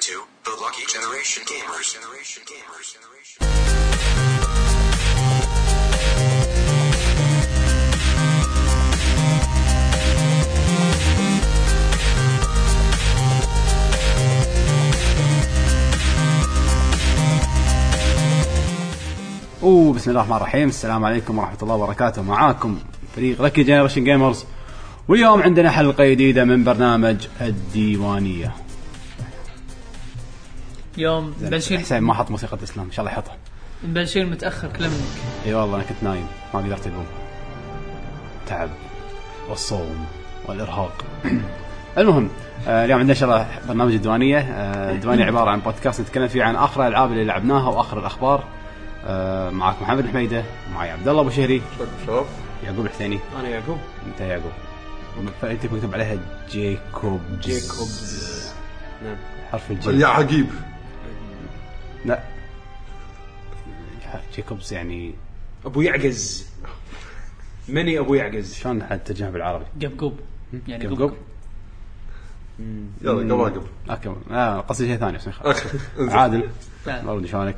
to the Lucky Generation Gamers. Generation Gamers. اوه بسم الله الرحمن الرحيم السلام عليكم ورحمه الله وبركاته معاكم فريق لكي جنريشن جيمرز واليوم عندنا حلقه جديده من برنامج الديوانيه يوم زين، بنشيل حسين ما حط موسيقى الاسلام ان شاء الله يحطها بنشيل متاخر كله منك اي والله انا كنت نايم ما قدرت اقوم تعب والصوم والارهاق المهم آه اليوم عندنا ان شاء الله برنامج الديوانيه آه الديوانيه عباره عن بودكاست نتكلم فيه عن اخر الالعاب اللي لعبناها واخر الاخبار آه معاكم محمد الحميده معي عبد الله ابو شهري شوف يعقوب الحسيني انا يعقوب انت يا يعقوب فانت مكتوب عليها جيكوب جيكوبز. نعم حرف الجي يا عقيب لا جيكوبز يعني ابو يعقز مني ابو يعقز شلون حد ترجمها بالعربي؟ قبقوب يعني قبقوب؟ قبقوب يلا قبل قبل اوكي آه قصدي شيء ثاني بس ما يخالف. اوكي عادل لا، لا. برضه شلونك؟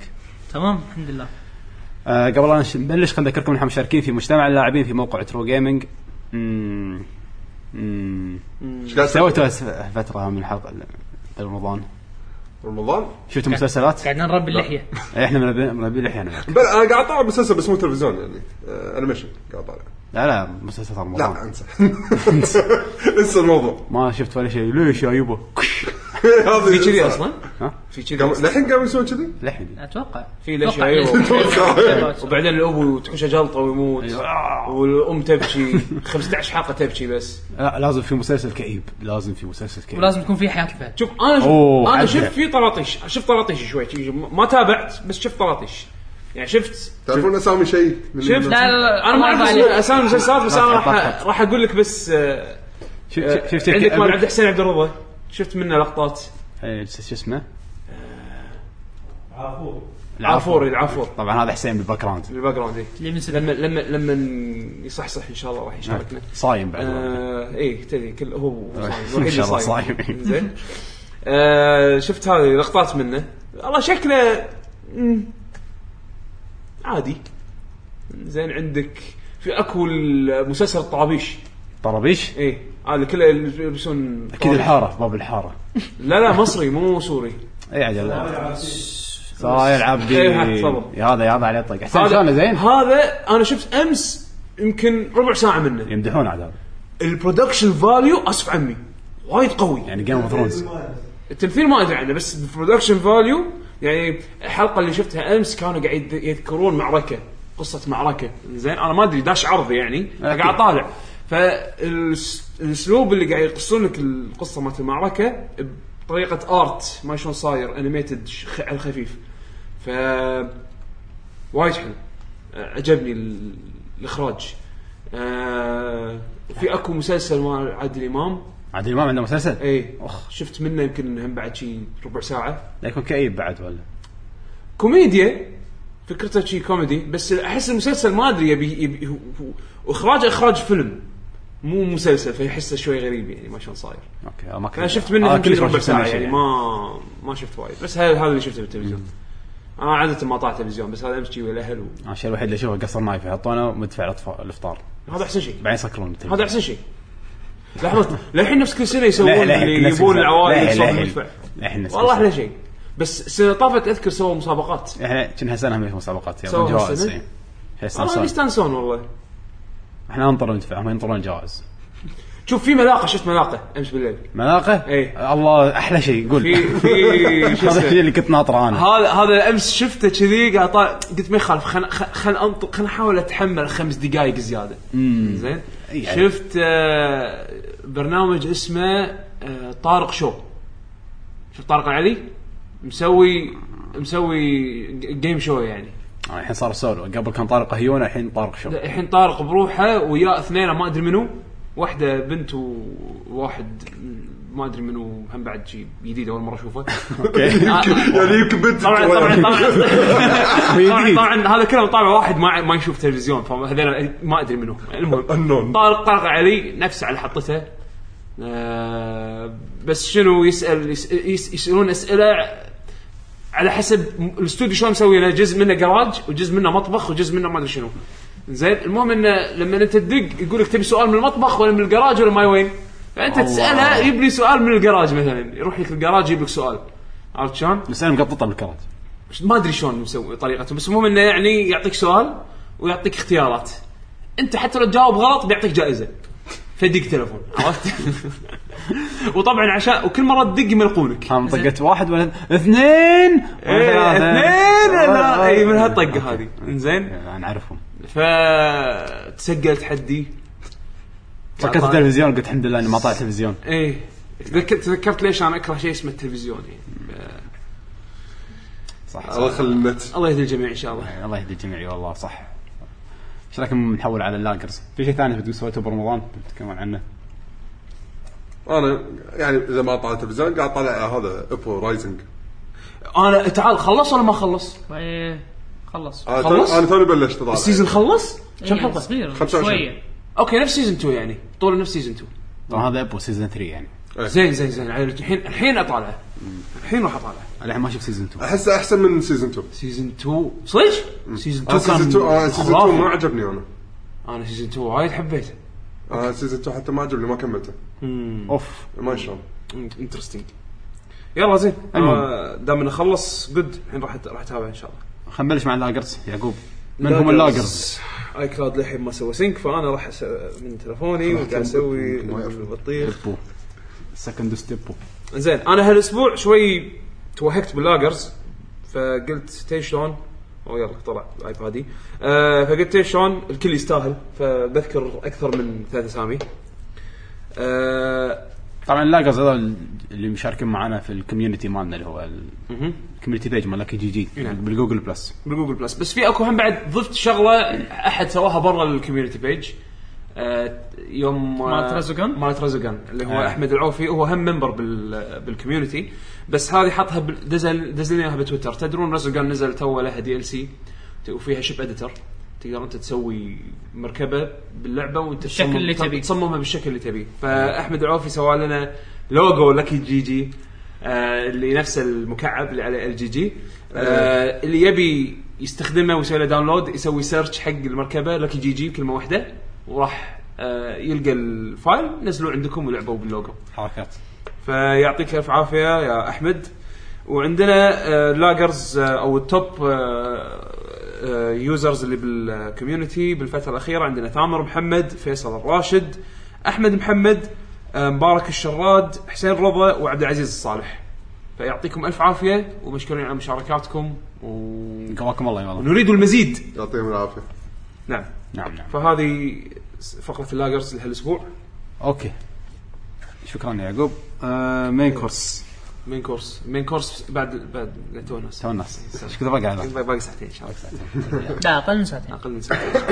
تمام الحمد لله آه قبل لا نش- نبلش خلينا نذكركم ان احنا مشاركين في مجتمع اللاعبين في موقع ترو جيمنج امم امم ايش قاعد تسوي؟ سويتوا هس- فتره من حلقه رمضان رمضان؟ شفتوا مسلسلات؟ إيه، قاعدين نربي اللحيه احنا مربي- مربي لحية أنا وياك. بل انا قاعد طالع مسلسل بس مو تلفزيون يعني آه، انيميشن قاعد طالع لا لا مسلسلات رمضان آه. لا انسى انسى الموضوع ما شفت ولا شيء ليش يا يبا هذا في كذي اصلا؟ ها؟ في كذي قام- أصلاً؟ للحين قام يسوون كذي؟ لحن اتوقع في ليش أتوقع أيوة. ليش. وبعدين الابو تحوشه جلطه ويموت أيوة. والام تبكي 15 حلقه تبكي بس لا لازم في مسلسل كئيب لازم في مسلسل كئيب ولازم تكون في حياه الفهد شوف انا شوف أوه، انا عدل. شفت في طراطيش شفت طراطيش شوي شي- ما تابعت بس شفت طراطيش يعني شفت تعرفون اسامي شيء من- شفت لا، لا، لا. انا ما اعرف الله اسم- يبارك. اسامي المسلسلات بس لا انا تخاف، لا راح تخاف. راح اقول لك بس آه، شفت شفت عندك مال عبد كئيب؟ الحسين عبد الرضا شفت منه لقطات إيه، شو اسمه؟ العافوري العافور طبعا هذا حسين بالباك جراوند بالباك جراوند إيه. اللي من سنة. لما لما لما يصحصح ان شاء الله راح يشاركنا صايم بعد آه ايه تدري كل هو الوحيد إن اللي شاء الله صايم. زين آه شفت هذه لقطات منه والله شكله مم، عادي زين عندك في اكو مسلسل الطرابيش طرابيش ايه هذا كله يلبسون اكيد الحاره باب الحاره لا لا مصري مو سوري اي إيه عجل صاير عبدي إيه، تفضل. يا هذا يا هذا عليه طق حسين هذا- شلونه زين؟ هذا انا شفت امس يمكن ربع ساعه منه يمدحون عاد هذا البرودكشن فاليو اسف عمي وايد قوي يعني جيم اوف ثرونز إيه. التمثيل ما ادري عنه بس البرودكشن فاليو يعني الحلقه اللي شفتها امس كانوا قاعد يذكرون معركه قصه معركه زين انا ما ادري داش عرض يعني أكيد. قاعد اطالع فالاسلوب اللي قاعد يقصون لك القصه مالت المعركه بطريقه ارت ما شلون صاير انيميتد على الخفيف ف وايد حلو عجبني ال- الاخراج آه وفي اكو مسلسل مال عادل امام عادل امام عنده مسلسل اي أخ. إيه. شفت منه يمكن هم بعد شي ربع ساعه لا يكون كئيب بعد ولا كوميديا فكرته شي كوميدي بس احس المسلسل ما ادري يبي, يبي هو- هو- اخراجه اخراج فيلم مو مسلسل فيحسه شوي غريب يعني ما شلون صاير اوكي آه، ما كنت انا شفت منه آه، يمكن كلش ما ربع شفت منه ساعه شيء يعني ما ما شفت وايد بس هذا هذا اللي شفته بالتلفزيون انا عاده ما طالع تلفزيون بس هذا امس شي ويا الاهل و... أنا الشيء الوحيد اللي اشوفه قصر نايف يحطونه مدفع الأطفال- الافطار هذا احسن شيء بعدين يسكرون التلفزيون. هذا احسن شيء لحظه للحين نفس كل سنه يسوون لا، لا، اللي نفس يبون الفرق. لا، العوائل لا، يصورون لا. الدفع. لا، إحنا نفس والله الفرق. احلى شيء بس السنه طافت اذكر سووا مسابقات احنا كنا هالسنه هم في مسابقات سووا يلا جوائز هالسنة؟ إيه. هالسنة والله صار. يستانسون والله احنا ننطر ندفع هم ينطرون جوائز شوف في ملاقه شفت ملاقه امس بالليل ملاقه؟ إيه. الله احلى شيء قول في- في- شو هذا اسمه؟ الشيء اللي كنت ناطره انا هذا هذا امس شفته كذي قاعد طالع قلت ما يخالف خل خل خل انطر خل احاول اتحمل خمس دقائق زياده زين أي يعني. شفت آه، برنامج اسمه آه، طارق شو شفت طارق العلي مسوي مسوي جيم شو يعني آه، الحين صار سولو قبل كان طارق هيونه الحين طارق شو الحين طارق بروحه ويا اثنين ما ادري منو واحده بنت وواحد ما ادري منو هم بعد شيء جديد اول مره اشوفه يعني يمكن بنت طبعا طبعا طبعا جديد. طبعا هذا كله طالع واحد ما ما يشوف تلفزيون فهذول ما ادري منو المهم النون طارق طارق علي نفسه على حطته آه، بس شنو يسال يس- يس- يسالون اسئله على حسب م- الاستوديو شلون مسوي له جزء منه جراج وجزء منه مطبخ وجزء منه ما ادري شنو زين المهم انه لما انت تدق يقول لك تبي سؤال من المطبخ ولا من الجراج ولا ماي وين فانت تساله يجيب لي سؤال من الجراج مثلا يروح لك الجراج يجيب لك سؤال عرفت شلون؟ الاسئله مقططه بالكرات مش- ما ادري شلون مسوي طريقته بس المهم انه يعني يعطيك سؤال ويعطيك اختيارات انت حتى لو تجاوب غلط بيعطيك جائزه فدق تلفون عرفت وطبعا عشان وكل مره تدق يملقونك هم طقت واحد ولا اثنين ولا إيه، ثلاثة. اثنين لا، اي من هالطقه أوكي. هذه انزين إيه، نعرفهم فتسجل تحدي فكرت التلفزيون قلت الحمد لله اني ما طلع تلفزيون ايه تذكرت تذكرت ليش انا اكره شيء اسمه التلفزيون يعني آه، صح الله يخلي النت الله يهدي الجميع ان شاء الله الله يهدي الجميع والله صح ايش رايكم نحول على اللاجرز؟ في شيء ثاني بتقول سويته برمضان تتكلمون عنه انا يعني اذا ما طالع تلفزيون قاعد طالع هذا ابو رايزنج انا تعال خلص ولا ما خلص؟ إيه، خلص انا خلص؟ توني- انا توني بلشت طالع السيزون خلص؟ كم إيه، حلقه؟ صغير 25. شويه اوكي نفس سيزون 2 يعني طول نفس سيزون 2 طبعا هذا ابو سيزون 3 يعني زين زين زين على الحين الحين اطالعه الحين راح اطالعه الحين ما شفت سيزون أه. 2 احسه احسن من سيزون 2 سيزون 2 صدق؟ سيزون 2 انا آه، كان سيزون 2 انا سيزون 2 خرافي. ما عجبني انا انا سيزون 2 وايد حبيته انا سيزون 2 حتى ما عجبني ما كملته اوف ما شلون انترستنج يلا زين المهم. آه، دام انا خلص جود الحين راح راح اتابع ان شاء الله خلينا نبلش مع اللاجرز يعقوب من هم اللاجرز؟ اي كلاود للحين ما سوى سينك فانا راح أس- من تلفوني راح وقاعد تنبت اسوي ما يعرف. البطيخ ابو سكند ستيبو زين انا هالاسبوع شوي توهقت باللاجرز فقلت تي شلون او يلا طلع ايبادي آه فقلت تي شلون الكل يستاهل فبذكر اكثر من ثلاث اسامي آه طبعا اللاجرز هذول اللي مشاركين معنا في الكوميونتي مالنا اللي هو ال- مهم. الكوميونتي بيج مالك جي جي نعم. بالجوجل بلس بالجوجل بلس بس في اكو هم بعد ضفت شغله احد سواها برا الكوميونتي بيج آه، يوم آه، مالت رزقان؟ مالت رزقان اللي هو آه. احمد العوفي هو هم منبر بال بالكوميونتي بس هذه حطها بال- دزل دزلناها بتويتر تدرون رزقان نزل تو لها دي ال سي وفيها شيب اديتر تقدر انت تسوي مركبه باللعبه وانت بالشكل تصمم- اللي تبيه. تصممها بالشكل اللي تبيه فاحمد العوفي سوى لنا لوجو لكي جي جي آه اللي نفس المكعب اللي على ال جي جي أيوة. آه اللي يبي يستخدمه ويسوي له داونلود يسوي سيرش حق المركبه لكي جي جي بكلمه واحده وراح آه يلقى الفايل نزلوه عندكم ولعبوا باللوجو حركات فيعطيك الف عافيه يا احمد وعندنا آه، لاجرز آه، او التوب آه، آه، يوزرز اللي بالكوميونتي بالفتره الاخيره عندنا ثامر محمد فيصل الراشد احمد محمد آه، مبارك الشراد حسين رضا وعبد العزيز الصالح فيعطيكم الف عافيه ومشكورين على مشاركاتكم و- قواكم الله يا والله ونريد المزيد يعطيهم العافيه نعم نعم نعم فهذه فقره اللاجرز لهالاسبوع اوكي شكرا يا يعقوب آه مين كورس مين كورس مين كورس بعد بعد تو ناس تو الناس ايش كثر باقي على باقي ساعتين ان شاء الله لا اقل من ساعتين اقل من ساعتين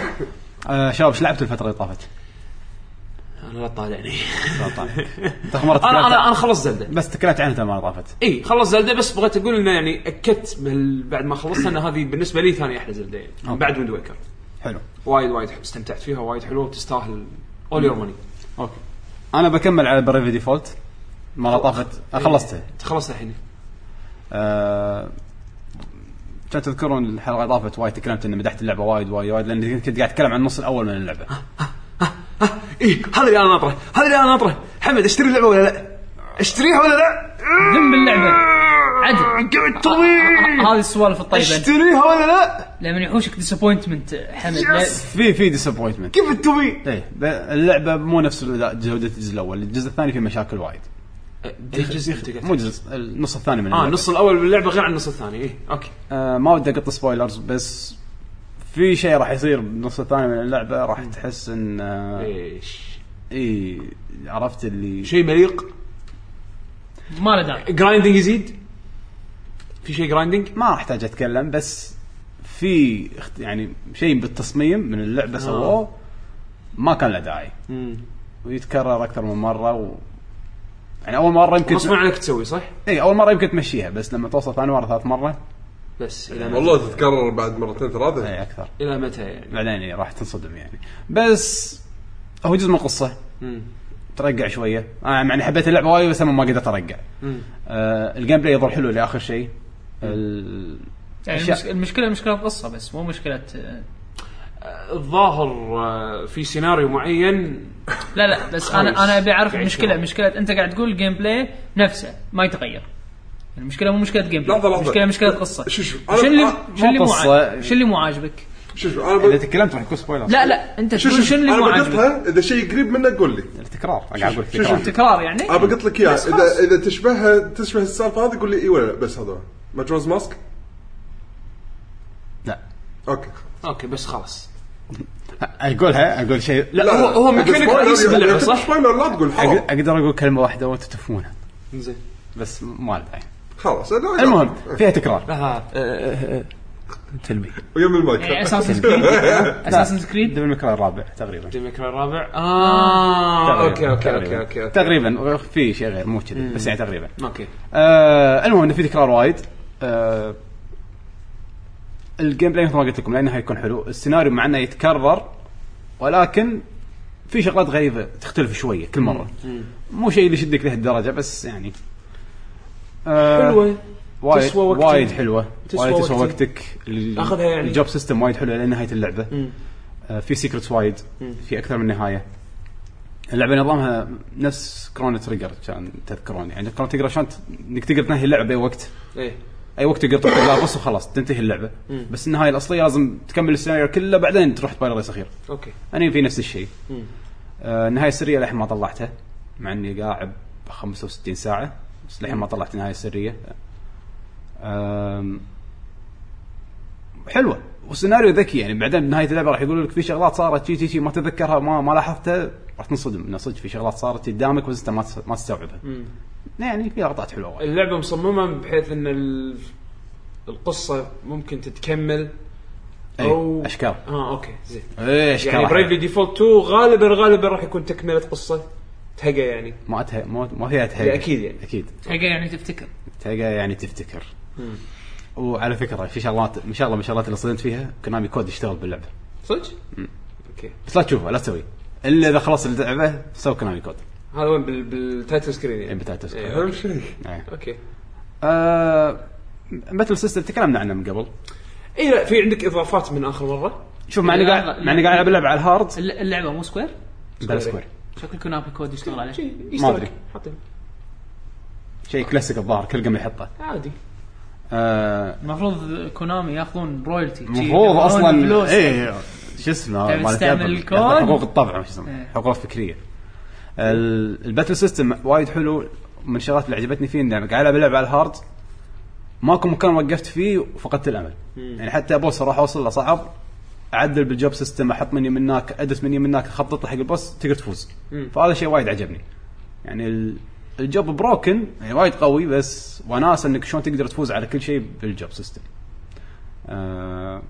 آه شباب ايش لعبتوا الفتره اللي طافت؟ انا لا طالعني لا طالع. انت آخر مرة انا تكلمت- انا انا خلصت زلده بس تكلمت عنها ترى ما طافت اي خلص زلده بس بغيت اقول انه يعني اكدت بهال- بعد ما خلصت ان هذه بالنسبه لي ثاني احلى زلده يعني من بعد ويند ويكر حلو وايد وايد حب- استمتعت فيها وايد حلوه وتستاهل اول يور ماني اوكي انا بكمل على بريفي ديفولت ما طافت آه، خلصتها خلصت الحين آه، كان تذكرون الحلقه اللي طافت وايد تكلمت اني مدحت اللعبه وايد وايد وايد لان كنت قاعد اتكلم عن النص الاول من اللعبه اي هذا اللي انا ناطره هذا اللي انا ناطره محمد اشتري اللعبه ولا لا؟ اشتريها ولا لا؟ ذم اللعبه عدل قاعد طويل هذه السوالف الطيبه اشتريها ولا لا؟ لما يحوشك ديسابوينتمنت حمد لا- في في ديسابوينتمنت كيف تبي؟ ايه ب- اللعبه مو نفس الأداء- جوده الجزء الاول الجزء الثاني فيه مشاكل وايد أه، مو جزء النص الثاني من اه اللعبة. النص الاول من اللعبه غير عن النص الثاني اي اوكي آه ما ودي اقط سبويلرز بس في شيء راح يصير بالنص الثاني من اللعبه راح تحس ان إيه. آه ايش اي عرفت اللي شيء مليق ما له داعي جرايندنج يزيد في شيء جرايندنج ما راح احتاج اتكلم بس في اخت- يعني شيء بالتصميم من آه. اللعبه سووه ما كان له داعي ويتكرر اكثر من مره و... يعني اول مره يمكن مصنوع عليك تسوي صح اي اول مره يمكن تمشيها بس لما توصل ثاني مره ثالث مره بس الى متى والله تتكرر بعد مرتين ثلاثه إيه. اي اكثر الى متى يعني إيه، بعدين يعني راح تنصدم يعني بس هو جزء من القصه ترقع شويه انا يعني حبيت اللعبه وايد بس أنا ما قدرت ارقع آه الجيم بلاي يظل حلو لاخر شيء ال- يعني أشياء- المشك- المشكله مشكله قصه بس مو مشكله آه، الظاهر آه، في سيناريو معين لا لا بس انا انا ابي اعرف المشكله شلون. مشكله انت قاعد تقول الجيم بلاي نفسه ما يتغير المشكله مو مشكله جيم بلاي لحظة، لحظة. المشكله مشكله قصه شو- شو- شو اللي أنا- شو اللي مو قصة. عاجب- شو اللي مو عاجبك؟ شوف شوف انا اذا بقول- تكلمت راح يكون سبويلر لا لا انت شوف تقول شوف شو اللي مو انا عاجبك؟ بقطها اذا شيء قريب منك قول لي التكرار انا قاعد اقول لك شو- شو- تكرار شو- تكرار يعني؟ انا بقط لك اياه بس خلاص. اذا اذا تشبهها تشبه السالفه هذه قول لي اي ولا لا بس هذا هو. ماجورز ماسك لا اوكي اوكي بس خلاص اقولها اقول شيء لا, هو- هو ميكانيك سبويلر، رئيسي يعني باللعبة، أنت صح؟ سبويلر لا تقول أق- حرام اقدر اقول كلمه واحده وانتم تفهمونها زين بس ما له داعي خلاص لا، لا. المهم فيها تكرار تلمي ويم المايك يعني إيه. اساسن كريد اساسن كريد دبل مكرار الرابع تقريبا الديميكرا الرابع اه اوكي تقريباً. اوكي اوكي تقريباً. اوكي اوكي تقريبا في شيء غير مو كذي بس يعني تقريبا اوكي آه المهم انه في تكرار وايد آه الجيم بلاي مثل ما قلت لكم لانه حيكون حلو السيناريو مع انه يتكرر ولكن في شغلات غريبه تختلف شويه كل مره مو شيء اللي يشدك لهالدرجه بس يعني آه حلوه وايد تسوى وقتك. وايد حلوه تسوى وايد تسوى وقتك. وقتك ال- آخذها يعني. الجوب سيستم وايد حلو لان نهايه اللعبه مم. آه، في سيكرتس وايد في اكثر من نهايه اللعبه نظامها نفس كرون تريجر كان تذكرون يعني كرون تريجر عشان ت- انك تقدر تنهي اللعبه باي وقت ايه اي وقت تقدر تطق لابس وخلاص تنتهي اللعبه بس النهايه الاصليه لازم تكمل السيناريو كله بعدين تروح تبايل ريس اخير اوكي انا في نفس الشيء مم. آه، النهايه السريه للحين ما طلعتها مع اني قاعد 65 ساعه بس للحين ما طلعت النهايه السريه آم، حلوه والسيناريو ذكي يعني بعدين بنهايه اللعبه راح يقولوا لك في شغلات صارت شي شي شي ما تذكرها ما ما لاحظتها راح تنصدم انه صدق في شغلات صارت قدامك بس انت ما تس- ما تستوعبها. يعني في لقطات حلوه وايد. اللعبه مصممه بحيث ان ال- القصه ممكن تتكمل او أي، اشكال اه اوكي زين ايه اشكال يعني بريفلي حلوة. ديفولت 2 غالبا غالبا راح يكون تكمله قصه تهقى يعني ما أتها... ما ما فيها تهيأ لا، أكيد يعني. اكيد حقا يعني تفتكر تلقى يعني تفتكر وعلى فكره في شغلات ان شاء الله من الشغلات اللي صدمت فيها كونامي كود يشتغل باللعبه صدق؟ اوكي بس لا تشوفه لا تسوي الا اذا خلص اللعبه سوي كونامي كود هذا وين بال- بالتايتل سكرين إيه، يعني بالتايتل سكرين. إيه، اهم شيء إيه. اوكي آه متل سيستم تكلمنا عنه من قبل اي إيه، لا في عندك اضافات من اخر مره شوف مع اني إيه، لا، قاعد لا، مع اني قاعد العب اللعبه على الهارد الل- اللعبه مو سكوير بلا سكوير شكل كونامي كود يشتغل عليه شيء يشترك إيه. أدري. حاطين شيء كلاسيك الظاهر كل قم يحطه عادي آه المفروض كونامي ياخذون رويالتي المفروض إيه. اصلا اي اي شو اسمه تبي مال تستعمل Apple. الكود؟ ياخذ يعني حقوق الطبع شو اسمه إيه. حقوق فكريه ال- الباتل سيستم وايد حلو من الشغلات اللي عجبتني فيه انه قاعد العب اللعبه على الهارد ماكو مكان وقفت فيه وفقدت الامل يعني حتى بوس راح اوصل له صعب اعدل بالجوب سيستم احط مني من هناك ادس مني من هناك اخطط حق البوس تقدر تفوز فهذا شيء وايد عجبني يعني ال- الجوب بروكن يعني وايد قوي بس وناس انك شلون تقدر تفوز على كل شيء بالجوب سيستم آه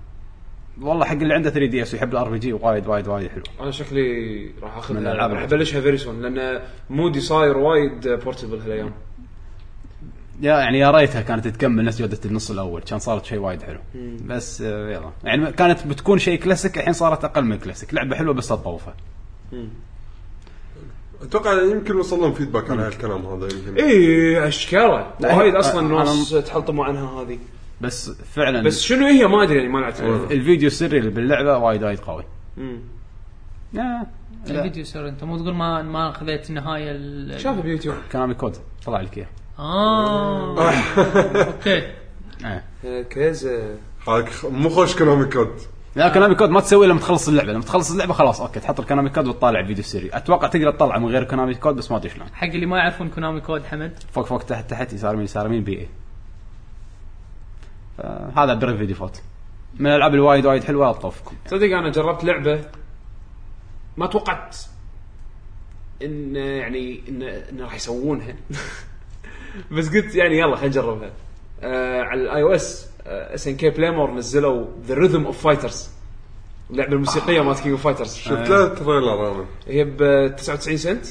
والله حق اللي عنده 3 دي اس ويحب الار بي جي وايد وايد وايد حلو انا شكلي راح من اخذها الألعاب راح الحلوة. ابلشها فيري سون لان مودي صاير وايد بورتبل هالايام يا يعني يا ريتها كانت تكمل نفس جوده النص الاول كان صارت شيء وايد حلو بس آه، يلا يعني كانت بتكون شيء كلاسيك الحين صارت اقل من كلاسيك لعبه حلوه بس تطوفها اتوقع يمكن وصل لهم فيدباك على هالكلام هذا يمكن اي اشكاله إيه. لا، إيه، وايد هي- اصلا أنا- ناس تحطموا عنها هذه بس فعلا بس شنو هي ما ادري يعني ما لعبت عليها. الفيديو السري اللي باللعبه وايد وايد قوي مم. آه، لا الفيديو سر انت مو تقول ما ما خذيت النهايه ال- شافها بيوتيوب كلامي كود طلع لك اياه اه اوكي آه. آه، كذا حالك خ- مو خوش كلامي كود لا كونامي كود ما تسوي لما تخلص اللعبه لما تخلص اللعبه خلاص اوكي تحط الكونامي كود وتطالع الفيديو السري اتوقع تقدر تطلعه من غير كونامي كود بس ما ادري شلون حق اللي ما يعرفون كونامي كود حمد فوق فوق تحت تحت يسار يمين يسار يمين بي اي هذا بريف ديفولت من الالعاب الوايد وايد حلوه اطوفكم تصدق انا جربت لعبه ما توقعت ان يعني ان, إن راح يسوونها بس قلت يعني يلا خلينا نجربها آه على آه، الاي او اس اس ان كي بلايمور نزلوا ذا ريذم اوف فايترز اللعبه الموسيقيه مالت كينج اوف فايترز شفت له تريلر انا هي ب 99 سنت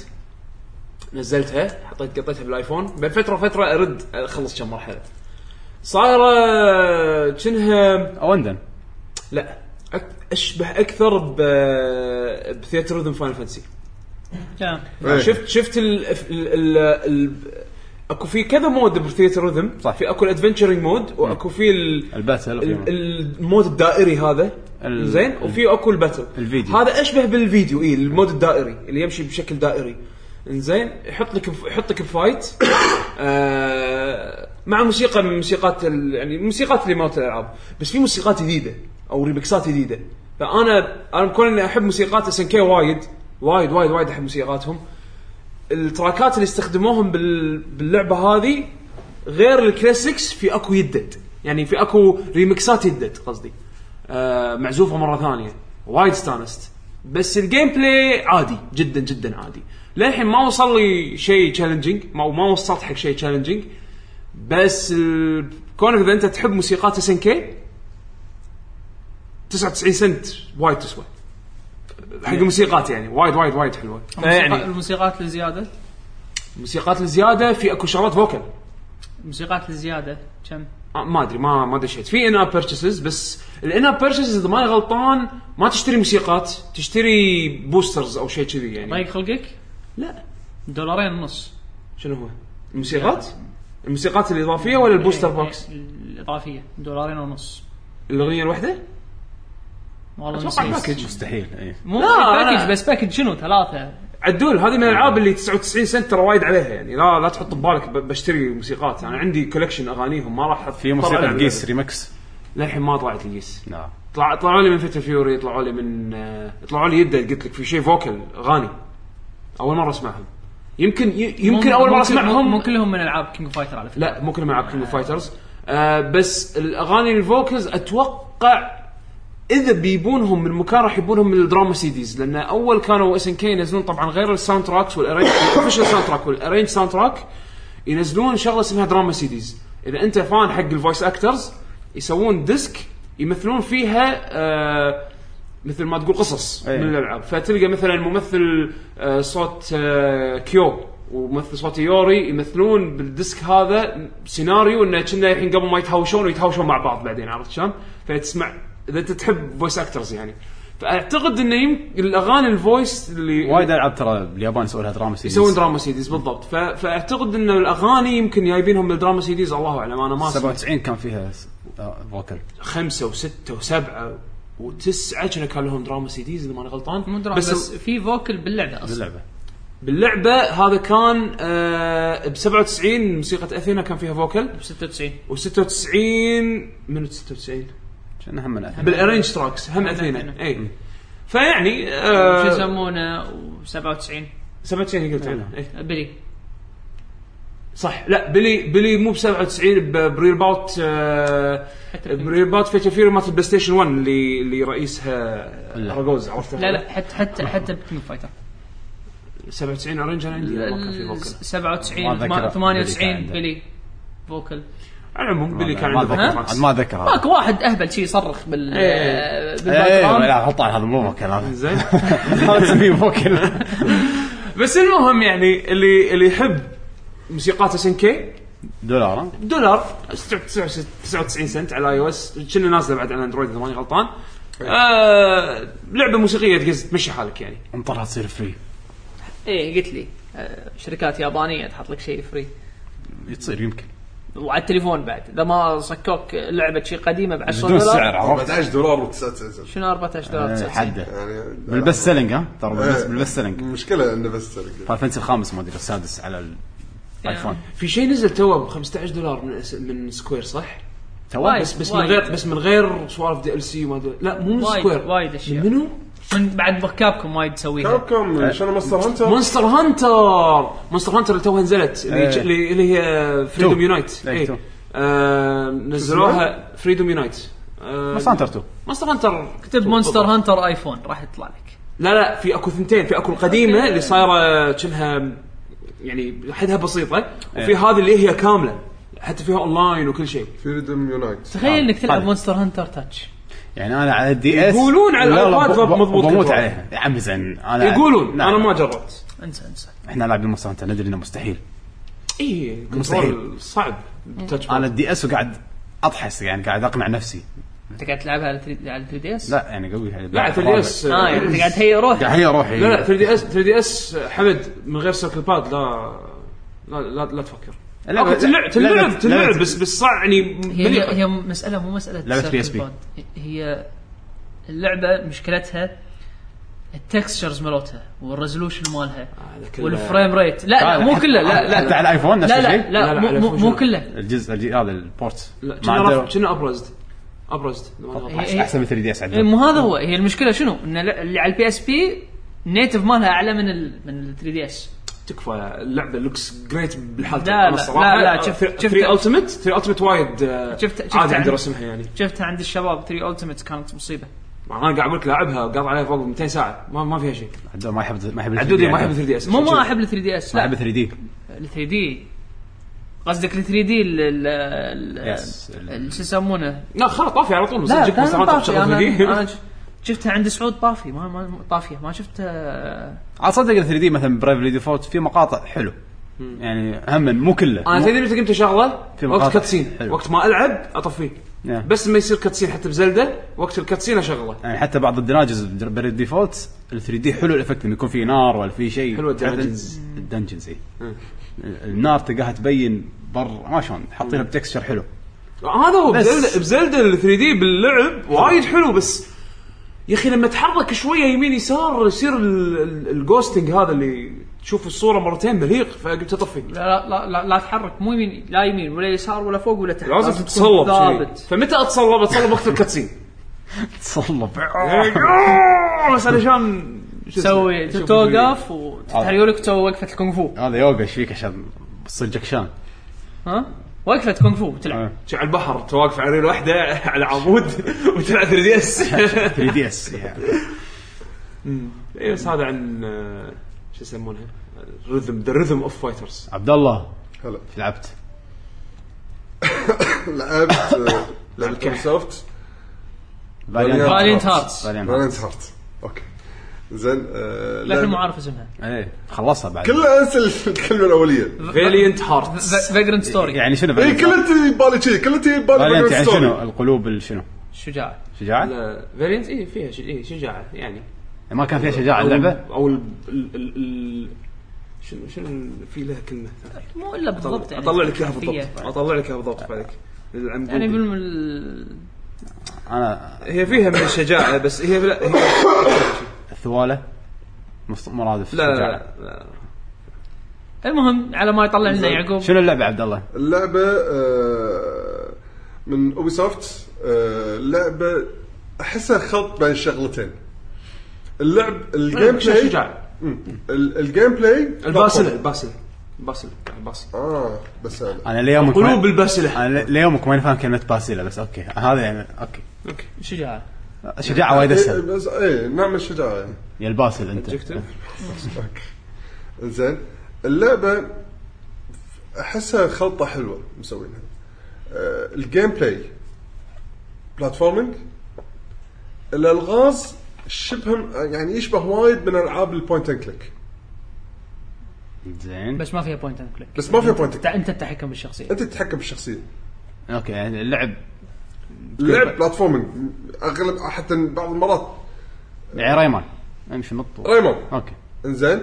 نزلتها حطيت قطيتها بالايفون بين فتره وفتره ارد اخلص كم مرحله صايره كأنها اوندن لا أك- اشبه اكثر ب بثياتر ريذم فاينل فانتسي نعم. إيه. يعني شفت شفت ال ال ال ال اكو في كذا مود بثيتر ريذم صح. في اكو الادفنشرنج مود واكو في ال الباتل وفي ال- المود الدائري هذا ال- زين وفي اكو الباتل الفيديو. هذا اشبه بالفيديو اي المود الدائري اللي يمشي بشكل دائري زين يحط لك بف- يحط لك بفايت آه مع موسيقى من موسيقات ال- يعني الموسيقات اللي مالت الالعاب بس في موسيقات جديده او ريمكسات جديده فانا انا كون اني احب موسيقات اس ان كي وايد وايد وايد وايد احب موسيقاتهم التراكات اللي استخدموهم بال... باللعبه هذه غير الكلاسيكس في اكو يدد يعني في اكو ريمكسات يدد قصدي آه معزوفه مره ثانيه وايد استانست بس الجيم بلاي عادي جدا جدا عادي للحين ما وصل لي شيء تشالنجينج ما ما وصلت حق شيء تشالنجينج بس ال- كونك اذا انت تحب موسيقات اس ان كي 99 سنت وايد تسوى حق الموسيقات يعني وايد وايد وايد حلوه يعني- الموسيقى- الموسيقات الزياده موسيقات الزياده في اكو شغلات فوكل الموسيقات الزياده كم؟ آه، ما ادري ما ما دشيت في ان اب بيرتشيزز بس الان اب بيرتشيزز اذا ماني غلطان ما تشتري موسيقات تشتري بوسترز او شيء كذي يعني ضيق طيب، خلقك؟ لا دولارين ونص شنو هو؟ الموسيقات؟ الموسيقات الاضافيه ولا البوستر إيه، بوكس؟ إيه، الاضافيه دولارين ونص الاغنيه الواحده؟ والله اتوقع نسيت. باكج مستحيل إيه. اي مو لا، باكج أنا- بس باكج شنو ثلاثه عدول هذه من الالعاب اللي 99 سنت ترى وايد عليها يعني لا لا تحط ببالك ب- بشتري موسيقات انا عندي كولكشن اغانيهم ما راح في موسيقى الجيس ريمكس للحين ما طلعت الجيس نعم طلع طلعوا لي من فيتل فيوري طلعوا لي من آه، طلعوا لي يده قلت لك في شيء فوكل غاني اول مره اسمعهم يمكن ي- يمكن مو- اول مو مره كل- اسمعهم مو كلهم من العاب كينج فايتر على فكره لا مو كلهم العاب كينج أوف فايترز آه بس الاغاني الفوكلز اتوقع اذا بيبونهم من مكان راح يبونهم من الدراما سيديز لان اول كانوا اس ان كي ينزلون طبعا غير الساوند تراكس والارينج الاوفيشال ساوند تراك والارينج ساوند تراك ينزلون شغله اسمها دراما سيديز اذا انت فان حق الفويس اكترز يسوون ديسك يمثلون فيها آه مثل ما تقول قصص أي. من الالعاب فتلقى مثلا ممثل آه، صوت آه، كيو وممثل صوت يوري يمثلون بالديسك هذا سيناريو انه كنا الحين قبل ما يتهاوشون ويتهاوشون مع بعض بعدين عرفت شلون؟ فتسمع اذا انت تحب فويس اكترز يعني فاعتقد انه يم... الاغاني الفويس اللي وايد العاب ترى اليابان يسوون لها دراما سيريز يسوون دراما سيديز بالضبط ف... فاعتقد انه الاغاني يمكن جايبينهم من دراما سيديز الله اعلم انا ما أسمع. 97 كان فيها س- آه، فوكل خمسه وسته وسبعه وتسعه كنا كان لهم دراما سيديز اذا ماني غلطان مو دراما بس, بس بس في فوكل باللعبه اصلا باللعبه باللعبه هذا كان آه ب 97 موسيقى اثينا كان فيها فوكل ب 96 و96 من 96 كان هم من أثنين. بالارينج تراكس هم اثينا أثينا. اي فيعني شو إيه. آه يسمونه و97 97 هي قلت عنها اي بلي صح لا بلي بلي مو ب 97 بريل باوت آه حتى بلي. بريل باوت فيتشر فيري مالت البلاي ستيشن 1 اللي اللي رئيسها لا. اراجوز عرفتها لا لا حتى حتى حتى بكينج فايتر 97 ارينج انا عندي ما كان في ال- فوكل 97 ما أذكر. 98 بلي كان بلي فوكل على العموم بلي كان ما عنده فوكل أتذكر- تراكس. عاد ما اتذكر هذا ماكو واحد اهبل شي يصرخ بال إيه. بالباك ايه جراوند. لا حط على هذا مو فوكل هذا زين هذا تسميه فوكل بس المهم يعني اللي اللي يحب موسيقات اس ان كي دولار ها؟ دولار 99 سنت على اي او اس كنا نازله بعد على اندرويد اذا ماني غلطان إيه. آه لعبه موسيقيه تقز تمشي حالك يعني انطرها تصير فري ايه قلت لي آه، شركات يابانيه تحط لك شيء فري تصير يمكن وعلى التليفون بعد اذا ما صكوك لعبه شي قديمه ب 10 بدون دولار سعر عرفت 14 دولار و9 سنت شنو 14 دولار آه، 99 حده يعني بالبست سيلينج ها ترى بالبس- آه، إيه. بالبست سيلينج المشكله انه بس سرقة. فانتسي الخامس ما ادري السادس على الايفون في شيء نزل توه ب 15 دولار من أس- من سكوير صح؟ تو وايد. بس بس من وايد. غير بس من غير سوالف دي ال سي وما أدري- لا مو من وايد- سكوير وايد أشياء. من منو؟ من بعد كابكم وايد تسويها كاب آه. كوم شنو مصدر هانتر مونستر هانتر مونستر هانتر اللي توها نزلت اللي, إيه. اللي اللي هي فريدوم تو. يونايت إيه، تو. اي آه نزلوها آه، فريدوم يونايت بس هانتر 2 مونستر هانتر اكتب مونستر هانتر ايفون راح يطلع لك لا لا في اكو ثنتين في اكو القديمه اللي صايره كأنها يعني حدها بسيطه وفي إيه. هذه اللي هي كامله حتى فيها اونلاين وكل شيء فريدم يونايت آه، تخيل انك تلعب هذا. مونستر هانتر تاتش يعني انا على الدي اس يقولون على لا، لا، الأوقات ب- ب- بموت مضبوط كنترول. عليها يا عمي زين انا يقولون نعم. انا ما جربت انسى انسى احنا لاعبين مصر انت ندري انه مستحيل اي مستحيل. إيه، كنترول صعب بالتاتش انا بار. الدي اس وقاعد اضحس يعني قاعد اقنع نفسي انت قاعد تلعبها على 3 على 3 دي اس؟ لا يعني قوي يعني لا على 3 دي اس اه يعني انت قاعد تهيئ روحك قاعد هي روحي لا لا 3 دي اس 3 دي اس حمد من غير سيركل باد لا لا لا, لا تفكر اللعبة- أوكي، تلعب تلعب لعبة- تلعب لعبة- بس بس صع يعني هي مليحة. هي مساله مو مساله لعبة circle PSP. bound. هي اللعبه مشكلتها التكستشرز مالتها والريزولوشن مالها هذا كله- والفريم ريت لا لا تعال، مو حتى- كله لا لا حتى لا على الايفون نفس لا الشيء لا لا لا، مو- لا، مو شو- مو شو- كله الجزء الجي- هذا البورت لا ما كنا عنده- رف- كنا ابرزد ابرزد هي- أحسن- احسن من 3 دي اس إيه، عندنا مو هذا هو هي المشكله شنو ان ال- اللي على البي اس بي نيتف مالها اعلى من ال من ال 3 دي اس تكفى اللعبه لوكس جريت بالحالة لا، لا، لا، لا، شفت- شفت- 3 التمت 3 التمت وايد آه، شفت- شفت عادي عندي عن- رسمها يعني شفتها عند الشباب 3 التيمت كانت مصيبه مع انا قاعد اقول لك لاعبها قاطع عليها فوق 200 ساعه ما, ما فيها شيء عدو ما يحب ما يحب ال 3D عدودي ما احب عدو. 3 دي اس مو ما احب ال 3 دي اس ما لا يحب 3 دي ال 3 دي قصدك ال 3 دي ال ال- Yes. ال- شو يسمونه لا خلاص طافي على طول لا مسجلك كان مسامات طافي. تشغل أنا- 3 أنا دي ش- شفتها عند سعود طافي ما ما طافيه ما آه، شفتها على صدق ال 3 دي مثلا برايفلي ديفولت في مقاطع حلو يعني هم مو كله انا مو- تدري متى قمت شغله في مقاطع. وقت كاتسين حلو. وقت ما العب اطفيه نعم. بس ما يصير كاتسين حتى بزلده وقت الكاتسين اشغله يعني حتى بعض الدناجز بريد ديفولت ال 3 دي حلو الافكت انه يكون في نار ولا في شيء حلوة الدنجنز. حتى الدنجنز اي النار تلقاها تبين برا ما شلون حاطينها بتكستشر حلو هذا هو بس. بزلده بزلده ال 3 دي باللعب وايد حلو بس يا اخي لما تحرك شويه يمين يسار يصير ال- ال- الجوستنج هذا اللي تشوف الصوره مرتين مليق فقمت اطفي لا لا لا, لا تحرك مو يمين لا يمين ولا يسار ولا فوق ولا تحت لازم تكون تتصلب شيء. ثابت فمتى اتصلب اتصلب وقت الكاتسين إيه، تصلب بس علشان شو اسمه؟ تسوي أشوف توقف وتفتح ريولك وتسوي وقفه الكونغ فو هذا يوقع ايش فيك عشان تصير جكشان ها وقفه كونغ فو آه. تلعب شي على البحر تواقف على ريل واحده على عمود وتلعب 3 دي اس 3 دي اس يعني. اي إيه، بس هذا عن آه، شو يسمونها ريذم ذا ريذم اوف فايترز عبد الله هلا ايش لعبت؟ لعبت آه، لعبه الكح. اوبن سوفت فالينت هارتس فاليانت فالنت هارت اوكي زين آه، لكن لعبة- مو عارف اسمها ايه خلصها بعد كلها انسى الكلمه الاوليه فاليانت هارتس فيجرنت ستوري يعني شنو اي فاليانت إيه، كلها تجي ببالي شيء كلها تجي ببالي فاليانت يعني Background Story. شنو القلوب ال- شنو شجاع شجاعه؟ فاليانت اي فيها ش- إيه شجاعه يعني ما كان فيها شجاعه اللعبه؟ او ال ال- ال- ال- شنو شنو ال- في لها كلمه ثانية. مو الا بالضبط يعني اطلع لك اياها خلفية. بالضبط اطلع لك اياها بالضبط بعدك العم يعني جوجل. بالم ال- انا هي فيها من الشجاعه بس هي لا هي الثواله مص- مرادف لا, شجاعة. لا, لا المهم على ما يطلع لنا يعقوب شنو اللعبه عبد الله؟ اللعبه آه، من اوبي سوفت لعبه احسها خلط بين شغلتين اللعب الجيم بلاي شجاع مم. ال- الجيم بلاي الباسل الباسل الباسل الباسل اه بس أنا. انا ليومك ما- قلوب الباسله انا لي- ليومك ماني فاهم كلمه باسيلا بس اوكي هذا يعني اوكي اوكي شجاعه شجاعه وايد إيه، اسهل بس ايه نوع من الشجاعه يعني يا الباسل انت اوكي زين اللعبه احسها خلطه حلوه مسوينها آه، الجيم بلاي بلاتفورمينج الالغاز شبه يعني يشبه وايد من العاب البوينت اند كليك زين بس ما فيها بوينت اند كليك بس ما فيها بوينت تع- انت تتحكم بالشخصيه انت تتحكم بالشخصيه اوكي يعني اللعب اللعب بلاتفورمينج اغلب حتى بعض المرات يعني ريمان امشي نط و- ريمون اوكي انزين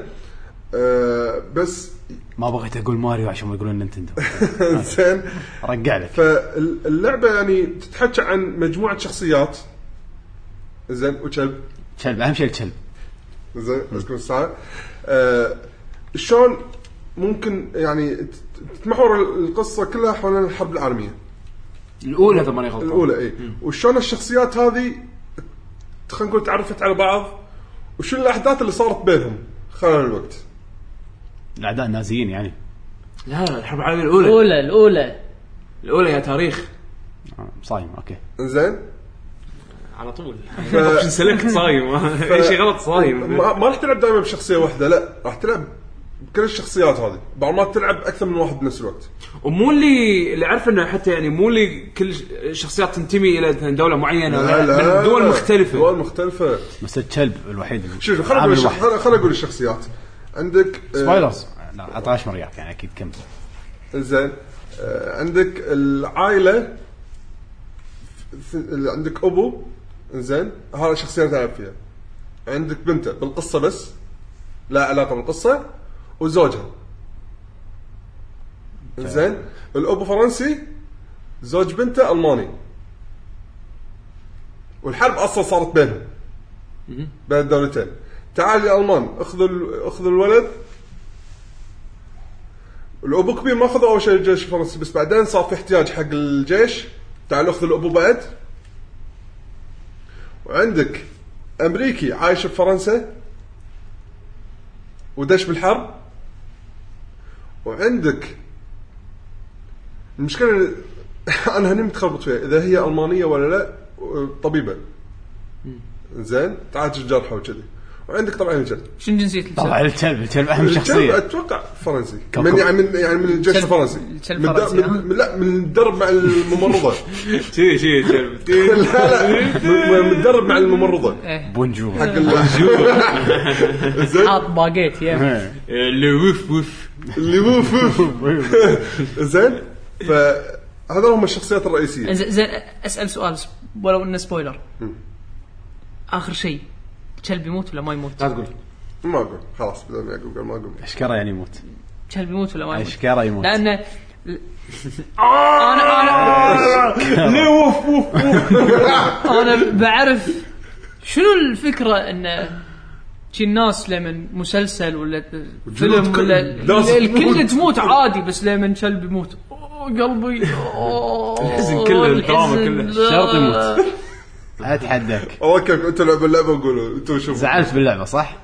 آه بس ما بغيت اقول ماريو عشان ما يقولون نينتندو انزين رجع لك فاللعبه يعني تتحكى عن مجموعه شخصيات زين وكلب كلب اهم شيءشيء الكلب زين اذكر الساعه آه شلون ممكن يعني ت- تتمحور القصه كلها حول الحرب العالميه الاولى اذا ماني غلطان الاولى اي وشلون الشخصيات هذه خلينا نقول تعرفت على بعض وشو الاحداث اللي صارت بينهم خلال الوقت الاعداء النازيين يعني لا لا الحرب العالميه الاولى الاولى الاولى الاولى يا تاريخ آه، صايم اوكي زين على طول اوبشن سيلكت صايم اي شيء غلط صايم ما, ما راح تلعب دائما بشخصيه واحده لا راح تلعب بكل الشخصيات هذه بعض ما تلعب اكثر من واحد بنفس الوقت ومو اللي اللي اعرف انه حتى يعني مو اللي كل ش- الشخصيات تنتمي الى مثلاً دوله معينه لا لا بل دول مختلفه دول مختلفة بس الكلب الوحيد اللي- شوف خليني عامل اقول واحد. خليني اقول الشخصيات عندك آه، سبايلرز لا اعطاش مريات يعني اكيد كم زين آه، عندك العائلة ث- اللي عندك ابو زين هذا شخصيه تلعب فيها عندك بنته بالقصه بس لا علاقه بالقصه وزوجها زين الابو فرنسي زوج بنته الماني والحرب اصلا صارت بينهم بين الدولتين تعال يا المان اخذوا ال- اخذوا الولد الابو كبير ما اخذوا اول شيء الجيش الفرنسي بس بعدين صار في احتياج حق الجيش تعال اخذ الابو بعد وعندك امريكي عايش بفرنسا ودش بالحرب وعندك المشكله انا هني متخربط فيها اذا هي المانيه ولا لا طبيبه زين تعالج جرحه وكذي وعندك طبعا الجن شنو جنسيه الكلب؟ طلع الكلب الكلب اهم الجن شخصيه اتوقع فرنسي كوكب. من يعني من يعني من الجيش كلب- الفرنسي كلب من الد- فرنسي، من- ها؟ من- لا من الدرب مع الممرضه شي شي كلب. لا لا من الدرب مع الممرضه بونجور حق ال- زين حاط باقيت يا إيه. اللي وف وف اللي وف وف زين فهذول هم الشخصيات الرئيسيه زين زين، اسال سؤال س- ولو انه سبويلر اخر شيء كلب يموت ولا ما يموت؟ لا تقول ما اقول خلاص بدون ما اقول ما اقول اشكره يعني يموت كلب يموت ولا ما يموت؟ اشكره يموت لان انا انا ليه وف وف انا بعرف شنو الفكره ان شي الناس لمن مسلسل ولا فيلم كل- ولا ناس الكل تموت. تموت عادي بس لمن كلب يموت أوه، قلبي أوه، الحزن كله، الدراما الحزن. كلها. لا. شرط يموت. اتحداك اوكي انتوا لعبوا اللعبه وقولوا انتوا شوفوا زعلت باللعبه صح؟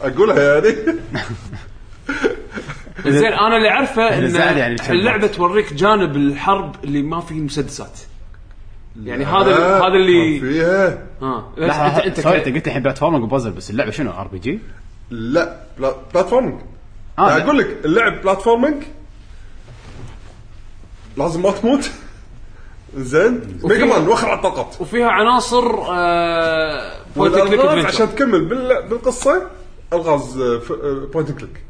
اقولها يعني زين انا اللي اعرفه ان زعل يعني الكلب. اللعبه توريك جانب الحرب اللي ما فيه مسدسات يعني هذا آه، هذا اللي فيها ها لحظه انت انت انت سوري انت ك- قلت الحين بلاتفورمينج وبازل بس اللعبه شنو ار بي جي؟ لا بلا بلاتفورمينج اه لا، اقول لك اللعب بلاتفورمينج لازم ما تموت زين ميجا مان وخر على الطلقات وفيها عناصر آه، point and click والألغاز adventure. عشان تكمل بال- بالقصه الغاز بوينت كليك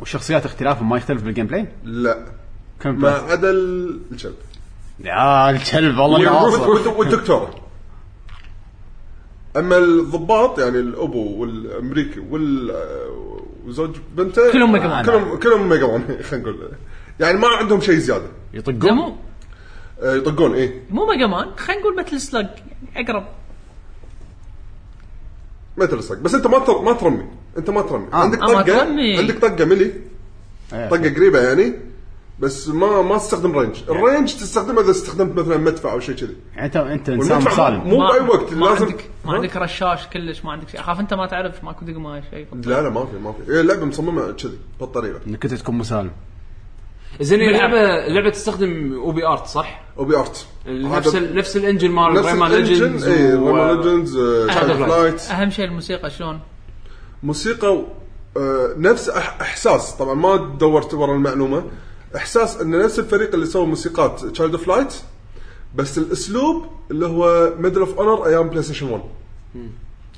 والشخصيات اختلافهم ما يختلف بالجيم بلاي؟ لا كم ما بلاس- عدا ال- الكلب يا الكلب والله وال- ناصر وال- والدكتوره اما الضباط يعني الابو والامريكي وال آه، وزوج بنته كلهم ميجا مان. كلهم كلهم ميجا مان خلينا نقول يعني ما عندهم شيء زياده لا يطقون مو آه، يطقون ايه مو ميجا مان خلينا نقول مثل سلج يعني اقرب ما تلصق بس انت ما تر... ما ترمي انت ما ترمي آه. عندك آه، ما طقه ترمي. آه، عندك طقه ملي إيه. طقه قريبه يعني بس ما ما تستخدم رينج الرينج تستخدمه اذا استخدمت مثلا مدفع او شيء كذي يعني انت انت انسان والمدفع مو- صالم مو باي وقت ما لازم عندك ما ها؟ عندك رشاش كلش ما عندك شيء اخاف انت ما تعرف ماكو دقمه شيء لا لا ما في ما في إيه اللعبه مصممه كذي بهالطريقه انك انت تكون مسالم زين هي اللعبه اللعبه تستخدم او بي ارت صح؟ اوبي ارت نفس ال- نفس الانجن مال نفس إيه، ريمان الانجن ليجندز اي و- ريمان ليجندز شايف Flight. فلايت اهم شيء الموسيقى شلون موسيقى و- آه، نفس أح- احساس طبعا ما دورت ورا المعلومه احساس ان نفس الفريق اللي سوى موسيقات تشايلد اوف لايت بس الاسلوب اللي هو ميدل اوف اونر ايام بلاي ستيشن 1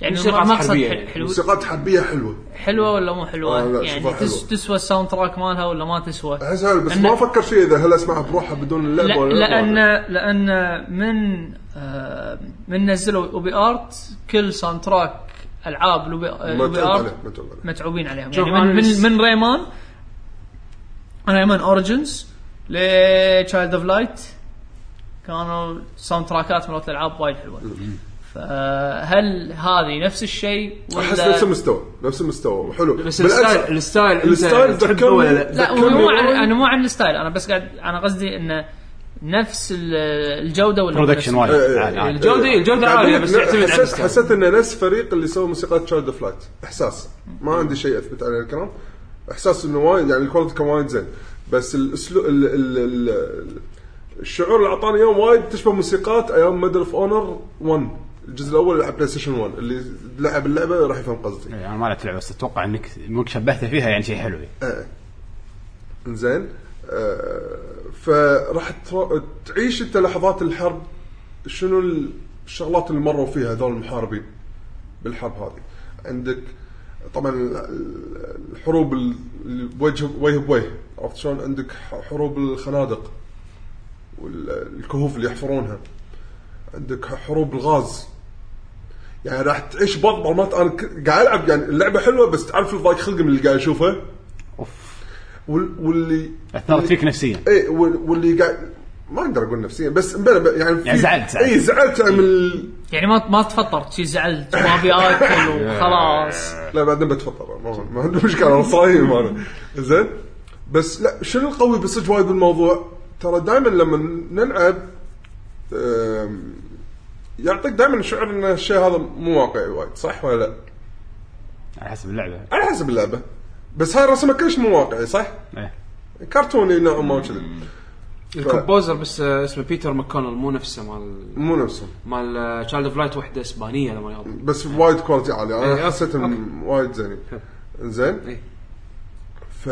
يعني موسيقى المقصد حربية حل- يعني. حلو موسيقات حربيه حلوه حلوه ولا مو آه، حلوه لا، يعني شوفها تس حلوة. تسوى الساوند تراك مالها ولا ما تسوى أحسها بس إن- ما افكر فيها اذا هل اسمعها بروحها بدون لا اللعبه ولا لان لا لان من آه، من نزلوا اوبي ارت كل ساوند تراك العاب الأوبي- الاوبي متعوب ارت عليه متعوب عليه متعوبين عليهم شوف يعني أنا من من, لس- من ريمان ريمان اوريجنز لتشايلد اوف لايت كانوا ساوند تراكات مرات الالعاب وايد حلوه فهل هذه نفس الشيء احس نفس ولا المستوى نفس المستوى حلو بس الستايل الستايل انت الستايل تحبه ذكرني- ولا لا؟ لا ذكرني مو عن وايد. انا مو عن الستايل انا بس قاعد انا قصدي انه نفس ال- الجوده ولا مو برودكشن نفس- وايد إيه، إيه. عالي عالي. الجوده الجوده قاعد عاليه أقول إيه، بس لك يعتمد على يعني حسيت, الستايل حسيت انه نفس فريق اللي سوى موسيقى تشايلد اوف لايت احساس ما عندي شيء اثبت عليه الكلام احساس انه وايد يعني الكواليتي كان وايد زين بس الاسلوب ال ال ال الشعور اللي اعطاني اياه وايد تشبه موسيقات ايام ميدل اوف اونر 1 الجزء الاول على بلاي ستيشن 1 اللي لعب اللعبه راح يفهم قصدي إيه، انا ما لعبت اللعبه بس اتوقع انك انك شبهته فيها يعني شيء حلو زين آه فراح تر- تعيش انت لحظات الحرب شنو الشغلات اللي مروا فيها هذول المحاربين بالحرب هذه عندك طبعا ال- الحروب ال- اللي وجه وجه بوجه عرفت شلون عندك ح- حروب الخنادق والكهوف اللي يحفرونها عندك حروب الغاز يعني راح تعيش بضبط مات انا ك- قاعد العب يعني اللعبه حلوه بس تعرف الضايق خلقي من اللي قاعد اشوفه اوف وال- واللي اثرت فيك نفسيا اي إيه، وال- واللي قاعد ما اقدر اقول نفسيا بس مبلا- يعني في- يعني زعلت- زعلت. اي زعلت يعني من ال- يعني ما ما تفطرت شي زعلت ما ابي اكل وخلاص لا بعدين بتفطر ما, ما عندي مشكله انا صايم انا زين بس لا شنو القوي بالصدق وايد بالموضوع ترى دائما لما نلعب أم، يعطيك دائما شعور ان الشيء هذا مو واقعي وايد صح ولا لا؟ على حسب اللعبه على حسب اللعبه بس هاي الرسمه كلش مو واقعي صح؟ إيه. كرتوني نوعا ما وكذي الكومبوزر بس آه، اسمه بيتر ماكونل مو نفسه مال مو نفسهم مال آه، تشايلد اوف لايت وحده اسبانيه لما يغلط بس وايد كواليتي عاليه إيه، انا حسيت أوكي. إنهم وايد زينين زين؟ إيه. ف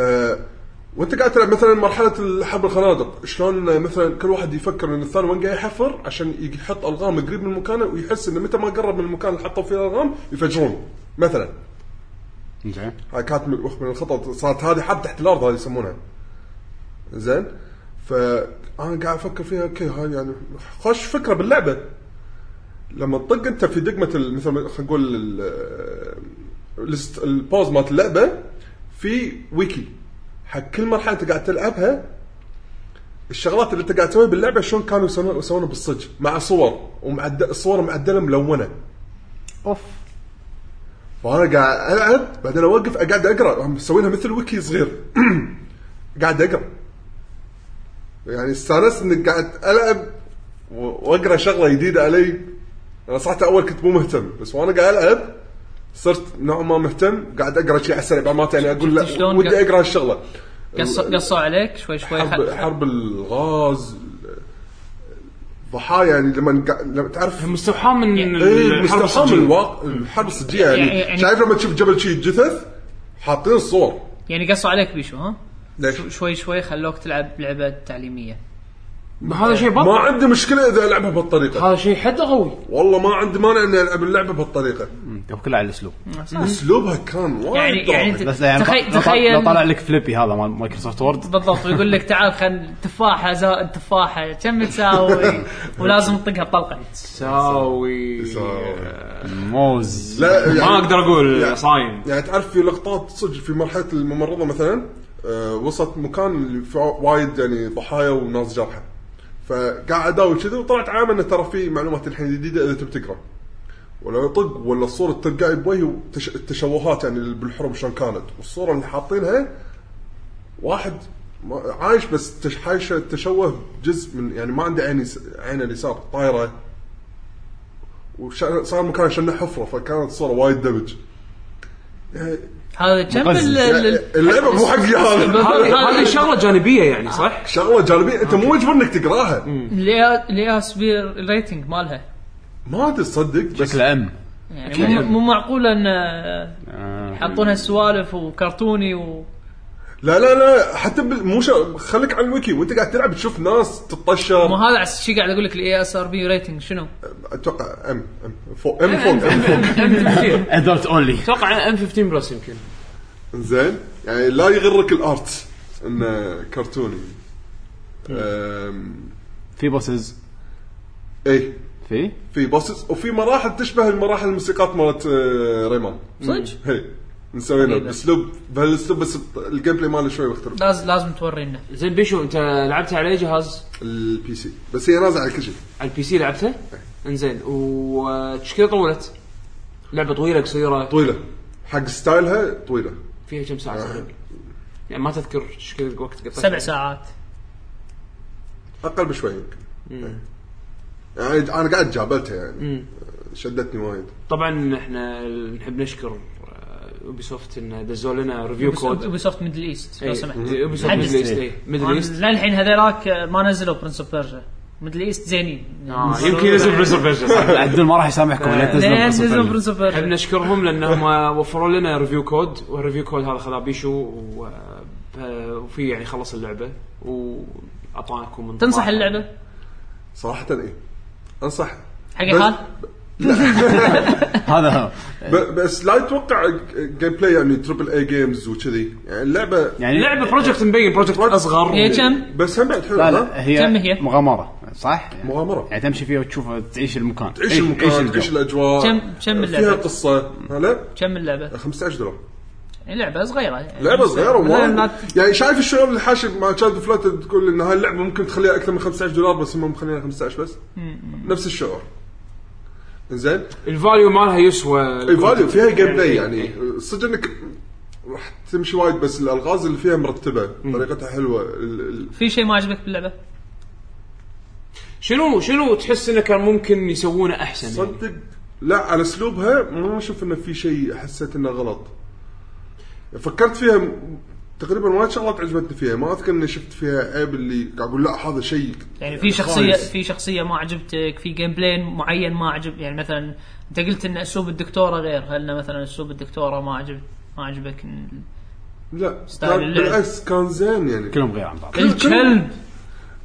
وانت قاعد تلعب مثلا مرحله حرب الخنادق شلون مثلا كل واحد يفكر ان الثاني وين قاعد يحفر عشان يحط الغام قريب من مكانه ويحس انه متى ما قرب من المكان اللي حطوا فيه الغام يفجرون مثلا زين هاي كانت من من الخطط صارت هذه حرب تحت الارض هذه يسمونها زين فانا قاعد افكر فيها اوكي هاي يعني خوش فكره باللعبه لما تطق انت في دقمه ال- مثل ما- خلينا نقول ال- الست- البوز مالت اللعبه في ويكي حق كل مرحله انت قاعد تلعبها الشغلات اللي انت قاعد تسويها باللعبه شلون كانوا يسوونها يسوونها بالصج مع صور ومعدل الصور معدله ملونه اوف فانا قاعد العب بعدين اوقف قاعد اقرا هم مسوينها مثل ويكي صغير قاعد اقرا يعني استانست اني قاعد العب و- واقرا شغله جديده علي انا صحت اول كنت مو مهتم بس وانا قاعد العب صرت نوعا ما مهتم قاعد اقرا شيء على السريع بعد ما يعني اقول شفت لا شلون ودي قا- اقرا هالشغله قصوا قصوا عليك شوي شوي حرب, حد- حرب الغاز ضحايا يعني لما قا- لما تعرف مستوحاه من ايه الحرب مستوحى من الصجية. الواقع الحرب الصجيه يعني, يعني- شايف لما تشوف جبل شي جثث حاطين الصور يعني قصوا عليك بيشو ها ليش؟ شوي شوي خلوك تلعب لعبه تعليميه هذا شيء ما بطل عندي مشكله اذا العبها بهالطريقه هذا شيء حد قوي والله ما عندي مانع اني العب اللعبه بهالطريقه أمم، هو كله على الاسلوب اسلوبها كان يعني وايد يعني يعني بس يعني تخيل لو- لو تخيل طلع لك فليبي هذا مال مايكروسوفت وورد بالضبط ويقول لك تعال خل تفاحه زائد تفاحه كم تساوي ولازم تطقها طلقه ساوي موز لا يعني آه، ما اقدر يعني- اقول صايم يعني تعرف في لقطات صدق في مرحله الممرضه مثلا آه وصلت مكان اللي في وايد يعني ضحايا وناس جرحى فقاعد اداوي كذي وطلعت عامه انه ترى في معلومات الحين جديده اذا تبي تقرا ولا يطق ولا الصوره تلقاي بوجهي وتش... التشوهات يعني اللي بالحرم شلون كانت والصوره اللي حاطينها واحد ما- عايش بس تش... عايش التشوه جزء من يعني ما عنده عين يس... عينه اليسار طايره وصار صار مكانه شنه حفره فكانت الصوره وايد دمج هذا كم مقزز. ال- ال- اللعبه مو حقي هذا هذه هذه شغله جانبيه يعني صح؟ شغله جانبيه انت مو مجبر انك تقراها اللي اللي سبير الريتنج مالها ما تصدق بس شكله ام يعني مو- مو معقوله ان آه، يحطون هالسوالف وكرتوني و لا لا لا حتى بال... مو شا... خليك على الويكي وانت قاعد تلعب تشوف ناس مو تطشر هذا عس- شي قاعد اقول لك الاي اس ار بي ريتنج شنو؟ اتوقع ام ام فوق ام فوق ام فوق ادلت اونلي اتوقع ام 15 بلس يمكن زين يعني لا يغرك الارت انه كرتوني أم... في بوسز اي في في بوسس وفي مراحل تشبه المراحل الموسيقات مالت آه، ريمان إيه، صدق؟ هي مسوينها غريبة. باسلوب بهالاسلوب بس الجيم بلاي ماله شوي مختلف لازم لازم تورينا طيب. زين بيشو انت لعبتها على اي جهاز؟ البي سي بس هي نازله على كل شيء على البي سي لعبتها؟ انزين وش كذا طولت؟ لعبه طويله قصيره طويله حق ستايلها طويله فيها كم ساعه تقريبا؟ يعني ما تذكر ايش كذا وقت قطعت سبع ساعات اقل بشوي يمكن إيه. مم. يعني انا قاعد جابلتها يعني مم. شدتني وايد طبعا احنا نحب نشكر اوبي سوفت ان دزوا لنا إيه. ريفيو كود اوبي سوفت ميدل ايست إيه. لو سمحت اوبي سوفت حد ميدل ايست يستاهل. اي ميدل ايست للحين هذيلاك آه، ما نزلوا برنس اوف بيرجا ميدل ايست زينين آه، يمكن ينزل بريزرفيشن العدل ما راح يسامحكم لا لين نزلوا تنزلوا برنس اوف نحب بيرجا نشكرهم لانهم وفروا لنا ريفيو كود والريفيو كود هذا خذاه بيشو و- آه، وفي يعني خلص اللعبه واعطاكم انطباع. تنصح اللعبه إيه. صراحه ايه انصح حق بس- حال هذا هو. ب- بس لا يتوقع جيم بلاي يعني تربل اي جيمز وكذي يعني اللعبه يعني لعبه بروجكت مبين بروجكت اصغر هي كم؟ بس هم بعد حلو لا لا لا هي كم هي؟ مغامره صح؟ يعني- مغامرة. يعني تمشي فيها وتشوف تعيش المكان تعيش المكان الجو. تعيش الاجواء كم- كم فيها اللعبة؟ قصه هلا كم اللعبه؟ 15 دولار يعني لعبه صغيره يعني لعبه صغيره لا، وايد لا، يعني شايف الشعور الحاشد مع تشايلد فلات تقول ان هاي اللعبه ممكن تخليها اكثر من 15 دولار بس هم مخلينها 15 بس نفس الشعور زين الفاليو مالها يسوى اي فاليو فيها جيم بلاي يعني صدق انك راح تمشي وايد بس الالغاز اللي فيها مرتبه طريقتها حلوه ال- ال- في شيء ما عجبك باللعبه؟ شنو شنو تحس انه كان ممكن يسوونه احسن يعني؟ صدق لا على اسلوبها ما اشوف انه في شيء حسيت انه غلط فكرت فيها م- تقريبا وايد شغلات عجبتني فيها ما اذكر اني شفت فيها عيب اللي قاعد اقول لا هذا شيء يعني في شخصيه خايس. في شخصيه ما عجبتك في جيم بلاي معين ما عجب يعني مثلا انت قلت ان اسلوب الدكتوره غير هل مثلا اسلوب الدكتوره ما عجب ما عجبك إن- لا ستايل كان اللعب. بالعكس كان زين يعني كلهم غير عن بعض الكلب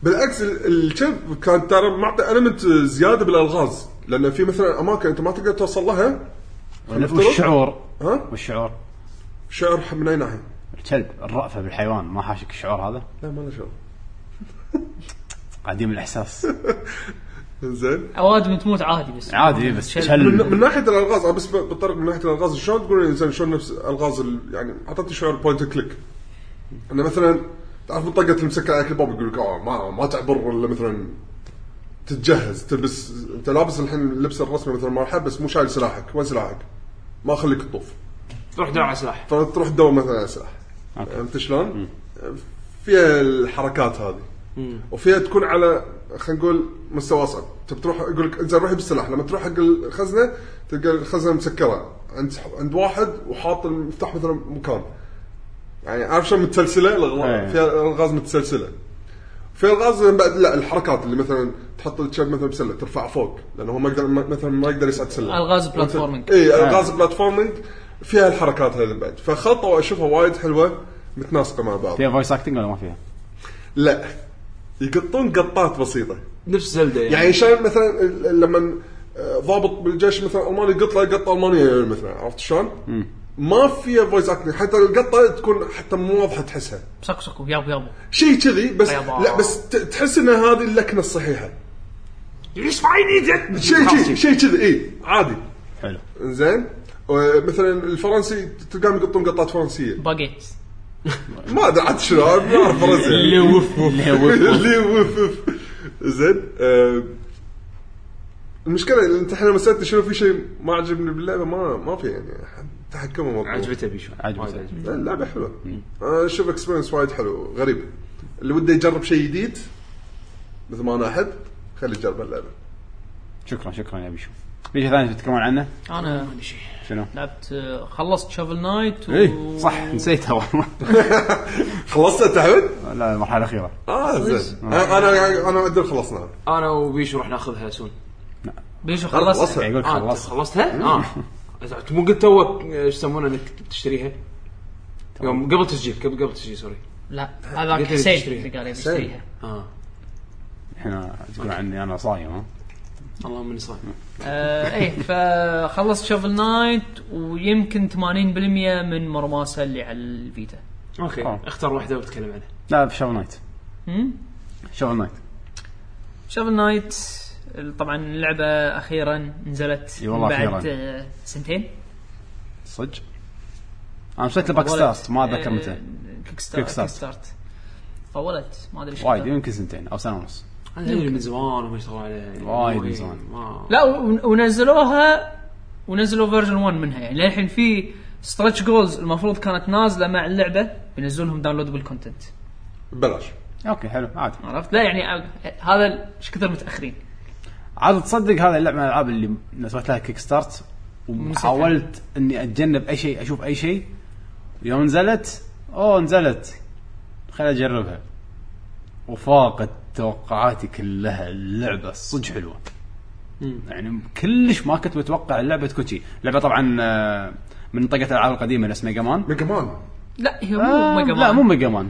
بالعكس ال- الكلب كان ترى معطي المنت زياده بالالغاز لان في مثلا اماكن انت ما تقدر توصل لها والشعور ها والشعور شعور من اي ناحيه؟ الكلب الرأفة بالحيوان ما حاشك الشعور هذا لا ما له شعور قديم الاحساس زين اوادم تموت عادي بس عادي بس شل. من, من كلب ناحيه الالغاز أنا بس ب- بطرق من ناحيه الالغاز شلون تقول الانسان شلون نفس الغاز ال- يعني اعطتني شعور بوينت كليك انه مثلا تعرف الطقه اللي مسكها عليك الباب يقول لك اه ما ما تعبر ولا مثلا تتجهز تلبس انت لابس الحين اللبس الرسمي مثلا مال الحرب بس مو شايل سلاحك وين سلاحك؟ ما اخليك تطوف تروح دور على سلاح فتروح تدور مثلا على سلاح أوكي. فهمت شلون؟ فيها الحركات هذه وفيها تكون على خلينا نقول مستوى اصعب تبي تروح يقول لك انزين روح بالسلاح لما تروح حق الخزنه تلقى الخزنه مسكره عند عند واحد وحاط المفتاح مثلا مكان يعني عارف شلون متسلسله إيه. الغاز فيها الغاز متسلسله في الغاز بعد لا الحركات اللي مثلا تحط الشاب مثلا بسله ترفع فوق لانه هو ما يقدر ما- مثلا ما يقدر يصعد سله ألغاز بلاتفورمينج. اي إيه، الغاز بلاتفورمينج فيها الحركات هذه بعد فخلطوا اشوفها وايد حلوه متناسقه مع بعض فيها فويس اكتنج ولا ما فيها؟ لا يقطون قطات بسيطه نفس زلده يعني يعني شلون مثلا ال- لما آه، ضابط بالجيش مثلا الماني قط له قطه المانيه مثلا عرفت شلون؟ ما فيها فويس اكتنج حتى القطه تكون حتى مو واضحه تحسها بصقصق وياب يابا شيء كذي بس بيضاء. لا بس ت- تحس ان هذه اللكنه الصحيحه ايش فايدتك؟ شيء كذي شيء كذي اي عادي حلو زين و- مثلا الفرنسي تلقاهم يقطون قطات فرنسيه باجيت ما ادري عاد شنو أنا ما اعرف فرنسي اللي وف إيه. وف. اللي وف وف. زين آه، المشكله اللي انت احنا مسألتني شنو في شيء ما عجبني باللعبه ما ما في يعني تحكمه مضبوط عجبته بيشو عجبته. وايد لا، اللعبه حلوه انا اشوف اكسبيرينس وايد حلو غريب اللي وده يجرب شيء جديد مثل ما انا احب خليه يجرب اللعبه شكرا شكرا يا بيشو في شيء ثاني تتكلمون عنه؟ انا شنو؟ لعبت آه، خلصت شوفل نايت و... اي صح نسيتها والله خلصت انت احمد؟ لا المرحله الاخيره اه زين آه. انا انا انا وعدل خلصناها انا وبيشو راح ناخذها سون بيشو انا خلصت خلصتها يقول آه، أنت خلص خلصتها؟ اه أنت مو قلت توك آه، ايش يسمونه انك تشتريها؟ يوم قبل تسجيل قبل قبل تسجيل سوري لا هذاك قلت لي حسين بتشتريها. اللي قال يبي حسين. يشتريها اه احنا تقول عني انا صايم ها؟ اللهم اني صايم آه، ايه فخلصت شوفل نايت ويمكن 80% من مرماسه اللي على الفيتا اوكي آه. اختار واحده وتكلم عنها لا بشوفل نايت هم؟ شوفل نايت شوفل نايت طبعا اللعبه اخيرا نزلت اي والله بعد أخيراً. آه، سنتين صدق انا مسويت باك ستارت ما آه، اتذكر متى كيك كيك ستارت ستارت. كيك ستارت طولت ما ادري ايش وايد كثر. يمكن سنتين او سنه ونص انا ادري من زمان وما يشتغلوا عليها يعني وايد ما- من زمان. ما لا و- ونزلوها ونزلوا فيرجن 1 منها يعني للحين في ستريتش جولز المفروض كانت نازله مع اللعبه بينزلونهم داونلودبل كونتنت ببلاش اوكي حلو عادي عرفت لا يعني آه، هذا ال- ايش كثر متاخرين عاد تصدق هذا اللعبه من الالعاب اللي سويت لها كيك ستارت ونسيتها. وحاولت اني اتجنب اي شيء اشوف اي شيء يوم نزلت اوه نزلت خل اجربها وفاقت توقعاتي كلها اللعبه صدق حلوه يعني كلش ما كنت متوقع اللعبه تكون شي اللعبه طبعا آه، من منطقه الالعاب القديمه اللي اسمها جمان ميجا مان لا هي آه، مو ميجا لا مان مو ميجا مان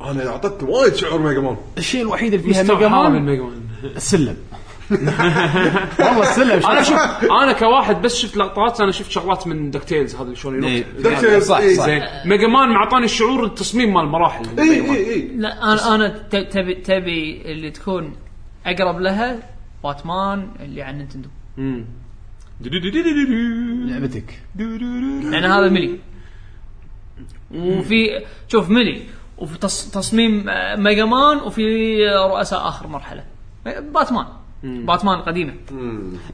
انا اعطتني وايد شعور ميجا مان الشيء الوحيد اللي فيها مستوى ميجا حرام مان الميجا مان السلم والله السلم شو- انا شوف انا كواحد بس شفت لقطات انا شفت شغلات من دكتيلز هذا شلون إيه. ينط دكتيلز، صح إيه. صح زين ميجا مان معطاني الشعور التصميم مال المراحل اي اي اي لا انا انا ت- تبي تبي اللي تكون اقرب لها باتمان اللي عن نينتندو مم. لعبتك لان هذا ملي وفي شوف ملي وفي تص- تصميم آه، ميجا مان وفي آه، رؤساء اخر مرحله باتمان باتمان قديمه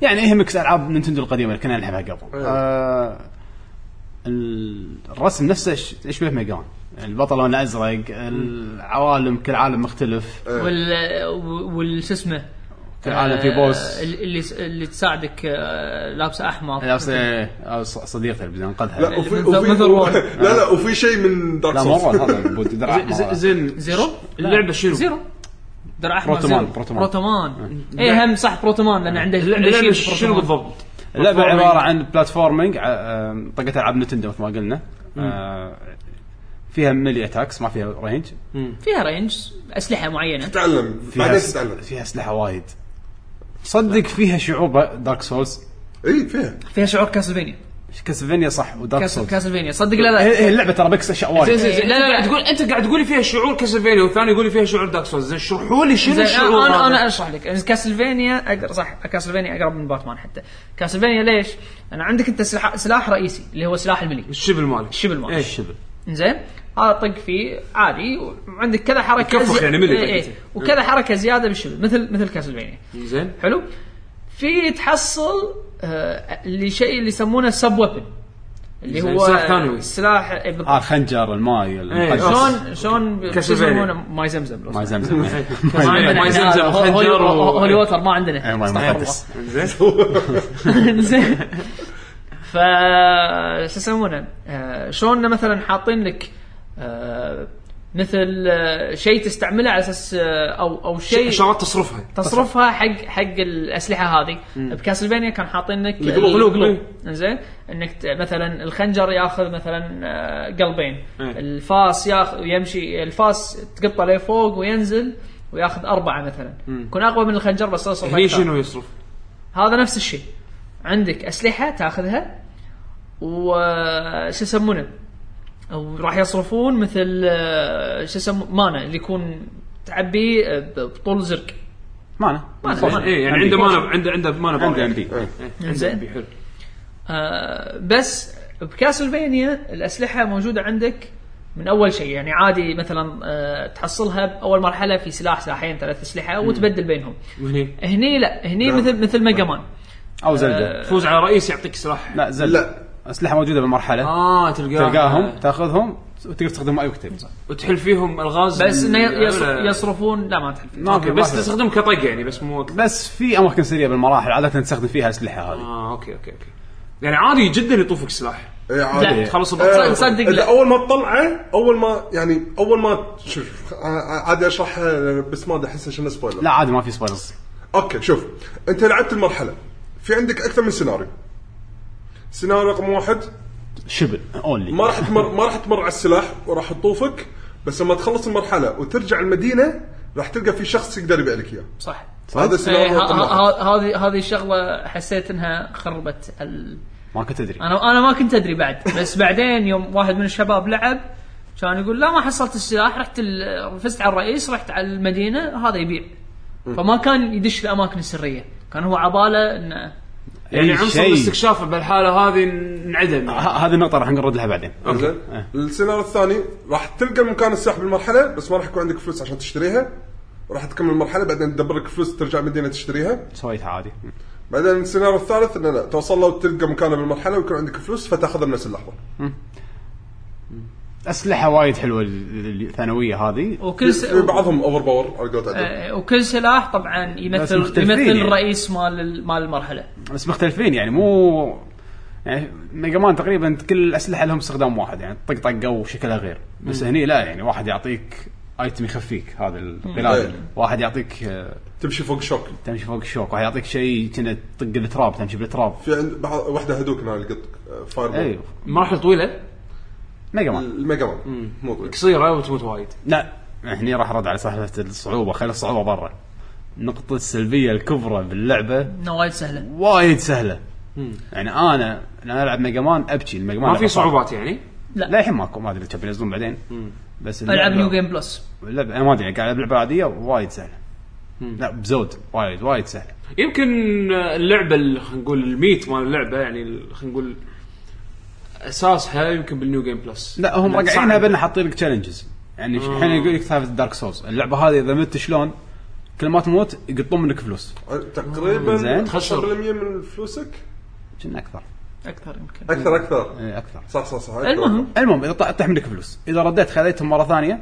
يعني يهمك العاب نينتندو القديمه اللي كنا نلعبها قبل آه، الرسم نفسه ش- يشبه ميجان البطل لونه ازرق العوالم كل عالم مختلف وال وال شو اسمه كل عالم في آه، بوس اللي اللي تساعدك آه، لابسه احمر لا، أص- إيه، ص- صديقتي اللي انقذها لا وفي يعني مثل- وفي مثل وورد. لا لا وفي شيء من دارك لا مو سولز أول هذا بود- درع ز- ز- مرة. زين زيرو اللعبه شنو؟ زيرو درع احمر بروتومان، زيرو. بروتومان. بروتومان اي هم صح بروتومان لان عنده عنده اللعبه شيلد شنو بروتومان. بالضبط؟ اللعبه platforming. عباره عن بلاتفورمينج ع- آم، طقت العاب نتندو مثل ما قلنا آه، فيها ملي اتاكس ما فيها رينج فيها رينج اسلحه معينه تتعلم فيها بعدين أس- تتعلم فيها اسلحه وايد صدق فيها شعور دارك سولز اي إيه، فيها فيها شعور كاسلفينيا كاسلفينيا صح ودارك كاس- سولز كاسلفينيا صدق لا لا هي هي اللعبه ترى بكس اشياء زين وايد زين زين لا، لا، انت لا. قاعد تقول انت قاعد تقول لي فيها شعور كاسلفينيا والثاني يقول لي فيها شعور دارك سولز زين شرحوا لي شنو زين، الشعور انا انا هذا؟ اشرح لك إن كاسلفينيا اقرب صح كاسلفينيا اقرب من باتمان حتى كاسلفينيا ليش؟ انا عندك انت سلاح, سلاح رئيسي اللي هو سلاح الملي الشبل مالي الشبل مالي. ايه الشبل زين هذا طق فيه عادي وعندك كذا حركه يكفخ يعني ملي إيه، إيه. طقته. وكذا حركه زياده بالشبل مثل مثل كاسلفينيا زين حلو في تحصل آه اللي شيء اللي يسمونه سب ويبن اللي زين، هو سلاح ثانوي. سلاح إيه، بالضبط. اه الخنجر الماي المقدس. آه. شلون شلون شو كاسلفينيا. يسمونه ماي زمزم لو ماي زمزم ما ماي- عندنا ماي إحنا زمزم هذا، وخنجر هولي- و- هولي ووتر ما عندنا إيه، ماي استغفر مقدس. زين الله. زين ف شو يسمونه آه، شلون مثلا حاطين لك آه، مثل آه، شيء تستعمله على اساس آه، او او شيء اشارات تصرفها تصرفها حق حق الاسلحه هذه بكاسلفينيا كان حاطين لك القلوب. القلوب. القلوب. زين انك ت- مثلا الخنجر ياخذ مثلا آه، قلبين إيه. الفاس ياخذ يمشي الفاس تقطه لفوق وينزل وياخذ اربعه مثلا يكون اقوى من الخنجر بس يصرف هني أكثر. شنو يصرف؟ هذا نفس الشيء عندك اسلحه تاخذها و شو يسمونه وراح يصرفون مثل آه، شو يسمونه مانا اللي يكون تعبيه آه، ب- بطول زرق ما انا ما أنا- صح. ما أنا. ايه يعني طيب. عندي. عنده مانا عنده عنده مانا بار عندي يعني. عندي. إيه، عنده زين. MP، حلو آه، بس بكاسلفينيا الاسلحه موجوده عندك من اول شيء يعني عادي مثلا آه، تحصلها باول مرحله في سلاح سلاحين ثلاث اسلحه وتبدل بينهم وهني هني لا هني مثل مثل ميجا مان او زلده تفوز على رئيس يعطيك سلاح لا زلده اسلحه موجوده بالمرحله آه، اه تلقاها تلقاهم تاخذهم وتقدر تستخدمهم اي وقت تبي وتحل فيهم الغاز بس انه ال- يصر- ال- يصرفون لا ما تحلف ما في اوكي بس واحد. تستخدم كطق يعني بس مو بس في اماكن سريه بالمراحل عاده تستخدم فيها الاسلحه هذه اه اوكي اوكي اوكي يعني عادي جدا يطوفك سلاح اي لا. عادي تخلص آه، البطل تصدق إذا لا. اول ما تطلعه اول ما يعني اول ما شوف آه، آه، عادي اشرحها بس ما احس عشان سبويلر لا عادي ما في سبويلرز اوكي شوف انت لعبت المرحله في عندك اكثر من سيناريو سيناريو رقم واحد شبل اونلي ما راح تمر ما راح تمر على السلاح وراح تطوفك بس لما تخلص المرحله وترجع المدينه راح تلقى في شخص يقدر يبيع لك اياه صح هذا إيه، سيناريو ه- رقم ه- واحد ه- هذه هذه الشغله حسيت انها خربت ال... ما كنت ادري انا انا ما كنت ادري بعد بس بعدين يوم واحد من الشباب لعب كان يقول لا ما حصلت السلاح رحت ال- فزت على الرئيس رحت على المدينه هذا يبيع فما كان يدش الاماكن السريه كان هو عباله انه يعني أي عنصر شيء. الاستكشاف بالحاله هذه انعدم ه- يعني. هذه النقطه راح نرد لها بعدين زين إيه. السيناريو الثاني راح تلقى المكان السلاح بالمرحله بس ما راح يكون عندك فلوس عشان تشتريها راح تكمل المرحله بعدين تدبر لك فلوس ترجع المدينه تشتريها سويتها عادي بعدين السيناريو الثالث انه لا توصل له وتلقى مكانه بالمرحله ويكون عندك فلوس فتاخذها بنفس اللحظه اسلحه وايد حلوه ال- ال- الثانويه هذه وكل س... في بعضهم اوفر باور على قولة عدل آه، وكل سلاح طبعا بس يمثل مختلفين يمثل يعني. الرئيس مال ال- مال المرحله بس مختلفين يعني مو يعني ميجا مان تقريبا كل الاسلحه لهم استخدام واحد يعني طق طقه وشكلها غير بس هني لا يعني واحد يعطيك ايتم يخفيك هذا القلاده طيب. إيه. واحد يعطيك آه، تمشي فوق شوك تمشي فوق الشوك واحد يعطيك شيء كنا تطق التراب تمشي بالتراب في عند بعض واحده هدوك انا لقيت آه، فاير بول ايوه مراحل طويله ميجا مان الميجا مان مو طويل قصيره وتموت وايد لا هني راح ارد على سالفه الصعوبه خلي الصعوبه برا النقطة السلبية الكبرى باللعبة انه وايد سهله وايد سهلة يعني انا انا العب ميجا مان ابكي الميجا مان ما في صعوبات يعني لا الحين ماكو ما ادري تبي ينزلون بعدين بس العب اللعبة- نيو جيم بلس اللعبة انا ما ادري يعني قاعد العب لعبة عادية وايد سهلة لا بزود وايد وايد سهلة يمكن اللعبه ال- خلينا نقول الميت مال اللعبه يعني ال- خلينا نقول اساسها يمكن بالنيو جيم بلس لا هم لأن راجعينها صعب. بان حاطين لك تشالنجز يعني الحين يقول لك سالفه دارك سولز اللعبه هذه اذا مت شلون كل ما تموت يقطون منك فلوس آه، تقريبا زين. 10% من فلوسك كنا اكثر اكثر يمكن اكثر اكثر إيه، اكثر صح صح صح أكثر. المهم المهم اذا طاح- طاح منك فلوس اذا رديت خذيتهم مره ثانيه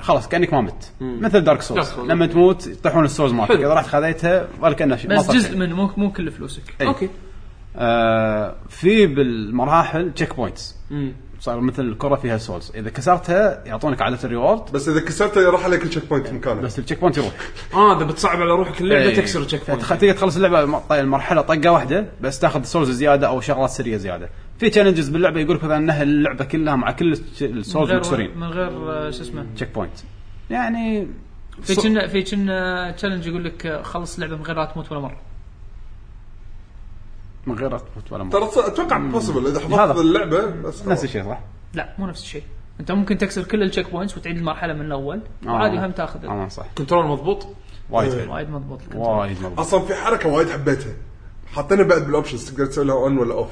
خلاص كانك ما مت مثل دارك سولز Dark Souls. لما تموت يطيحون السولز مالتك حلو. اذا رحت خذيتها ولا كانها شيء ما بس صار جزء شيء. من مو مو كل فلوسك إيه. اوكي آه في بالمراحل تشيك بوينتس مم. صار مثل الكره فيها سولز اذا كسرتها يعطونك عاده الريورد بس اذا كسرته راح عليك التشيك بوينت مكانه بس التشيك بوينت يروح اه اذا بتصعب على روحك اللعبه إيه. تكسر تشيك بوينت تخ- تقدر تخلص اللعبه م- طيب، طي- المرحله طقه واحده بس تاخذ سولز زياده او شغلات سريه زياده في تشالنجز باللعبه يقول لك مثلا نهل اللعبه كلها مع كل الش- من السولز غير مكسورين من غير آه، شو اسمه تشيك بوينت يعني في ص- كنا في كنا تشالنج يقول لك آه، خلص اللعبه من غير لا تموت ولا مره من غير أتفوت ولا مرة. ترى اتوقع بوسيبل اذا هذا. حفظت اللعبه بس نفس الشيء صح؟ لا مو نفس الشيء انت ممكن تكسر كل التشيك بوينتس وتعيد المرحله من الاول وعادي هم تاخذ امان آه، صح كنترول مضبوط وايد حلو. وايد مضبوط الكنترول. وايد مضبوط اصلا في حركه وايد حبيتها حاطينها بعد بالاوبشنز تقدر تسوي لها اون ولا اوف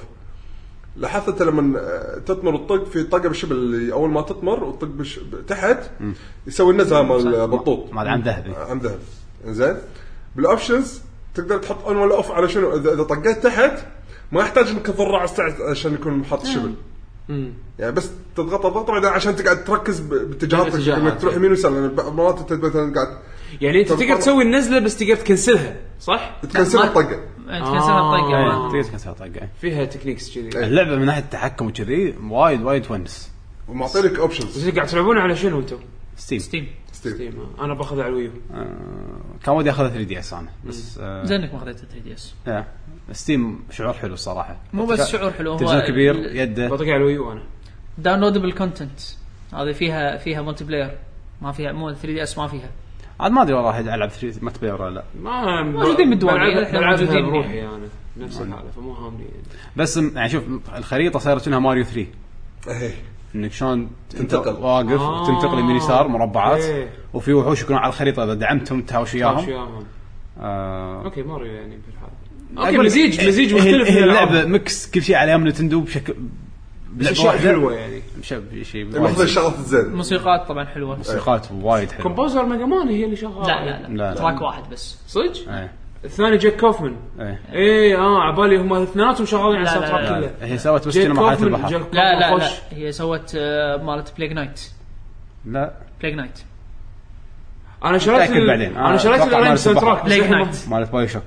لاحظت لما آه، تطمر وتطق في طقه بالشبل اللي اول ما تطمر وتطق بش... تحت يسوي النزعه مال بطوط مال عن ذهبي عن ذهب زين بالاوبشنز تقدر تحط اون ولا اوف على شنو اذا إذا طقيت تحت ما يحتاج انك تضرع الساعه عشان يكون محط شبل يعني بس تضغط تضغط بعدين عشان تقعد تركز ب- باتجاهاتك بالاتجاهات. انك تروح إيه. يمين ويسار لان بعض مرات انت مثلا قاعد يعني انت طب تقدر طبعاً. تسوي النزله بس تقدر تكنسلها صح؟ تكنسل ما- الطقه انت كنسل الطقه آه. تقدر وايد. تكسر طقه فيها تكنيكس كذي إيه. اللعبه من ناحيه التحكم وكذي وايد وايد تونس ومعطي لك اوبشنز بس قاعد تلعبون على شنو انتم؟ ستيم ستيم ستيف Steam. انا باخذها على الويو إيه. كان ودي اخذ 3 دي اس انا بس آه، زين انك ما خذيت 3 دي اس إيه. ستيم شعور حلو الصراحه مو بس شعور حلو، هو تلفزيون كبير ال- يده بطق على الويو انا داونلودبل كونتنت هذه فيها فيها ملتي بلاير ما فيها مو 3 دي اس ما فيها عاد ما ادري والله راح العب 3 ما إيه، تبيع ولا لا ما موجودين بالدوام، يعني بلعبها إحنا بلعبها موجودين. بروحي انا يعني. نفس الحاله فمو هامني بس م- يعني شوف الخريطه صارت انها ماريو 3 إيه. انك شلون تنتقل. تنتقل واقف آه. وتنتقل يمين يسار مربعات إيه. وفي وحوش يكونون على الخريطه اذا دعمتهم تهاوش تعرف شو وياهم اياهم آه، اوكي ماريو يعني بالحاله أقول اوكي لك، مزيج إيه- مزيج إيه مختلف هي من اللعبه اللعبه ميكس كل شيء على ايام نتندو بشكل بلعبه اشياء واحده حلوه يعني شيء- شيء المفروض وايد- الشغلات الزين موسيقات طبعا حلوه موسيقات وايد حلوه كومبوزر ميجا مان هي اللي شغاله لا لا لا، لا لا. تراك واحد بس صدق؟ إيه. الثاني جاك كوفمان إيه. ايه اه عبالي هم اثنيناتهم شغالين على لا، الساوند لا، تراك لا، كله آه، هي سوت بس جاك كنا مرحله كوفمان- جاك البحر كوفمان لا لا خوش. لا هي سوت آه، مالت بليغ نايت لا بليغ نايت انا شريت متأكد ال- بعدين. أنا انا شريت أتوقع الاورنج مارس ساوند البحر. تراك بس بلاي الحين ما- نايت. مالت بايو شوك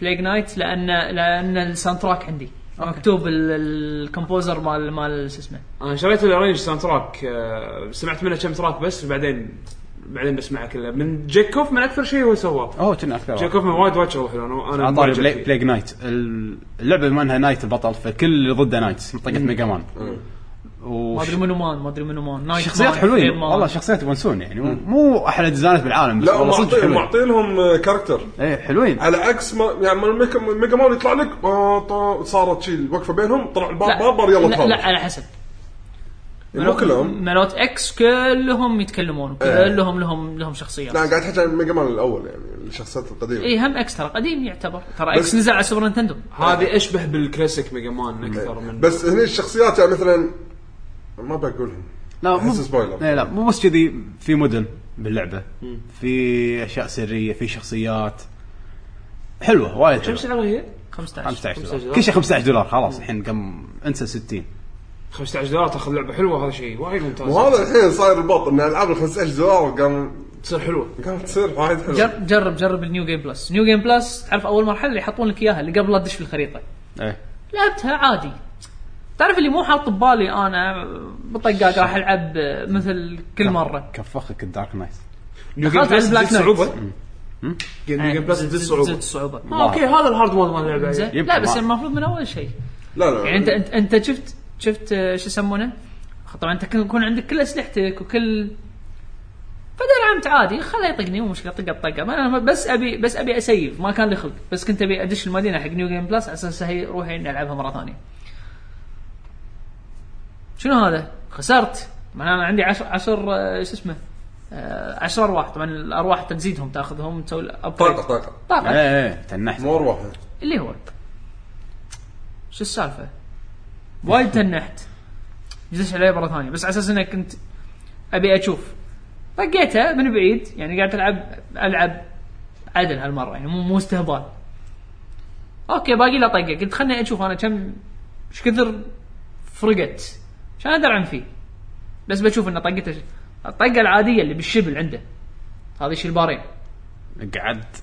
بليغ نايت لان لان الساوند تراك عندي مكتوب ال- الكومبوزر مال مال شو اسمه انا شريت الاورنج ساوند تراك آه، سمعت منه كم تراك بس بعدين بعدين بسمعها كلها من جاك كوفمان اكثر شيء هو سواه اوه كنا اكثر جاك كوفمان وايد وايد شغل حلو انا انا عن طاري معجب بلاي فيه. بلايك نايت ال- اللعبه بما انها نايت البطل فكل اللي ضده نايتس منطقه ميجا مان ما ادري منو مان ما ادري منو مان نايت شخصيات مان، حلوين فليم مان. والله شخصيات يونسون يعني مو- مو احلى ديزاينات بالعالم بس لا والله صدق معطي- حلوين معطينهم كاركتر ايه حلوين على عكس ما يعني ما الميكا- ميجا مان يطلع لك آه، طا- صارت شي الوقفه بينهم طلع الباب لا، بابر يلا لا, لا تفضل على حسب مو كلهم إيه. ملوت اكس كلهم يتكلمون كلهم لهم لهم شخصيات لا قاعد احكي عن ميجا مان الاول يعني الشخصيات القديمه اي هم اكس ترى قديم يعتبر ترى بس- اكس نزل على سوبر نينتندو هذه اشبه بالكلاسيك ميجا مان اكثر من بس هني الشخصيات يعني مثلا ما بقولهم لا أحس مو سبويلر. إيه لا مو بس كذي في مدن باللعبه في اشياء سريه في شخصيات حلوه وايد كم حلوه سعرها هي؟ 15 15 دولار 15 كل شيء 15 دولار خلاص الحين قام انسى 60 15 دولار تاخذ لعبه حلوه هذا شيء وايد ممتاز آه، وهذا الحين صاير البط ان العاب ال 15 دولار قام تصير حلوه قام تصير وايد حلوه جرب جرب جرب النيو جيم بلس نيو جيم بلس تعرف اول مرحله اللي يحطون لك اياها اللي قبل لا تدش في الخريطه ايه لعبتها عادي تعرف اللي مو حاط ببالي انا بطقاق راح العب مثل كل مره كفخك الدارك نايت نيو دخلت جيم على إيه، بلس البلاك تزيد نايت. صعوبه نيو جيم بلس زد- تزيد زد صعوبه الصعوبه آه، اوكي هذا الهارد مود مال اللعبه زين يعني. يبقى لا بس ما- المفروض من اول شيء لا لا يعني انت انت انت شفت شفت آه، شو يسمونه؟ طبعا انت كن- يكون عندك كل اسلحتك وكل بعدين عمت عادي خله يطقني مو مشكله طقه طقه ما انا بس ابي بس ابي اسيف ما كان لي خلق بس كنت ابي ادش المدينه حق نيو جيم بلس على اساس هي روحي اني العبها مره ثانيه شنو هذا؟ خسرت معناه انا عندي 10 10 آه، شو اسمه آه، 10 ارواح طبعا الارواح تزيدهم تاخذهم تسوي طاقه upgrade. طاقه طاقه ايه ايه تنحت مو ارواح اللي هو شو السالفه؟ وايد تنحت جلست عليه مره ثانيه بس على اساس اني كنت ابي اشوف طقيتها من بعيد يعني قاعد العب العب عدل هالمره يعني مو مو استهبال اوكي باقي له طقه قلت خلني اشوف انا كم ايش كثر فرقت عشان ادرعم فيه بس بشوف انه طقته ش- الطقه العاديه اللي بالشبل عنده هذه شيل بارين قعدت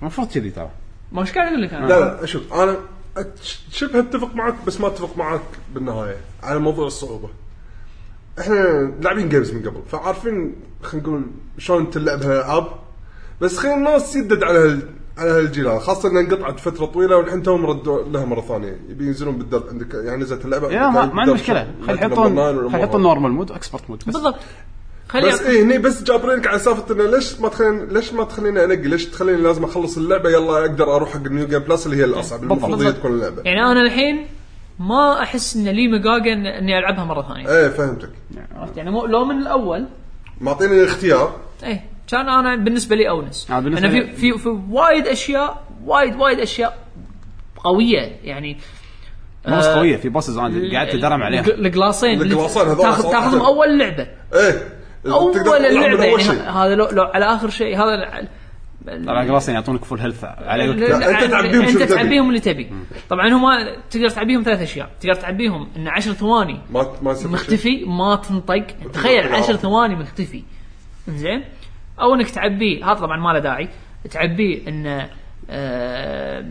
المفروض كذي ترى ما ايش قاعد اقول لك انا لا آه. لا شوف انا أت- شبه اتفق معك بس ما اتفق معك بالنهايه على موضوع الصعوبه. احنا لاعبين جيمز من قبل فعارفين خلينا نقول شلون تلعب هالالعاب بس خلينا الناس يدد على هال على هالجيل هذا خاصه انها انقطعت فتره طويله والحين توهم ردوا لها مره ثانيه يبي ينزلون بالدرب عندك يعني نزلت اللعبه لا ما, ما عندي مشكله خل يحطون خل يحطون نور نورمال مود واكسبرت مود بس بالضبط خلي بس ايه هني بس جابرينك على سالفه انه ليش ما تخلين ليش ما تخليني انقي ليش تخليني لازم اخلص اللعبه يلا اقدر اروح حق النيو جيم بلس اللي هي الاصعب المفروض هي بالضبط. تكون اللعبه يعني انا الحين ما احس ان لي مقاقه إن- اني العبها مره ثانيه ايه فهمتك عرفت يعني مو لو من الاول معطيني الاختيار اي إيه، كان انا بالنسبه لي اونس آه، بالنسبة انا في, لي- في في وايد اشياء وايد وايد اشياء قويه يعني مو بس آه، قويه في بوسز انا قعدت ادرم عليها الق- القلاصين اللي القلاصين هذول تاخذ صراحة. تاخذهم اول لعبه ايه اول تقدر تطلع من اللعبه أول يعني شيء. ه- هذا لو, لو على اخر شيء هذا ال- طبعا خلاص يعطونك فول هيلث على لا، وقت لا، أنت تعبيهم شو انت تبي. تعبيهم اللي تبي طبعا هم تقدر تعبيهم ثلاث اشياء تقدر تعبيهم ان 10 ثواني ما ما يصير شيء. مختفي ما تنطق تخيل بالضبط. 10 ثواني مختفي زين او انك تعبيه هذا طبعا ما له داعي تعبيه انه آه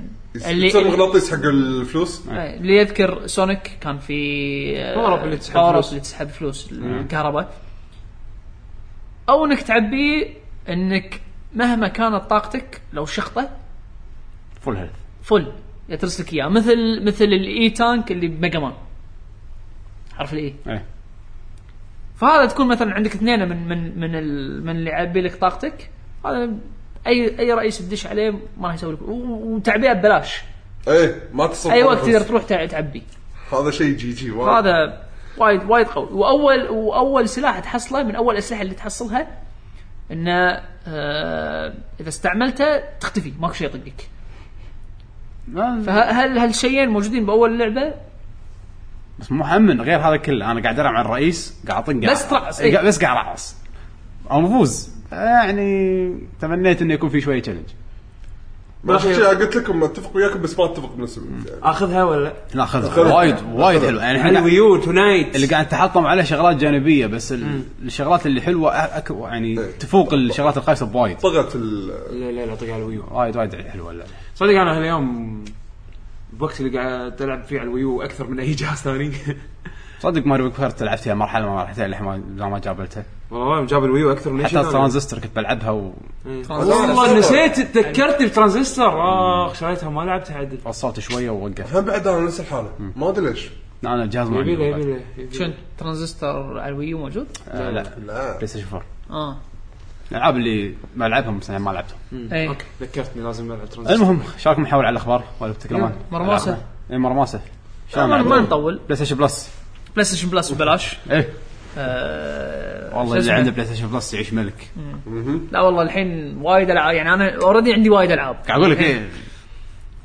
اللي يصير مغناطيس حق الفلوس آه، اللي يذكر سونيك كان في آه، باور أب اللي تسحب باور أب فلوس. اللي تسحب فلوس الكهرباء او انك تعبيه انك مهما كانت طاقتك لو شخطه فول هيلث فل يترس لك اياه مثل مثل الاي تانك اللي بميجا مان حرف الاي إيه. فهذا تكون مثلا عندك اثنين من من من ال- من اللي يعبي لك طاقتك هذا اي اي رئيس تدش عليه ما راح يسوي لك و- وتعبئه ببلاش ايه ما تصرف اي على وقت الفلوس. تقدر تروح تع- تعبي هذا شيء جي جي وايد. أيوة، هذا وايد وايد قوي واول واول سلاح تحصله من اول الاسلحه اللي تحصلها انه آه اذا استعملته تختفي ماكو شيء يطقك فهل هالشيئين موجودين باول لعبه بس مو مهمن غير هذا كله انا قاعد ادرم على الرئيس قاعد اطق بس ترعص، إيه. قاعد- بس قاعد ارعص او مفوز يعني تمنيت انه يكون في شويه تشالنج ما شفت بالأخير. شيء قلت لكم اتفق وياكم بس ما اتفق بنفس الوقت يعني. اخذها ولا لا خذها وايد وايد حلو يعني احنا قاعد- الويو تونايت اللي قاعد تحطم عليه شغلات جانبيه بس ال- الشغلات اللي حلوه أ- أك... يعني إيه. تفوق الشغلات الخايسه بوايد طغت ال- لا لا لا طق على الويو وايد وايد حلوه اللعبه صدق انا اليوم الوقت اللي قاعد العب فيه على الويو اكثر من اي جهاز ثاني صدق ماريو كارت لعبت فيها مرحله ما مرحلتين لحين ما- لا ما جابلتها والله جاب الويو اكثر من اي حتى شيء ثاني. الترانزستور كنت بلعبها و- والله نسيت تذكرتني بترانزستور اخ شريتها ما لعبتها عدل وصلت شويه ووقفت هم بعد انا نفس الحاله ما ادري ليش لا، انا الجهاز ما يبي له عندي يبي بعد. له يبي له. شنو ترانزستور على الويو موجود؟ آه، لا لا بلاي ستيشن 4 اه الالعاب اللي بلعبهم بس أنا ما لعبتهم اي اوكي ذكرتني لازم العب نعم. ترانزستور المهم شاركوا محاور على الاخبار ولا بتتكلمون يلا، مرماسة. اي مرماسه إيه، شلون ما إيه، ما لعبتوا؟ نطول بلاي ستيشن بلس بلاي ستيشن بلس ببلاش ايه آه، شو والله اللي اسمه؟ عنده بلاي ستيشن بلس يعيش ملك لا والله الحين وايد العاب يعني انا اوريدي عندي وايد العاب قاعد اقول لك ايه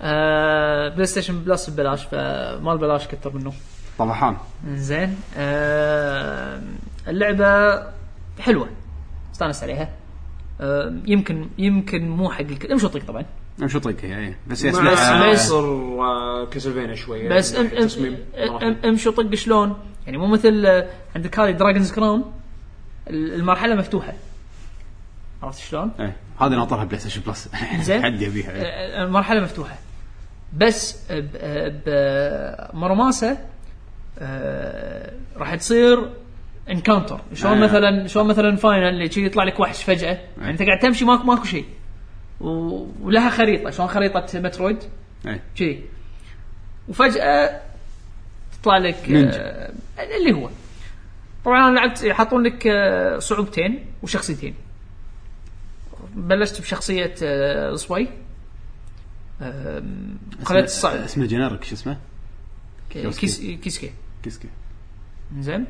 آه، بلاي ستيشن بلس ببلاش فمال بلاش كثر منه طبحان زين آه، اللعبه حلوه استانست عليها آه، يمكن يمكن مو حق الكل مش طيق طبعا مش طيقه اي إيه. بس إيه. هي مع سلاح- بس- مصر وكاسلفينيا شويه بس من ام ام ناحية آه، يعني تصميم ام- مراحل. ام امشي طق شلون يعني مو مثل آه، عندك هذه دراجونز كراون المرحله مفتوحه عرفت شلون؟ إيه. هذه ناطرها بلاي ستيشن بلس زين. حد يبيها إيه. آه، المرحله مفتوحه بس ب- ب- مرماسه آه، راح تصير انكاونتر شلون آه. مثلا شلون مثلا فاينل اللي شي يطلع لك وحش فجاه يعني انت قاعد تمشي ماكو ماكو شيء و- ولها خريطه شلون خريطه مترويد إيه. كذي وفجاه تطلع لك نينجا. آه اللي هو طبعا انا لعبت يحطون لك آه، صعوبتين وشخصيتين بلشت بشخصيه آه، صوي آم، خليت الصعب اسمه جينيرك شو اسمه؟ كيس كيسكي كيسكي زين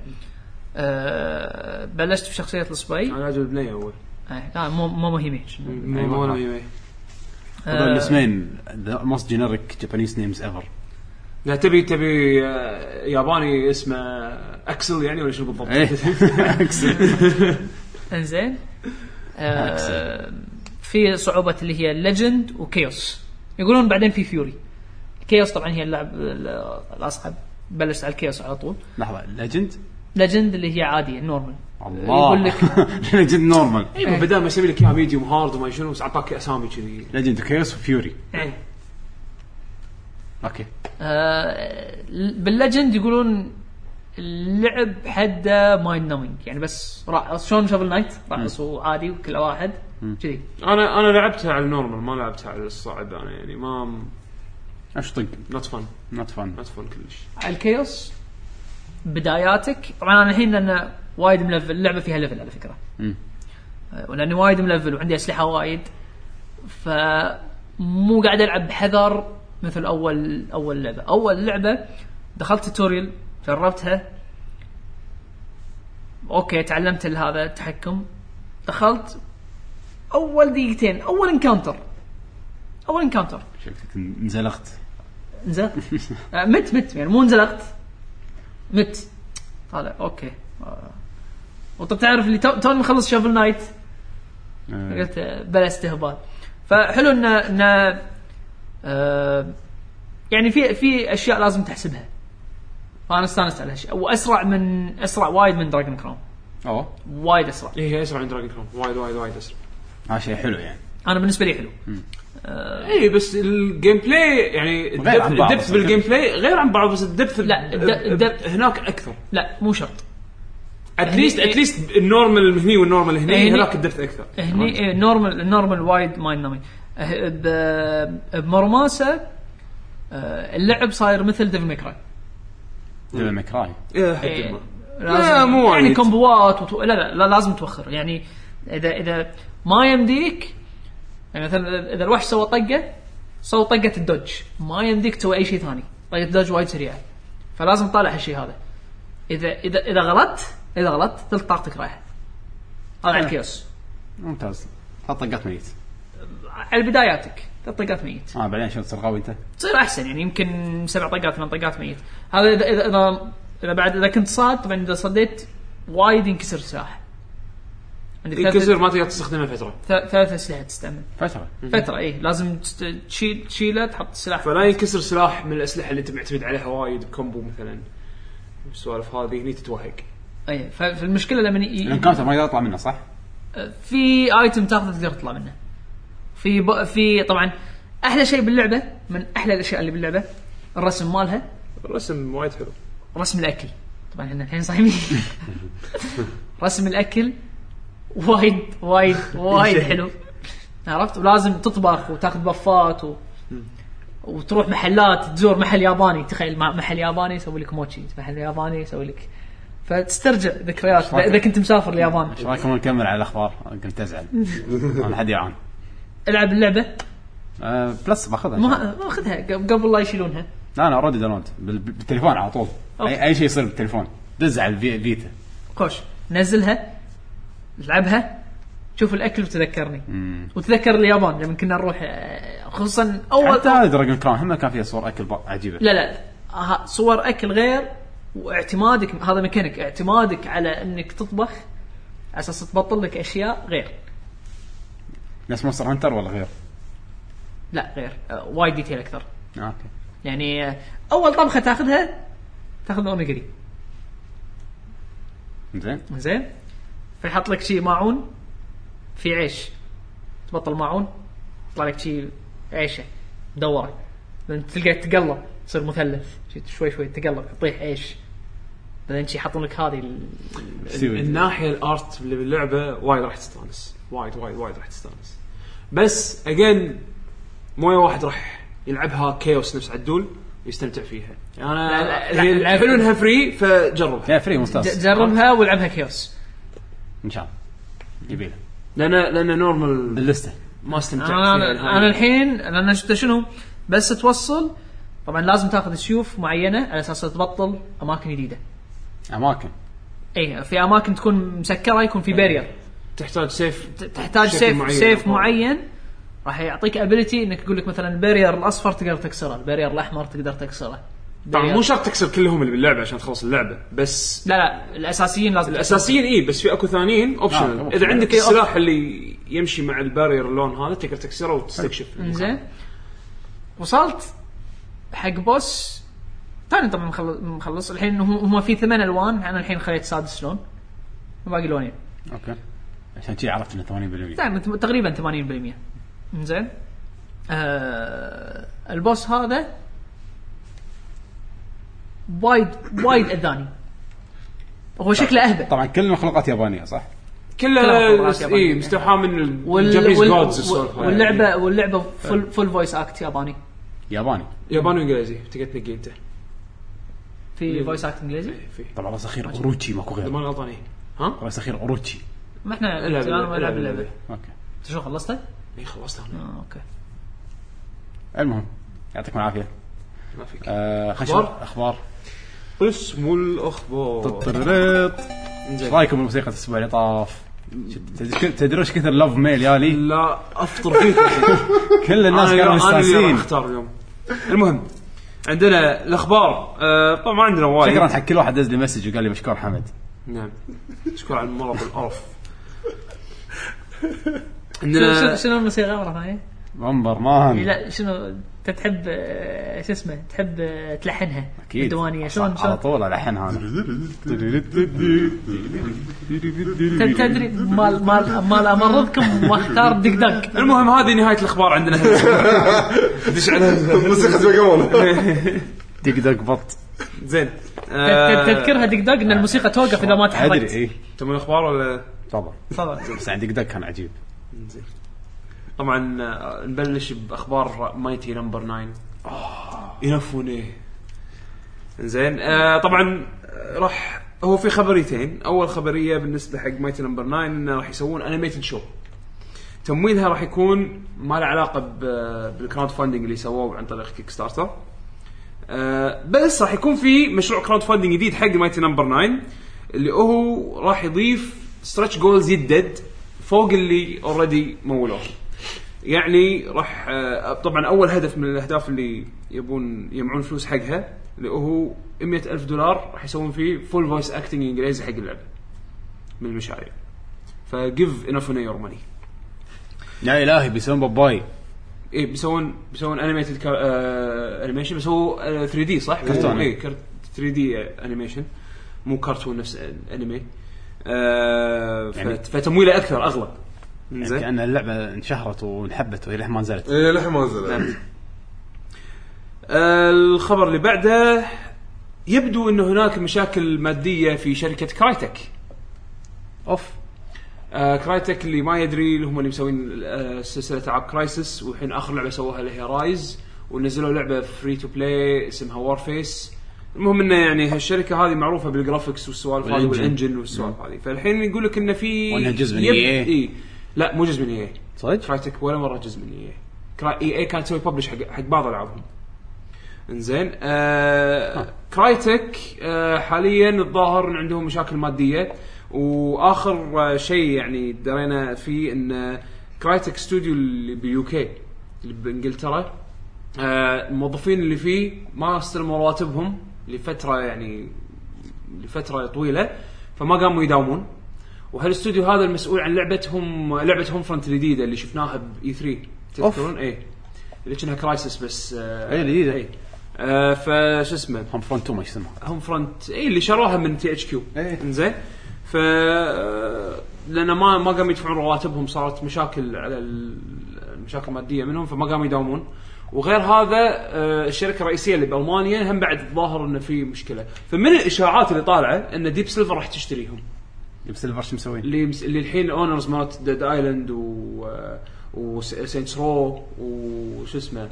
آه، بلشت بشخصيه الصبي انا عجب البنيه اول آه، مو مو مهمه مو انا ميمي هذول الاسمين ذا موست جينيرك جابانيز نيمز ايفر لا تبي تبي آه، ياباني اسمه اكسل يعني ولا شنو بالضبط؟ ايه انزين آه، في صعوبة اللي هي ليجند وكيوس يقولون بعدين في فيوري كيوس طبعا هي اللعب ال- الاصعب بلشت على الكيوس على طول لحظه ليجند ليجند اللي هي عادية نورمال الله يقول لك ليجند نورمال اي إيه، بدل ما يسوي لك اياها ميديوم هارد وما شنو بس اعطاك اسامي كذي ليجند كيوس وفيوري إيه. اوكي آه، بالليجند يقولون اللعب حده مايند نومينج يعني بس رأس شلون شوفل نايت رأس وعادي وكل واحد كذي انا انا لعبتها على النورمال ما لعبتها على الصعب انا يعني ما اشطق نوت فن نوت فان نوت فن كلش على الكيوس بداياتك طبعا انا الحين لان وايد ملفل اللعبه فيها ليفل على فكره مم. آه، ولاني وايد ملفل وعندي اسلحه وايد فمو قاعد العب بحذر مثل اول اول لعبه اول لعبه دخلت توتوريال جربتها اوكي تعلمت هذا التحكم دخلت اول دقيقتين اول انكاونتر اول انكاونتر شكلك انزلقت انزين آه، مت مت يعني مو انزلقت مت طالع اوكي آه. وطب تعرف اللي تو- توني مخلص شافل نايت آه، قلت آه، بلا استهبال فحلو ان ان آه، يعني في في اشياء لازم تحسبها فانا استانست على هالشيء واسرع من اسرع وايد من دراجون كراون اوه وايد اسرع اي إيه، هي اسرع من دراجون كرون وايد وايد وايد اسرع هذا شيء حلو يعني انا بالنسبه لي حلو اي إيه، بس الجيم بلاي يعني غير عن بعض الدبث بس. بالجيم بلاي غير عن بعض بس الدبث لا، الد- الدبث- هناك اكثر لا مو شرط اتليست هني- اتليست النورمال هني والنورمال هني هني- هناك الدبث اكثر هني إيه، نورمال نورمال وايد ماين نومي أه، ب- بمرماسه آه، اللعب صاير مثل ديفل ميكراي دبل ماكراي الى حد إيه، ما لا، لازم مو وايد. يعني كومبوات وتو... لا, لا لا لازم توخر يعني اذا اذا ما يمديك يعني مثلا اذا الوحش سوى طقه سوى طقه الدوج ما يمديك تسوي اي شيء ثاني طقه الدوج وايد سريعه فلازم تطالع هالشيء هذا اذا اذا اذا غلطت اذا غلطت ثلث طاقتك رايحه هذا على الكيوس ممتاز ثلاث طقات ميت على بداياتك ثلاث طقات ميت اه بعدين شلون تصير قوي انت؟ تصير احسن يعني يمكن سبع طقات ثمان طقات ميت هذا اذا اذا اذا, إذا بعد اذا كنت صاد طبعا اذا صديت وايد ينكسر السلاح عندك ثلاث- ينكسر ما تقدر تستخدمه فتره ث- ثلاث اسلحه تستعمل فتره فتره اي لازم تست- تشيل تشيله تحط السلاح فلا ينكسر سلاح من الاسلحه اللي انت معتمد عليها وايد بكومبو مثلا السوالف هذه هني تتوهق اي إيه، ف- فالمشكله لما ي... الانكاونتر ما يقدر يطلع منه صح؟ في ايتم تاخذه تقدر تطلع منه في ب... في طبعا احلى شيء باللعبه من احلى الاشياء اللي باللعبه الرسم مالها الرسم وايد حلو رسم الاكل طبعا احنا الحين صايمين رسم الاكل وايد وايد وايد حلو عرفت ولازم تطبخ وتاخذ بفات و... وتروح محلات تزور محل ياباني تخيل مع- محل ياباني يسوي لك موتشي محل ياباني يسوي لك فتسترجع ذكريات إذا- اذا كنت مسافر اليابان ايش رايكم نكمل على الاخبار؟ قمت ازعل انا حد يعان العب اللعبه آه، بلس باخذها إن شاء الله. ما ما اخذها قب- قبل لا يشيلونها لا انا اوريدي داونلود بال- بالتليفون على طول أوكي. اي, أي شيء يصير بالتليفون دز على الفي- فيتا خوش نزلها العبها شوف الاكل وتذكرني وتذكر اليابان لما كنا نروح آه، خصوصا اول حتى هذا دراجون كراون هم كان فيها صور اكل ب- عجيبه لا لا ها- صور اكل غير واعتمادك هذا ميكانيك اعتمادك على انك تطبخ على اساس تبطل لك اشياء غير نفس مونستر هانتر ولا غير؟ لا غير آه، وايد ديتيل اكثر آه، اوكي يعني آه، اول طبخه تاخذها تاخذ اونيجري زين زين فيحط لك شي ماعون في عيش تبطل ماعون يطلع لك شي عيشه مدوره بعدين تلقى تقلب تصير مثلث شي شوي شوي تقلب تطيح عيش بعدين شي يحطون لك هذه ال- سوي الناحيه الارت اللي باللعبه وايد راح تستانس وايد وايد وايد راح تستانس بس اجين مو أي واحد راح يلعبها كيوس نفس عدول يستمتع فيها انا لا، لا، هي لا، لا. الحلو انها فري فجربها يا فري ممتاز جربها والعبها كيوس ان شاء الله جميل لان لان نورمال باللسته ما استمتعت انا فيها يعني انا, أنا الحين لان شفت شنو بس توصل طبعا لازم تاخذ سيوف معينه على اساس تبطل اماكن جديده اماكن اي في اماكن تكون مسكره يكون في بارير تحتاج سيف ت- تحتاج شكل سيف معين. سيف معين راح يعطيك ابيلتي انك يقول لك مثلا البارير الاصفر تقدر تكسره البارير الاحمر تقدر تكسره طبعا barrier- مو شرط تكسر كلهم اللي باللعبه عشان تخلص اللعبه بس لا لا الاساسيين لازم الاساسيين اي بس في اكو ثانيين اوبشنال آه، اذا عندك أوكي، السلاح اللي يمشي مع البارير اللون هذا تقدر تكسره وتستكشف زين وصلت حق بوس ثاني طبعا مخلص, مخلص. الحين هم هم في ثمان الوان انا الحين خليت سادس لون وباقي لونين اوكي عشان كذي عرفت انه 80 بالمية يعني تم- تقريبا 80% زين آه البوس هذا وايد وايد اذاني هو شكله اهبل طبعا كل المخلوقات يابانيه صح؟ كلها كلها خبرات اي يابانية. مستوحاه إيه، من وال- الجابانيز وال- جودز واللعبه واللعبه فول, فول فويس اكت ياباني ياباني ياباني وانجليزي تقدر تنقي انت في فويس اكت انجليزي إيه، في طبعا راس اخير اوروتشي ماكو اذا غيره ماني غلطان إيه. ها؟ راس اخير اوروتشي ما احنا العب أنا ما العب العب. اللعبه اوكي انت شو خلصتها؟ اي خلصت انا آه، اوكي المهم يعطيكم العافيه ما فيك آه خلينا أخبار؟ نشوف اخبار قسم الاخبار طرررت. ايش إنزين. رايكم بموسيقى الاسبوع اللي طاف؟ تدري- تدرون ايش كثر لوف ميل يالي؟ لا افطر فيك كل الناس كانوا أنا- أنا اللي راح مستانسين اختار اليوم المهم عندنا الاخبار آه، طبعا ما عندنا وايد شكرا حق كل واحد دز لي مسج وقال لي مشكور حمد نعم شكرا على المرض القرف شنو- عندنا شنو الموسيقى مره ثانيه؟ منبر مان لا شنو انت تحب آه، شو اسمه تحب آه، تلحنها اكيد بالديوانيه شلون شلون على شلون طول الحين هذا ت- تدري مال مال مال امرضكم واختار دق دق المهم هذه نهايه الاخبار عندنا دش على موسيقى بيجامون دق دق بط زين آه، إيه. تذكرها دق دق ان الموسيقى توقف اذا ما ادري تحركت اي تبون الاخبار ولا إيه. تفضل تفضل بس عندك دق كان عجيب زين طبعا آه، نبلش باخبار مايتي نمبر 9 ينفوني زين آه طبعا آه، راح هو في خبريتين اول خبريه بالنسبه حق مايتي نمبر 9 انه راح يسوون انيميتد شو تمويلها راح يكون ما له علاقه ب- بالكراود فاندنج اللي سووه عن طريق كيك ستارتر آه، بس راح يكون في مشروع كراود فاندنج جديد حق مايتي نمبر 9 اللي هو راح يضيف ستريتش جولز يدد فوق اللي اوريدي مولوه يعني راح آه، طبعا اول هدف من الاهداف اللي يبون يجمعون فلوس حقها اللي هو 100 ألف دولار راح يسوون فيه فول فويس اكتنج انجليزي حق اللعبه من المشاريع فجيف انف يور ماني يا الهي بيسوون باباي اي إيه، بيسوون بيسوون انيميتد انيميشن بس هو 3 دي صح؟ إيه، كرتون. اي 3 دي انيميشن مو كرتون نفس انمي آه يعني- فت- فتمويله اكثر اغلى يعني زين كان اللعبه انشهرت وانحبت وهي للحين ما نزلت إيه، للحين ما نزل آه الخبر اللي بعده يبدو ان هناك مشاكل ماديه في شركه كرايتك اوف آه كرايتك اللي ما يدري اللي هم اللي مسوين آه سلسله العاب كرايسس والحين اخر لعبه سووها اللي هي رايز ونزلوا لعبه فري تو بلاي اسمها وارفيس المهم انه يعني هالشركه هذه معروفه بالجرافكس والسوالف هذه والإنجن. والانجن والسوالف هذه فالحين يقول لك انه في وإنها جزء من يب- EA. إي. لا مو جزء من اي صدق؟ كرايتك ولا مره جزء من إيه. اي كرا... اي اي كانت تسوي ببلش حق حق بعض العابهم انزين آه كرايتك آه حاليا الظاهر ان عندهم مشاكل ماديه واخر آه شيء يعني درينا فيه ان كرايتك ستوديو اللي بيوكي اللي بانجلترا آه الموظفين اللي فيه ما استلموا رواتبهم لفتره يعني لفتره طويله فما قاموا يداومون وهالاستوديو هذا المسؤول عن لعبتهم لعبه هوم فرونت الجديده اللي شفناها باي 3 تذكرون اي اللي كانها كرايسس بس آه إي، الجديدة. اي آه فشو اسمه هم فرونت تو ما يسموها هوم فرونت اي اللي شروها من تي اتش كيو إيه. انزين ف آه، لان ما ما قاموا يدفعون رواتبهم صارت مشاكل على ال- المشاكل الماديه منهم فما قاموا يداومون وغير هذا آه، الشركه الرئيسيه اللي بالمانيا هم بعد الظاهر انه في مشكله فمن الاشاعات اللي طالعه ان ديب سيلفر راح تشتريهم بسيلفر شو مسوين؟ اللي مس... اللي الحين الاونرز مالت آه، ديد ايلاند و وسينتس رو وشو اسمه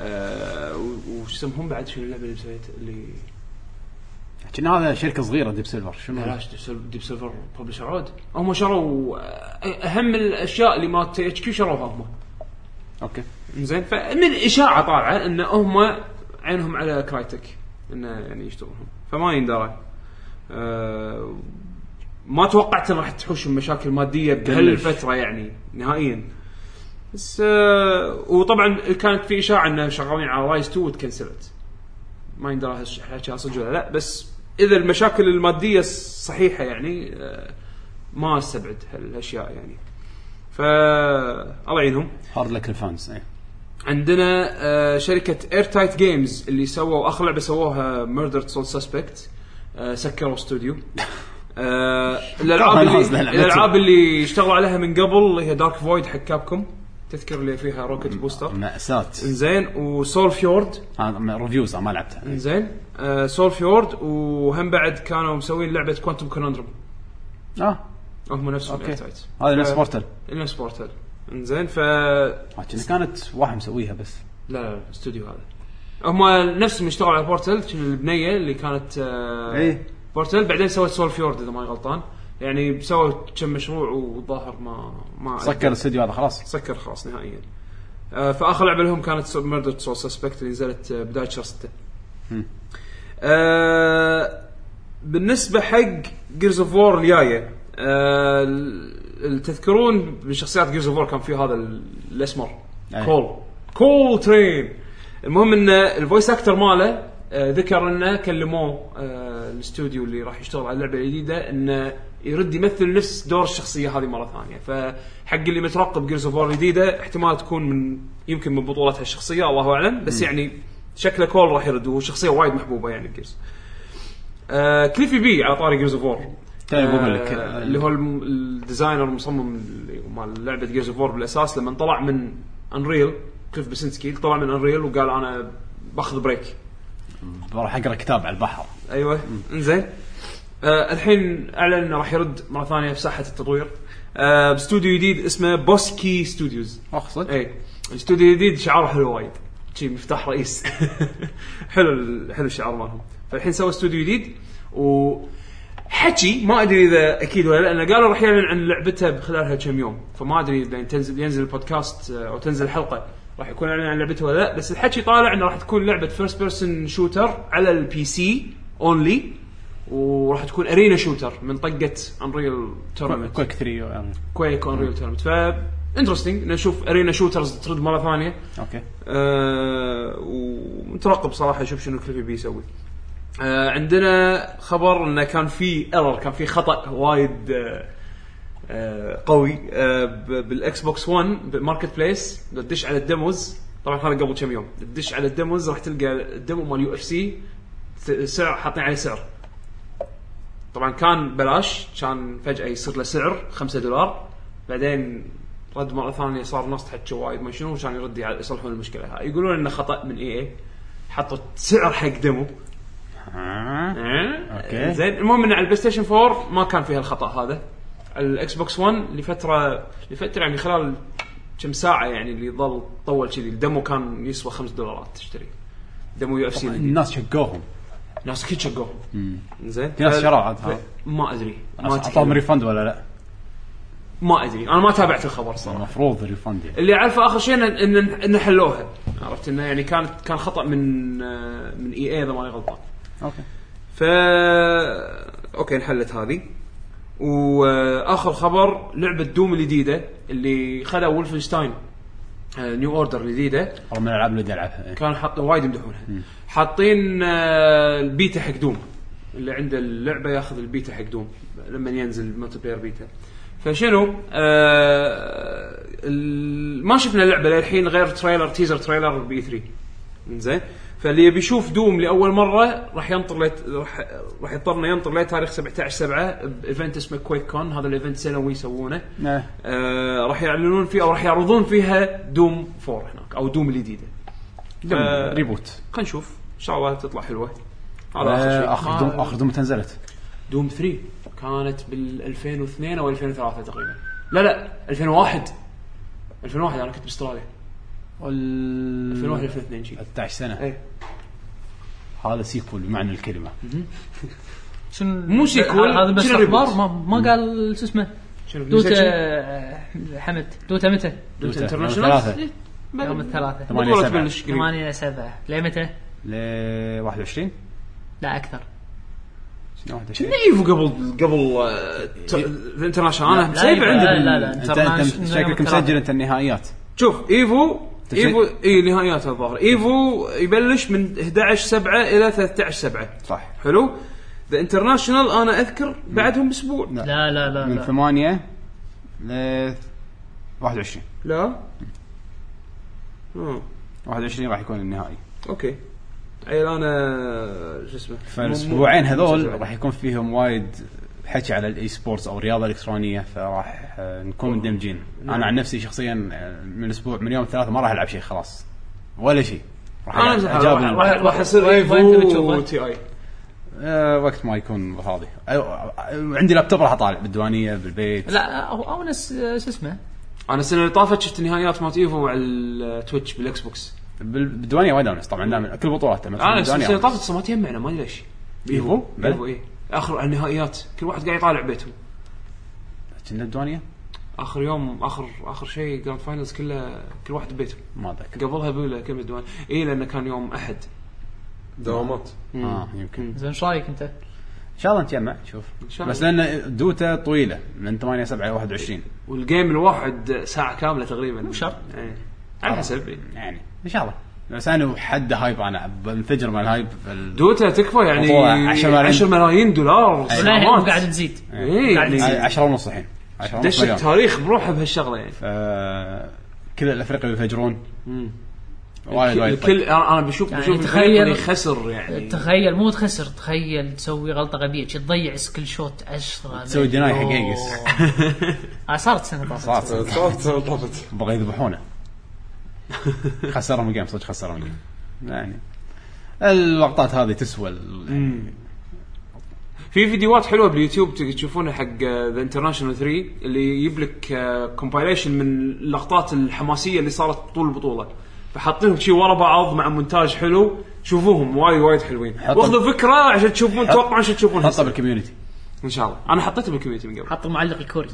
آه، و- وش اسمهم بعد شنو اللعبه اللي سويت اللي كنا هذا شركه صغيره ديب سيلفر شنو بلاش ديب سيل- ديب سيلفر ببلشر عود هم شروا آه، اهم الاشياء اللي مالت اتش كيو شروها هم اوكي زين فمن اشاعه طالعه ان هم عينهم على كرايتك انه يعني يشتغلون فما يندرى أه ما توقعت ان راح تحوش مشاكل ماديه بهالفتره يعني نهائيا بس أه وطبعا كانت في اشاعه انه شغالين على رايز 2 وتكنسلت ما يندرى هالحكي صدق ولا لا بس اذا المشاكل الماديه صحيحه يعني أه ما استبعد هالاشياء يعني ف آه، الله يعينهم هارد لك الفانز اي عندنا آه، شركه اير تايت جيمز اللي سووا اخر لعبه سووها ميردر سول سسبكت سكروا استوديو آه، الالعاب خلاص اللي لعبتهم. الالعاب اللي اشتغلوا عليها من قبل هي دارك فويد حق كابكم تذكر اللي فيها روكت بوستر مأساة زين وسول فيورد هذا م- ريفيوز أنا ما لعبتها زين سول فيورد وهم بعد كانوا مسوين لعبه كوانتم كونندرم اه هم نفسهم أوكي. اير تايت هذا نفس بورتل نفس بورتال زين ف آه، كنا كانت واحد مسويها بس لا لا لا، استوديو هذا هم نفس اللي اشتغلوا على بورتل شنو البنيه اللي كانت آه إيه. بورتل بعدين سوت سول فيورد اذا ماني غلطان يعني سووا كم مشروع والظاهر ما ما سكر الاستوديو هذا خلاص سكر خلاص نهائيا آه فاخر لعبه لهم كانت ميردر سول سسبكت اللي نزلت آه، بدايه شهر 6 آه بالنسبه حق جيرز اوف وور الجايه آه ال- تذكرون من شخصيات جيرز اوف وور كان في هذا ال- الاسمر أي. كول كول ترين المهم ان الفويس اكتر ماله آه ذكر انه كلموه آه الاستوديو اللي راح يشتغل على اللعبه الجديده انه يرد يمثل نفس دور الشخصيه هذه مره ثانيه فحق اللي مترقب جيرز اوف وور الجديده احتمال تكون من يمكن من بطولتها الشخصيه الله اعلم بس يعني شكله كول راح يرد وهو شخصيه وايد محبوبه يعني جيرز آه كليفي بي على طاري جيرز اوف وور تاني بقول لك آه، اللي هو الم- الديزاينر المصمم اللي هو مال لعبه جيرز اوف وور بالاساس لما طلع من انريل كليف بسنسكي طلع من انريل وقال انا باخذ بريك بروح اقرا كتاب على البحر ايوه انزين آه الحين اعلن انه راح يرد مره ثانيه في ساحه التطوير آه باستوديو جديد اسمه بوسكي ستوديوز اقصد اي الاستوديو الجديد شعاره حلو وايد شي مفتاح رئيس حلو ال- حلو الشعار مالهم فالحين سوى استوديو جديد و حكي ما ادري اذا اكيد ولا لا لانه قالوا راح يعلن عن لعبته خلال كم يوم فما ادري اذا تنزل ينزل البودكاست آه، او تنزل الحلقه راح يكون اعلن عن لعبته ولا لا بس الحكي طالع انه راح تكون لعبه فيرست بيرسون شوتر على البي سي اونلي وراح تكون ارينا شوتر من طقه انريل تورنمنت كويك 3 كويك اون تورنمنت ف انترستنج نشوف ارينا شوترز ترد مره ثانيه اوكي أه ومترقب صراحه اشوف شنو كليفي بيسوي أه عندنا خبر انه كان في ايرور كان في خطا وايد أه أه قوي أه ب- بالاكس بوكس 1 بالماركت بليس لو تدش على الديموز طبعا هذا قبل كم يوم تدش على الديموز راح تلقى الديمو مال يو اف سي سعر حاطين عليه سعر طبعا كان بلاش كان فجاه يصير له سعر 5 دولار بعدين رد مره ثانيه صار ناس تحكي وايد ما شنو كان يرد يع- يصلحون المشكله هاي يقولون انه خطا من اي اي حطوا سعر حق ديمو آه. أوكي. اوكي زين المهم ان على البلاي ستيشن 4 ما كان فيها الخطا هذا على الاكس بوكس 1 لفتره لفتره يعني خلال كم ساعه يعني اللي ظل طول كذي الدمو كان يسوى 5 دولارات تشتري دمو يو اف سي الناس شقوهم ناس كل شقوهم زين في ناس شراء عاد ها. ما ادري آه، ما اعطاهم أتكلم. ريفند ولا لا ما ادري انا ما تابعت الخبر صراحه المفروض ريفند يعني اللي اعرفه اخر شيء ان ان, إن حلوها عرفت انه يعني كانت كان خطا من آه، من اي اي اذا ماني غلطان اوكي ف اوكي انحلت هذه واخر خبر لعبه دوم الجديده اللي آه، خذوا ولفنشتاين نيو اوردر الجديده والله من الالعاب اللي بدي العبها إيه. كانوا حاط وايد يمدحونها حاطين آه، البيتا حق دوم اللي عنده اللعبه ياخذ البيتا حق دوم لما ينزل الملتي بلاير بيتا فشنو آه ال- ما شفنا اللعبه للحين غير تريلر تيزر تريلر بي 3 زين فاللي يبي يشوف دوم لاول مره راح ينطر ليت راح راح يضطرنا ينطر لتاريخ 17 7 بايفنت اسمه كويك كون هذا الايفنت سنوي يسوونه إيه. آه راح يعلنون فيه او راح يعرضون فيها دوم 4 هناك او دوم الجديده دم آه. ريبوت خلينا نشوف ان شاء الله تطلع حلوه هذا اخر شيء آه، اخر دوم اخر دوم تنزلت دوم 3 كانت بال 2002 او 2003 تقريبا لا لا 2001 2001 انا كنت باستراليا 2001 2002 شي إيه، 13 سنه اي هذا سيكول بمعنى الكلمه شنو مو سيكول، هذا بس شنو اخبار ريبوت؟ ما, ما قال شو اسمه شنو آه، دوتا حمد دوتا متى؟ دوتا دوتا. انترناشونال ثلاثة. إيه. بل- يوم الثلاثاء ثمانية بطولة سبعة. تبلش قريب. 8 الى 7 ليه متى؟ ل 21 لا اكثر شنو 21 كنا ايفو قبل قبل آه، ت- الانترناشونال انا لا، مسيب لا، عندي لا، بال- لا، لا. انت International- انت شكلك يوم الثلاثاء. مسجل انت النهائيات شوف ايفو شيء- ايفو اي نهائيات الظاهر ايفو يبلش من 11 7 الى 13 7 صح حلو ذا انترناشونال انا اذكر بعدهم باسبوع لا. لا لا لا من لا 8 ل 21 لا آه. 21 راح يكون النهائي اوكي عيل انا شو اسمه فالاسبوعين هذول مو- راح يكون فيهم وايد حكي على الاي سبورتس او الرياضه الالكترونيه فراح آه، نكون مندمجين انا عن نفسي شخصيا آه، من اسبوع من يوم ثلاثة ما راح العب شيء خلاص ولا شيء راح انا ألعب- راح- أجابل- راح- راح- راح يصير وين- وين تبي تشوفه؟ ايفو تي اي آه، وقت ما يكون فاضي آه، آه، عندي لابتوب راح اطالع بالديوانيه بالبيت لا او او نس شو اسمه انا السنه اللي طافت شفت نهائيات مالت ايفو على التويتش بالاكس بوكس بال- بالديوانيه وايد اونس طبعا دائما كل بطولاته مثلاً انا بالديوانية السنه اللي أونس. طافت ما تجمعنا ما ادري ليش ايفو بلى. ايفو اي اخر على النهائيات كل واحد قاعد يطالع بيته كنا الديوانيه اخر يوم اخر اخر شيء جراند فاينلز كله كل واحد ببيته ما اتذكر قبلها بيولا كم دوان اي لانه كان يوم احد دوامات اه يمكن زين ايش رايك انت؟ إيه، ان شاء الله نتجمع نشوف شاء بس الله. لان دوتا طويله من 8 7 الى 21 والجيم الواحد ساعه كامله تقريبا مو شرط. إيه. على حسب إي. يعني ان شاء الله بس انا حد هايب انا بنفجر مع الهايب بال... دوتا تكفى يعني موضوع 10 ملايين. إيه. 10 ملايين دولار لا هي مو سلامات. قاعده تزيد إي، قاعد يعني يزيد. 10 ونص الحين 10 ونص دش مليون التاريخ بروحه بهالشغله يعني آه، كل الافريقيا يفجرون وايد وايد الكل طيب. انا أنا بشوف يعني بشوف تخيل- الفريق اللي خسر يعني تخيل مو تخسر تخيل تسوي غلطه غبيه شي تضيع سكيل شوت 10 تسوي ديناي حق إيجز. آه، صارت سنه طافت صارت سنة. صارت سنة طافت بغى يذبحونه خسرهم الجيم صدق خسرهم الجيم يعني اللقطات هذه تسوى ال- يعني في فيديوهات حلوه باليوتيوب ت- تشوفونها حق آه، ذا انترناشونال 3 اللي يجيب لك كومبايليشن من اللقطات الحماسيه اللي صارت طول البطوله فحاطينهم شي ورا بعض مع مونتاج حلو شوفوهم وايد وايد حلوين حط- واخذوا فكره عشان تشوفون حط- توقعون شو تشوفون حطه هسه. بالكوميونتي ان شاء الله انا حطيته بالكوميونتي من قبل حط المعلق الكوري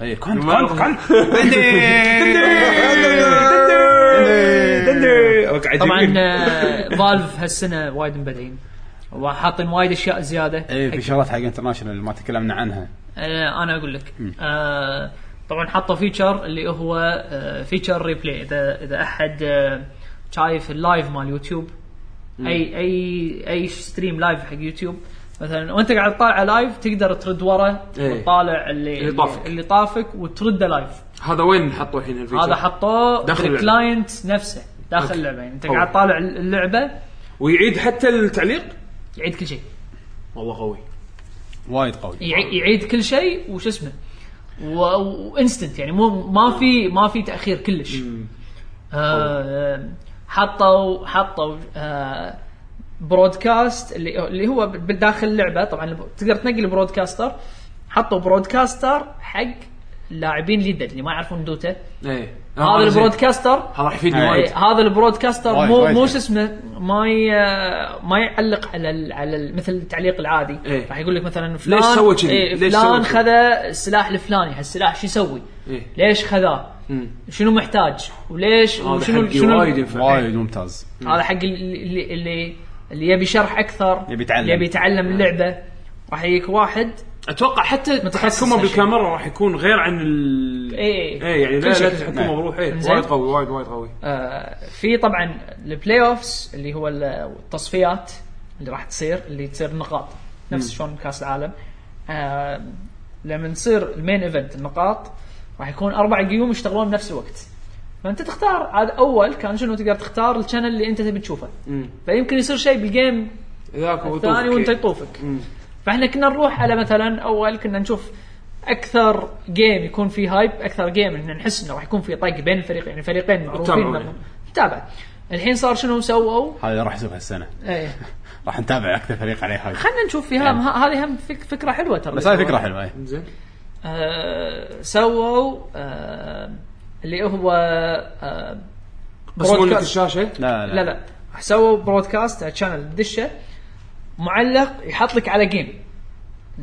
اي كنت المعلق. طبعا فالف هالسنه آه، وايد مبدعين وحاطين وايد اشياء زياده إيه، اي إيه، في حق- شغلات حق انترناشونال اللي ما تكلمنا عنها آه، انا اقول لك آه، طبعا حطوا فيتشر اللي هو آه، فيتشر ريبلاي اذا اذا احد آه، شايف اللايف مال يوتيوب اي اي اي ستريم لايف حق يوتيوب مثلا وانت قاعد تطالع لايف تقدر ترد ورا إيه. وتطالع اللي اللي طافك. اللي طافك وترده لايف هذا وين حطوا الحين الفيتشر؟ هذا حطوه داخل اللعبة. الكلاينت نفسه داخل أوكي. اللعبه يعني انت أوه. قاعد تطالع اللعبه ويعيد حتى التعليق يعيد كل شيء والله قوي وايد قوي يعي- يعيد كل شيء وش اسمه و- وانستنت يعني مو ما في ما في تاخير كلش آه، حطوا حطوا آه، برودكاست اللي اللي هو بال- داخل اللعبه طبعا تقدر تنقل برودكاستر حطوا برودكاستر حق لاعبين ليدا اللي ما يعرفون دوتا ايه هذا زين. البرودكاستر هذا راح يفيدني إيه. وايد إيه، هذا البرودكاستر وايد، مو وايد مو حلو. شو اسمه ما ي... ما يعلق على ال... على ال... مثل التعليق العادي إيه. راح يقول لك مثلا فلان سوى كذي؟ إيه ليش فلان سوى كذي؟ خذ السلاح الفلاني هالسلاح شو يسوي؟ إيه. ليش خذاه؟ مم. شنو محتاج؟ وليش هذا وشنو حقي وايد ينفع. وايد ممتاز هذا حق اللي اللي- اللي اللي يبي شرح اكثر يبي يتعلم. يبي يتعلم اللعبه راح يجيك واحد اتوقع حتى متخصص تحكمه هالشيء. بالكاميرا راح يكون غير عن ال إيه. ايه يعني لا كل شيء. لا تتحكمه بروحه إيه. إنزين. وايد قوي وايد وايد قوي آه، في طبعا البلاي اوفس اللي هو ال- التصفيات اللي راح تصير اللي تصير نقاط نفس شلون كاس العالم آه، لما نصير المين ايفنت النقاط راح يكون اربع قيوم يشتغلون بنفس الوقت فانت تختار عاد اول كان شنو تقدر تختار الشانل اللي انت تبي تشوفه مم. فيمكن يصير شيء بالجيم ذاك هو الثاني طوفك. وانت يطوفك فاحنا كنا نروح على مثلا اول كنا نشوف اكثر جيم يكون فيه هايب اكثر جيم ان نحس انه راح يكون في طق بين الفريقين يعني فريقين معروفين تتابعون. مرة. نتابع الحين صار شنو سووا؟ هذا راح يسوق هالسنه ايه راح نتابع اكثر فريق عليه هاي خلينا نشوف فيها يعني. ه- هذه هم فك فكره حلوه ترى بس هاي فكره حلوه إيه. انزين آه سووا آه اللي هو آه بس رونة بودكاست. الشاشه لا لا لا سووا برودكاست على شانل دشه معلق يحط لك على جيم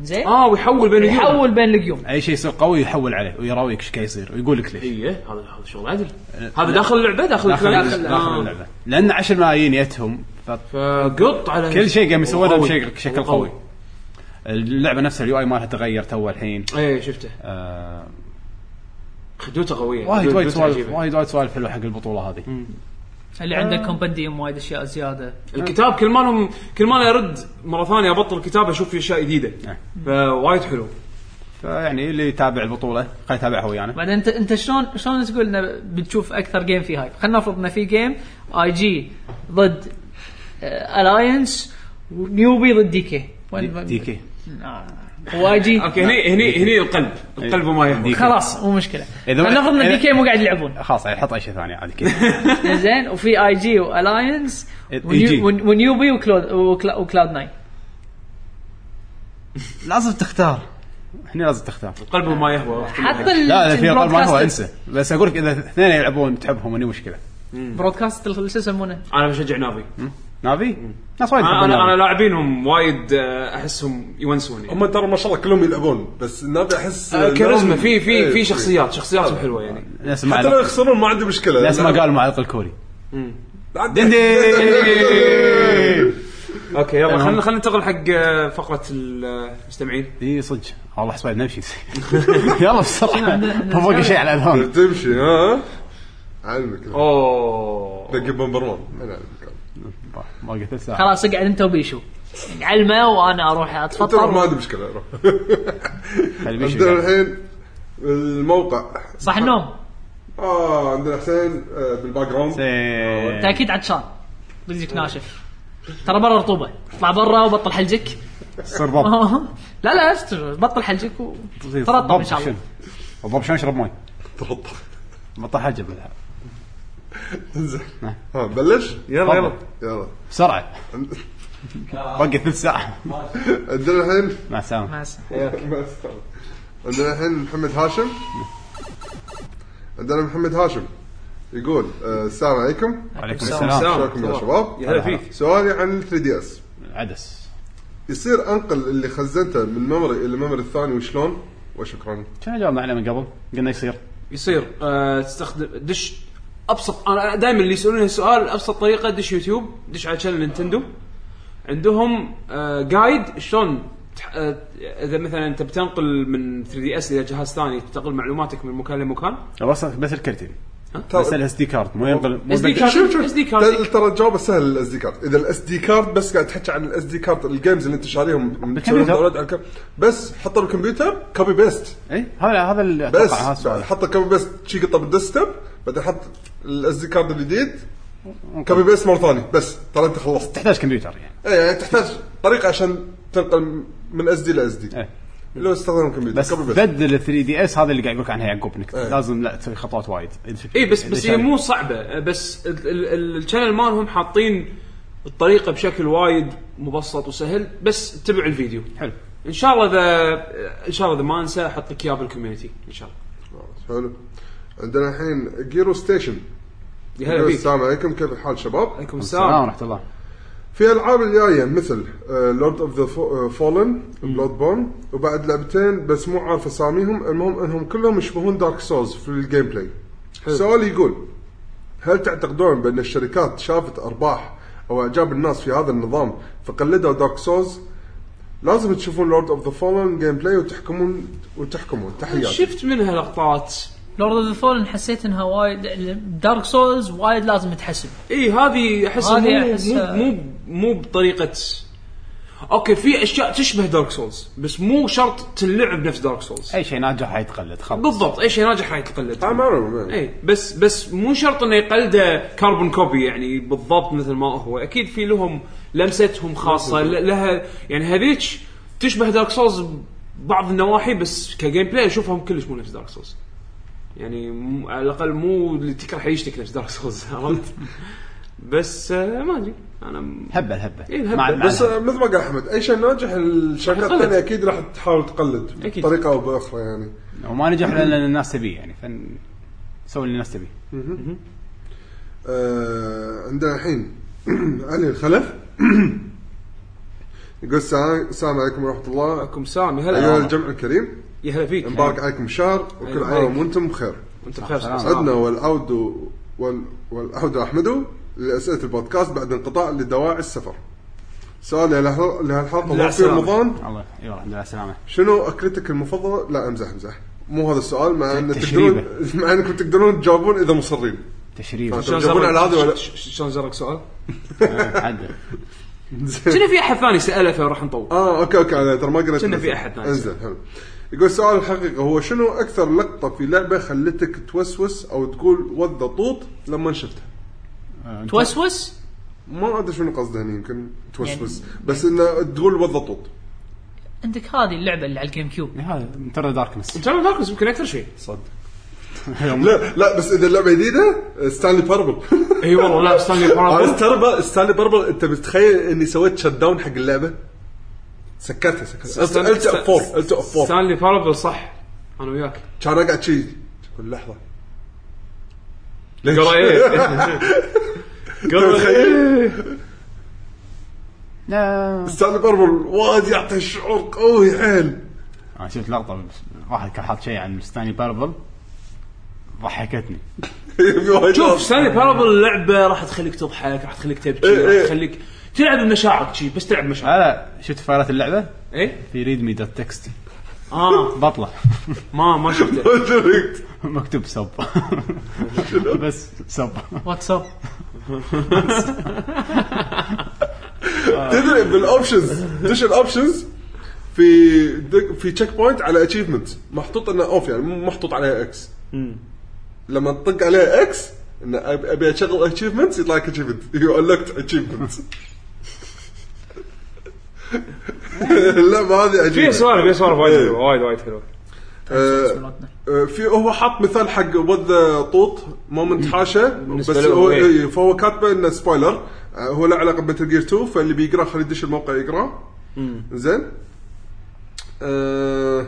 زين اه ويحول بين اليوم. يحول بين القيوم اي شيء يصير قوي يحول عليه ويراويك ايش قاعد يصير ويقول لك ليش ايه هذا هذا شغل عدل هذا داخل اللعبه داخل داخل الكلام؟ داخل آه. اللعبه لان 10 ملايين يتهم فكل فقط على شيء قام يسوونه قوي. بشكل بشكل قوي اللعبه نفسها اليو اي مالها تغير تو الحين ايه شفته آه، خدوته قويه وايد خدوته وايد سوالف عجيبة. وايد وايد سوالف حلوه حق البطوله هذه اللي عنده كومبنديوم وايد اشياء زياده الكتاب كل ما لهم كل ما أنا ارد مره ثانيه ابطل الكتاب اشوف فيه اشياء جديده نعم. فوايد حلو فيعني اللي يتابع البطوله خليه يتابعها يعني. ويانا بعدين انت انت شلون شلون تقول ان بنشوف اكثر جيم فيه هايب؟ خلينا نفرض ان في جيم اي جي ضد الاينس ونيوبي ضد دي كي دي كي آه. واي جي نعم. اوكي هني هني هني القلب إيه. القلب ما يهمك ديك. خلاص مو مشكله إذا- خلينا نفرض ان إذا- دي كي مو قاعد يلعبون خلاص يعني حط اي شيء ثاني عادي كذا زين وفي اي جي والاينس إي جي. ونيوبي وكلاود وكلا- وكلاود 9 لازم تختار احنا لازم تختار القلب ما يهوى حتى ال- لا اذا في طلب ما هو البرودكاست- انسى بس اقول لك اذا اثنين يلعبون تحبهم اني مشكله برودكاست ال- شو يسمونه؟ انا بشجع نافي نافي ناس وايد انا يحبون انا, أنا نافي. لاعبينهم وايد آه، احسهم يونسوني هم ترى ما شاء الله كلهم يلعبون بس النادي احس آه، كاريزما في في إيه، آه. في شخصيات شخصياتهم حلوه يعني ناس ما حتى لو علق- يخسرون ما عندي مشكله ناس ما قالوا المعلق الكوري قال اوكي يعني يلا خلينا خلينا ننتقل حق آه، فقره المستمعين اي إيه، صدق والله حسبان نمشي يلا بسرعه فوق شيء على الاذهان تمشي ها علمك اوه دق بمبر وان أنا أعلمك. ما قلت ساعه خلاص اقعد انت وبيشو علمه وانا اروح انت روح، ما اتفطر عندي مشكله روح خلي بيشو عندنا يقعد. الحين الموقع صح النوم اه عندنا حسين آه، بالباك جراوند زين. انت اكيد عطشان رجلك ناشف ترى برا رطوبه اطلع برا وبطل حلجك صير باب لا لا استر- بطل حلجك وترطب ان شاء الله الضب شلون اشرب مي تفضل بطل حاجه بالله انزين ها بلش يلا يلا نعم. تفضل. يلا بسرعه باقي ثلث ساعه عندنا الحين مع السلامه مع السلامة. ما استوعب. عندنا الحين محمد هاشم عندنا محمد هاشم يقول آه، السلام عليكم وعليكم السلام. السلام شلونكم يا يا شباب آه، هلا فيك سؤالي عن 3 دي اس عدس يصير انقل اللي خزنته من ميموري الى ميموري الثاني وشلون؟ وشكرا كنا جاوبنا عليه من قبل قلنا يصير يصير آه تستخدم دش ابسط انا دائما اللي يسالوني السؤال ابسط طريقه دش يوتيوب دش على شانل نينتندو عندهم آه جايد شلون تح- آه، اذا مثلا انت بتنقل من 3 دي اس الى جهاز ثاني تنقل معلوماتك من مكان لمكان بس بس الكرتين بس الاس دي كارد مو ينقل مو اس دي ينقل- كارد شوف شوف اس دي كارد طيب، ترى- ترى الجواب سهل الاس دي كارد اذا الاس دي كارد بس قاعد تحكي عن الاس دي كارد الجيمز اللي انت شاريهم من- بالكمبيوتر. داونلود على الكم- بس حطه بالكمبيوتر كوبي بيست اي إيه، هذا هذا اللي بس اتوقع هذا السؤال حطه كوبي بيست شي قطه بالديسكتوب بعدين حط الاس دي كارد الجديد كوبي بيست مره ثانيه بس ترى انت خلصت تحتاج كمبيوتر يعني اي يعني تحتاج طريقه عشان تنقل من اس دي لاس دي إيه. لو استخدم الكمبيوتر بس كوبي بيست بدل ال 3 دي اس هذا اللي قاعد يقول لك عنها يعقوب انك إيه. لازم لا تسوي خطوات وايد إيه، اي إيه، بس يعني بس هي مو صعبه آه، بس ال- ال- الشانل مالهم حاطين الطريقه بشكل وايد مبسط وسهل بس اتبع الفيديو حلو ان شاء الله اذا ان شاء الله اذا ما انسى احط لك اياه بالكوميونتي ان شاء الله حلو عندنا الحين جيرو ستيشن يا هلا يقول بيك السلام عليكم كيف الحال شباب؟ عليكم السلام السلام ورحمه الله في العاب الجايه مثل آه، لورد اوف ذا فولن بلود بون وبعد لعبتين بس مو عارف اساميهم المهم انهم كلهم يشبهون دارك سولز في الجيم بلاي سؤالي يقول هل تعتقدون بان الشركات شافت ارباح او اعجاب الناس في هذا النظام فقلدوا دارك سولز لازم تشوفون لورد اوف ذا فولن جيم بلاي وتحكمون وتحكمون تحياتي شفت منها لقطات لورد اوف ذا فولن حسيت انها وايد دارك سولز وايد لازم تحسب اي إيه، هذه احس هذه مو, أحسها- مو مو مو بطريقه اوكي في اشياء تشبه دارك سولز بس مو شرط تنلعب نفس دارك سولز اي شيء ناجح حيتقلد خلاص بالضبط اي شيء ناجح راح يتقلد آه، ما أعرف. اي إيه، بس بس مو شرط انه يقلده كاربون كوبي يعني بالضبط مثل ما هو اكيد في لهم لمستهم خاصه ل- لها يعني هذيك تشبه دارك سولز بعض النواحي بس كجيم بلاي اشوفهم كلش مو نفس دارك سولز يعني مو على الاقل مو اللي تكره يشتك نفس دارك سولز عرفت بس آه، ما ادري انا م- هبه الهبه إيه، الهبة. مع- مع بس آه، مثل ما قال احمد اي شيء ناجح الشركات تقلد. الثانيه اكيد راح تحاول تقلد أكيد. بطريقه او باخرى يعني وما نجح لان الناس تبيه يعني فن سوي اللي الناس تبيه آه عندنا الحين علي الخلف يقول السلام السلام عليكم ورحمه الله معكم سامي ايها هلا الجمع الكريم يا هلا فيك مبارك عليكم الشهر وكل أيوة. عام وانتم بخير انت بخير سلام. سلام. عدنا والعود وال... والعود احمدو لاسئله البودكاست بعد انقطاع لدواعي السفر سؤالي له- لهالحلقه لا، ما في سلام. رمضان الله يلا الحمد لله على السلامه شنو اكلتك المفضله؟ لا امزح امزح مو هذا السؤال مع ان تشريبة. تقدرون مع انكم تقدرون تجاوبون اذا مصرين تشريف شلون جابون زرك- على هذا ولا- ش- ش- شلون زرك سؤال؟ آه، عدل كنا في احد ثاني ساله فراح نطول اه اوكي اوكي انا ترى ما قريت كنا في المسج. أحد نايس. انزين حلو يقول السؤال الحقيقي هو شنو اكثر لقطه في لعبه خلتك توسوس او تقول وذ طوط لما شفتها؟ توسوس ما ادري شنو قصده هني يمكن توسوس بس انه تقول وذ طوط عندك هذه اللعبه اللي على الجيم كيوب إيه، هذا انتر داركنس جانا داركنس يمكن اكثر شيء صدق لا لا بس اذا اللعبه جديده ستانلي باربل اي والله لا استنى عرفت ترى ستانلي باربل انت بتتخيل اني سويت شت داون حق اللعبه سكرتها سكرتها الت اف 4 الت اف 4 ستانلي بارابل صح انا وياك كان اقعد شي كل لحظه ليش؟ قرا ايه قرا لا ستانلي باربل وايد يعطي شعور قوي حيل انا آه، شفت لقطه بس واحد كان حاط شيء عن ستانلي باربل ضحكتني في وايد شوف ستانلي بارابل لعبه راح تخليك تضحك راح تخليك تبكي إيه، إيه. راح تخليك تلعب بمشاعرك شي بس تلعب بمشاعرك هذا شفت فايلات اللعبه إيه؟ ايه في ريدمي دوت تكست اه بطله ما ما شفته مكتوب سب بس سب واتساب تدري بالاوبشنز دش الاوبشنز في دق- في تشيك بوينت على اتشيفمنت محطوط انه اوف يعني مو محطوط عليها اكس لما تطق عليها اكس انه أب- ابي اشغل اتشيفمنت يطلع لك اتشيفمنت يو انلوكت اتشيفمنت اللعبه هذه في عجيبه سوالف في سوالف وايد إيه. حلوه وايد وايد حلوه آه، آه، في هو حط مثال حق وذ طوط مومنت حاشه بس له هو هو إيه. إيه، فهو كاتبه انه سبويلر آه، هو له علاقه بمتل جير 2 فاللي بيقراه خليه يدش الموقع يقراه زين آه،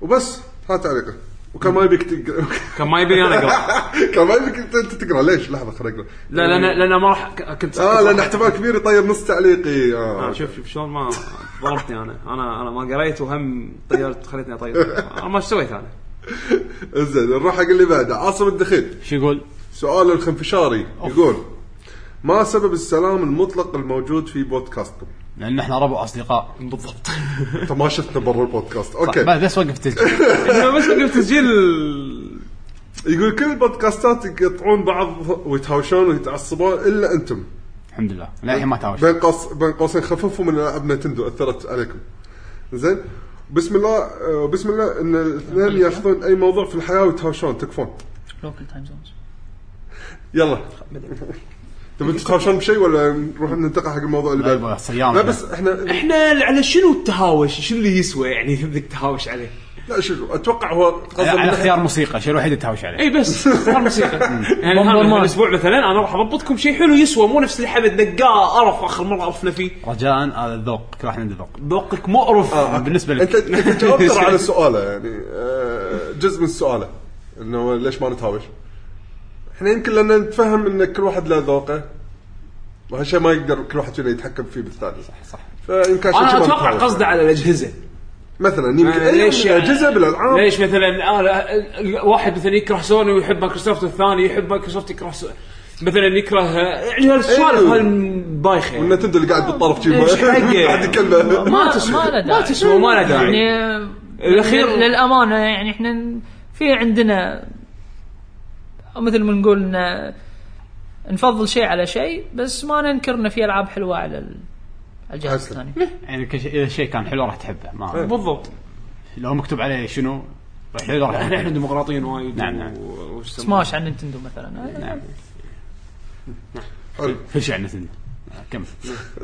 وبس هذا تعليقه وكان ما يبيك تقرا كان ما يبيني انا اقرا كان ما يبيك انت تقرا ليش لحظه خليني اقرا لا لان لان ما راح ك- كنت اه لان احتمال كبير يطير نص تعليقي آه، اه شوف شوف شلون ما ضربتني انا انا انا ما قريت وهم طيرت خليتني اطير انا ما ايش سويت انا زين نروح حق اللي بعده عاصم الدخيل شو يقول؟ سؤال الخنفشاري يقول ما سبب السلام المطلق الموجود في بودكاستكم؟ لان احنا ربع اصدقاء بالضبط انت ما شفتنا برا البودكاست اوكي بس وقف تسجيل بس قلت تسجيل يقول كل البودكاستات يقطعون بعض ويتهاوشون ويتعصبون الا انتم الحمد لله للحين ما تهاوش بين قوس بين قوسين خففوا من العاب نتندو اثرت عليكم زين بسم الله آه، بسم الله ان الاثنين ياخذون اي موضوع في الحياه ويتهاوشون تكفون لوكال تايم زونز يلا تبي تتهاوشون بشيء ولا نروح ننتقل حق الموضوع اللي بعده؟ أيوة، صيام. لا بس احنا احنا على شنو التهاوش؟ شنو اللي يسوى يعني بدك تهاوش عليه؟ لا شوف اتوقع هو قصده على من- اختيار موسيقى شيء الوحيد اللي تهاوش عليه اي بس صار موسيقى يعني بومبر هذا مان. الاسبوع مثلا انا راح اضبطكم شيء حلو يسوى مو نفس اللي حمد نقاه قرف اخر مره عرفنا فيه رجاء هذا الذوق كل واحد عنده ذوق ذوقك مقرف بالنسبه انت لك انت جاوبت ترى على سؤاله يعني آه، جزء من سؤاله انه ليش ما نتهاوش؟ احنا يمكن لان نتفهم ان كل واحد له ذوقه وهالشيء ما يقدر كل واحد فينا يتحكم فيه بالثاني صح صح. فيمكن عشان كذا انا ما اتوقع نتهاوش. قصده على الاجهزه مثلا يمكن آه، ليش ليش يعني- اجهزه بالالعاب ليش مثلا آه لا، واحد مثلا يكره سوني ويحب مايكروسوفت والثاني يحب مايكروسوفت يكره سو... مثلا يكره يعني هالسوالف إيه. أيوه. هالبايخه يعني. والنتندو اللي قاعد بالطرف شي إيش حقه؟ قاعد يكلمه ما ما تسوى. ما له ما داعي تسوى، ما له داعي. يعني الأخير- لل- للامانه يعني احنا في عندنا مثل ما نقول إن نفضل شيء على شيء بس ما ننكر ان في العاب حلوه على ال- على الجهاز أصلاً. الثاني يعني كل شيء- اذا الشيء كان حلو راح تحبه إيه. ما بالضبط نعم، لو مكتوب عليه شنو راح حلو راح احنا احنا تحبه. ديمقراطيين وايد نعم، نعم. و- وش يسمونه؟ سماش عن نينتندو مثلا نعم حلو. كل شيء عن نتندو كمل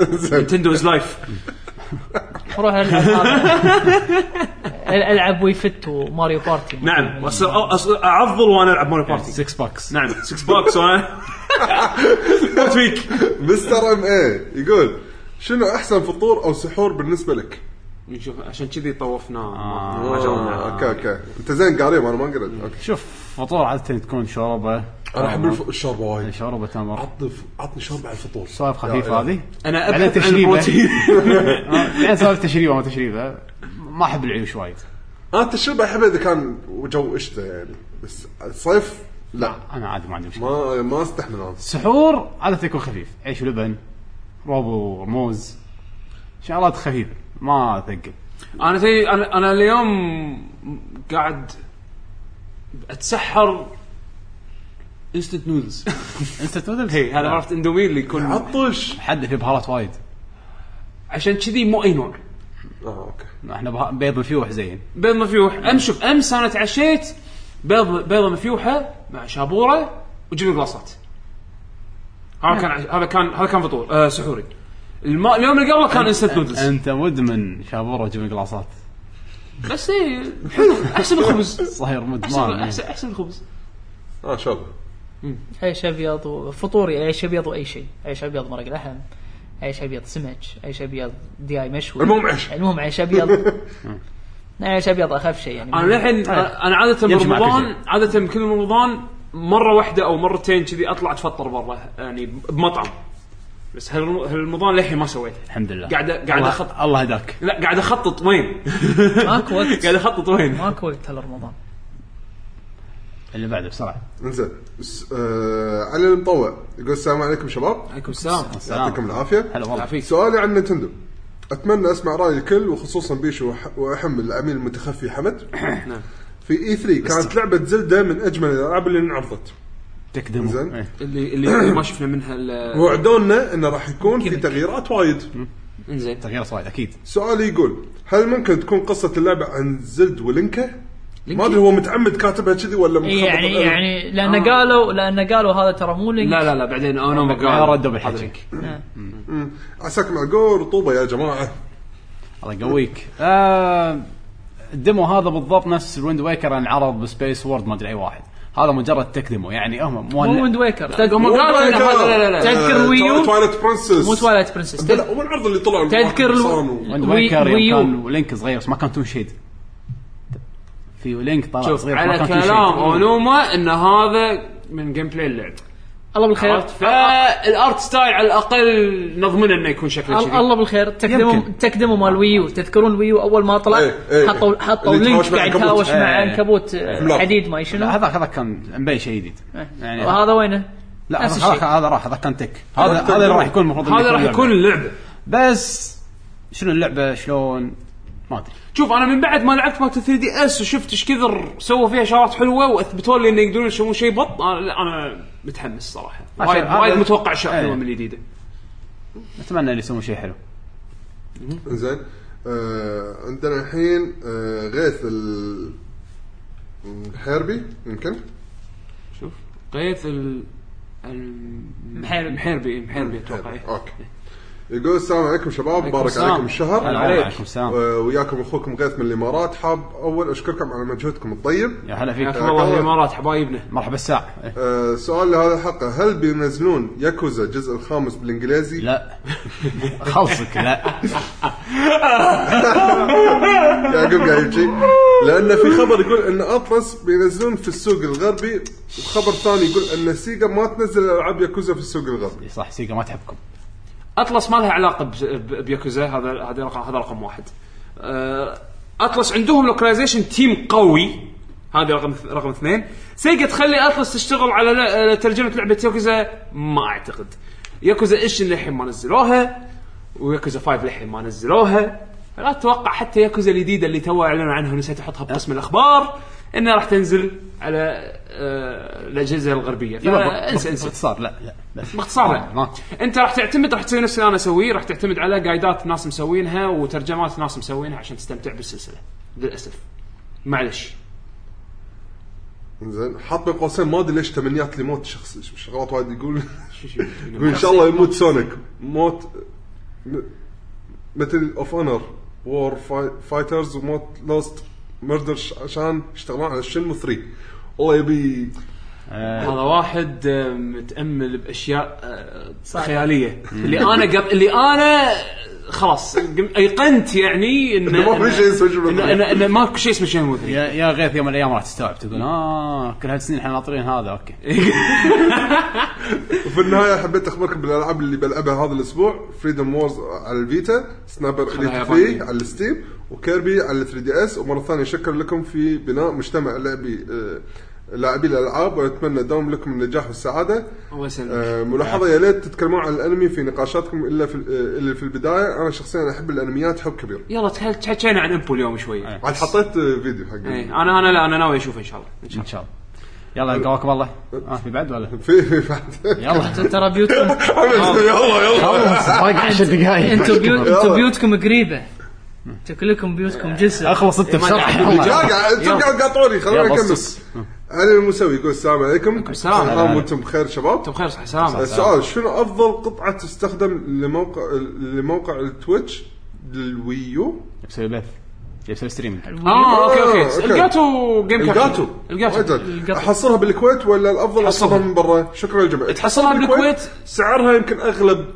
زين نينتندو از لايف روح العب هذا. العب وي فت وماريو بارتي نعم أص- أص- اعضل وانا العب ماري بارتي 6 باكس نعم 6 باكس وانا فوت فيك مستر ام اي يقول شنو احسن فطور او سحور بالنسبه لك؟ نشوف عشان كذي طوفنا آه. ما جاوبنا اوكي اوكي انت زين قاري انا ما قريت اوكي شوف فطور عاده تكون شوربه انا احب الف- الشوربه وايد شوربه تمر عطني عطني شوربه على الفطور سوالف خفيفه يا- يا. هذه انا بعدين ابحث عن تشريبة. بروتين آه، يعني سوالف تشريبه ما تشريبه ما احب العيوش وايد انا التشريب احبه اذا كان جو قشطه يعني بس الصيف لا انا عادي ما عندي مشكله ما ما استحمل انا السحور عاده يكون خفيف عيش ولبن روب وموز شغلات خفيفه ما ثقل انا تي انا انا اليوم قاعد اتسحر انستنت نودلز انستنت نودلز هي هذا عرفت اندومي اللي يكون عطش إيه، حد في بهارات وايد عشان كذي مو اي نوع اه اوكي احنا بها- بيض مفيوح زين بيض مفيوح امس شوف امس انا تعشيت بيض بيضه مفيوحه مع شابوره وجبن قلاصات هذا كان هذا كان هذا كان فطور آه سحوري الما... اليوم اللي قبله كان انستنت نودلز انت مدمن شابوره وجبن قلاصات بس اي حلو احسن الخبز صاير احسن مدمان احسن, أحسن الخبز اه شوربه عيش ابيض وفطوري عيش ابيض واي شيء عيش ابيض مرق لحم عيش ابيض سمك عيش ابيض دياي مشوي المهم عيش. المهم عيش ابيض عيش ابيض اخف شيء يعني انا للحين آه، انا عاده يمشي مع كل برمضان شيء. عاده بكل رمضان مره واحده او مرتين كذي اطلع اتفطر برا يعني بمطعم بس هالرم- هالرمضان للحين ما سويته الحمد لله قاعد قاعد الله- اخطط الله هداك لا قاعد اخطط وين ماكو وقت قاعد اخطط وين ماكو وقت هلا رمضان اللي بعده بسرعه انزين س- آه، علي المطوع يقول السلام عليكم شباب عليكم السلام السلام. يعطيكم العافيه هلا والله عافيك سؤالي عن نينتندو اتمنى اسمع راي الكل وخصوصا بيشو وح- واحمل العميل المتخفي حمد نعم. في اي 3 كانت لعبه زلده من اجمل الالعاب اللي انعرضت تقدم زين. إيه. اللي اللي ما شفنا منها ال- وعدونا انه راح يكون في تغييرات وايد انزين تغيير صايد اكيد سؤالي يقول هل ممكن تكون قصه اللعبه عن زلد ولينكا؟ لينكا؟ ما ادري هو متعمد كاتبها كذي ولا مخبط يعني بالقلم. يعني لان قالوا لان قالوا هذا ترى مو لينك لا لا لا بعدين انا ما ما ردوا بالحكي. مم. عساكم على القول رطوبه يا جماعه الله يقويك آه، الديمو هذا بالضبط نفس الويند ويكر انعرض بسبيس وورد ما ادري اي واحد هذا مجرد تك ديمو يعني هم مو ويند مو ويكر هم قالوا إن هذا- لا لا لا تذكر ويو؟ آه، تواليت برنسس مو تواليت برنسس لا اول عرض اللي طلع تذكر الو- الو... ويند وي- ويكر يوم ويو. كان لينك صغير بس ما كان تون شيد في لينك طلع شوف صغير بس ما على كان تون شيد. كلام اونوما ان هذا من جيم بلاي اللعب الله بالخير عرفت فالارت ستايل على الاقل نضمن انه يكون شكله ال- كذي الله بالخير تقدموا يمكن. تقدموا مال ويو تذكرون ويو اول ما طلع إيه، إيه، حطوا إيه. حطوا اللي لينك يتهاوش قاعد يتهاوش مع العنكبوت. مع إيه. عنكبوت بلاط. حديد ما شنو لا، هذاك هذاك كان مبين شيء جديد يعني وهذا وينه؟ لا نفس هذا هذا- الشيء. هذا راح هذا كان تك هذا تك هذا اللي ديمو. راح يكون المفروض إنه هذا راح اللعبة. يكون اللعبه بس شنو اللعبه شلون ما ادري شوف انا من بعد ما لعبت مالت 3 دي اس وشفت ايش كثر سووا فيها شغلات حلوه واثبتوا لي انه يقدرون يسوون شيء بط انا لا، انا متحمس صراحه عشان وايد هذا- وايد متوقع اشياء إيه. حلوه من الجديده اتمنى اللي يسوون شيء حلو زين آه عندنا الحين آه غيث ال- الحربي يمكن شوف قيث ال المحيربي محيربي. محيربي محيربي اتوقع إيه. اوكي يقول السلام عليكم شباب بارك السلام. عليكم الشهر هلا عليك. وعليكم السلام آه، وياكم اخوكم غيث من الامارات حاب اول اشكركم على مجهودكم الطيب يا هلا حياكم فيك أه. الله الامارات حبايبنا مرحبا الساعه إيه. آه، سؤال لهذا الحلقه هل بينزلون ياكوزا الجزء الخامس بالانجليزي؟ لا خلصك لا يعقوب قاعد يبكي لان في خبر يقول ان اطلس بينزلون في السوق الغربي وخبر ثاني يقول ان سيجا ما تنزل العاب ياكوزا في السوق الغربي صح سيجا ما تحبكم اطلس ما لها علاقه بز- ب- بياكوزا هذا هذا رقم هذا رقم واحد أه، اطلس عندهم لوكلايزيشن تيم قوي هذا رقم رقم اثنين سيجا تخلي اطلس تشتغل على ل- ترجمه لعبه ياكوزا ما اعتقد ياكوزا ايش للحين ما نزلوها وياكوزا 5 للحين ما نزلوها فلا اتوقع حتى ياكوزا الجديده اللي تو اعلنوا عنها ونسيت احطها بقسم الاخبار انها راح تنزل على أه، الاجهزه الغربيه يلا فانسى انسى باختصار لا لا بس باختصار يعني، ما- انت راح تعتمد راح تسوي نفس اللي انا اسويه راح تعتمد على قايدات ناس مسوينها وترجمات ناس مسوينها عشان تستمتع بالسلسله للاسف معلش زين حاط بين قوسين ما ادري ليش تمنيات لموت شخص شغلات وايد يقول شو- شو- يقول ان شاء الله يموت سونيك موت مثل اوف اونر وور فايترز وموت لوست مردر عشان يشتغلون على شنمو 3 والله يبي هذا واحد آه، متامل باشياء آه، صعب. خياليه اللي انا قط... اللي انا خلاص قم- ايقنت يعني ان إنه ما في شيء اسمه شنمو إن- إن- إن ماكو شيء اسمه شنمو 3 يا يا غيث يوم من الايام راح تستوعب تقول اه كل هالسنين احنا ناطرين هذا اوكي إيه. وفي النهايه حبيت اخبركم بالالعاب اللي بلعبها هذا الاسبوع فريدم وورز على الفيتا سنابر خلها اليت 3 يابانية. على الستيم وكيربي على 3 دي اس ومره ثانيه شكر لكم في بناء مجتمع لعبي آه، لاعبي الالعاب واتمنى دوم لكم النجاح والسعاده الله يسلمك آه، ملاحظه يا ليت تتكلمون عن الانمي في نقاشاتكم الا في آه، اللي في البدايه انا شخصيا احب الانميات حب كبير يلا تح- تحكينا عن امبو اليوم شوي ايه عاد حطيت آه، فيديو حق انا انا لا انا ناوي اشوفه ان شاء الله ان شاء ان شاء الله يلا قواكم الله اه في بعد ولا في في بعد يلا ترى بيوتكم يلا يلا خلص باقي 10 دقائق انتم بيوت يلا. انتم بيوتكم قريبه انتم كلكم بيوتكم جسر اخلص انت لا بسرعه قاعد انتم قاعد تقاطعوني خليني يلا اكمل بص علي المسوي يقول السلام عليكم السلام. السلام وانتم بخير شباب الله بخير صح سلامة السؤال شنو افضل قطعه تستخدم لموقع لموقع التويتش للويو بسوي بث بسوي ستريم اه اوكي اوكي آه، أوكي. الجاتو جيم كابشن. الجاتو الجاتو واجد. الجاتو. احصلها بالكويت ولا الافضل احصلها حصلها. من برا شكرا يا جماعه تحصلها بالكويت. سعرها يمكن اغلب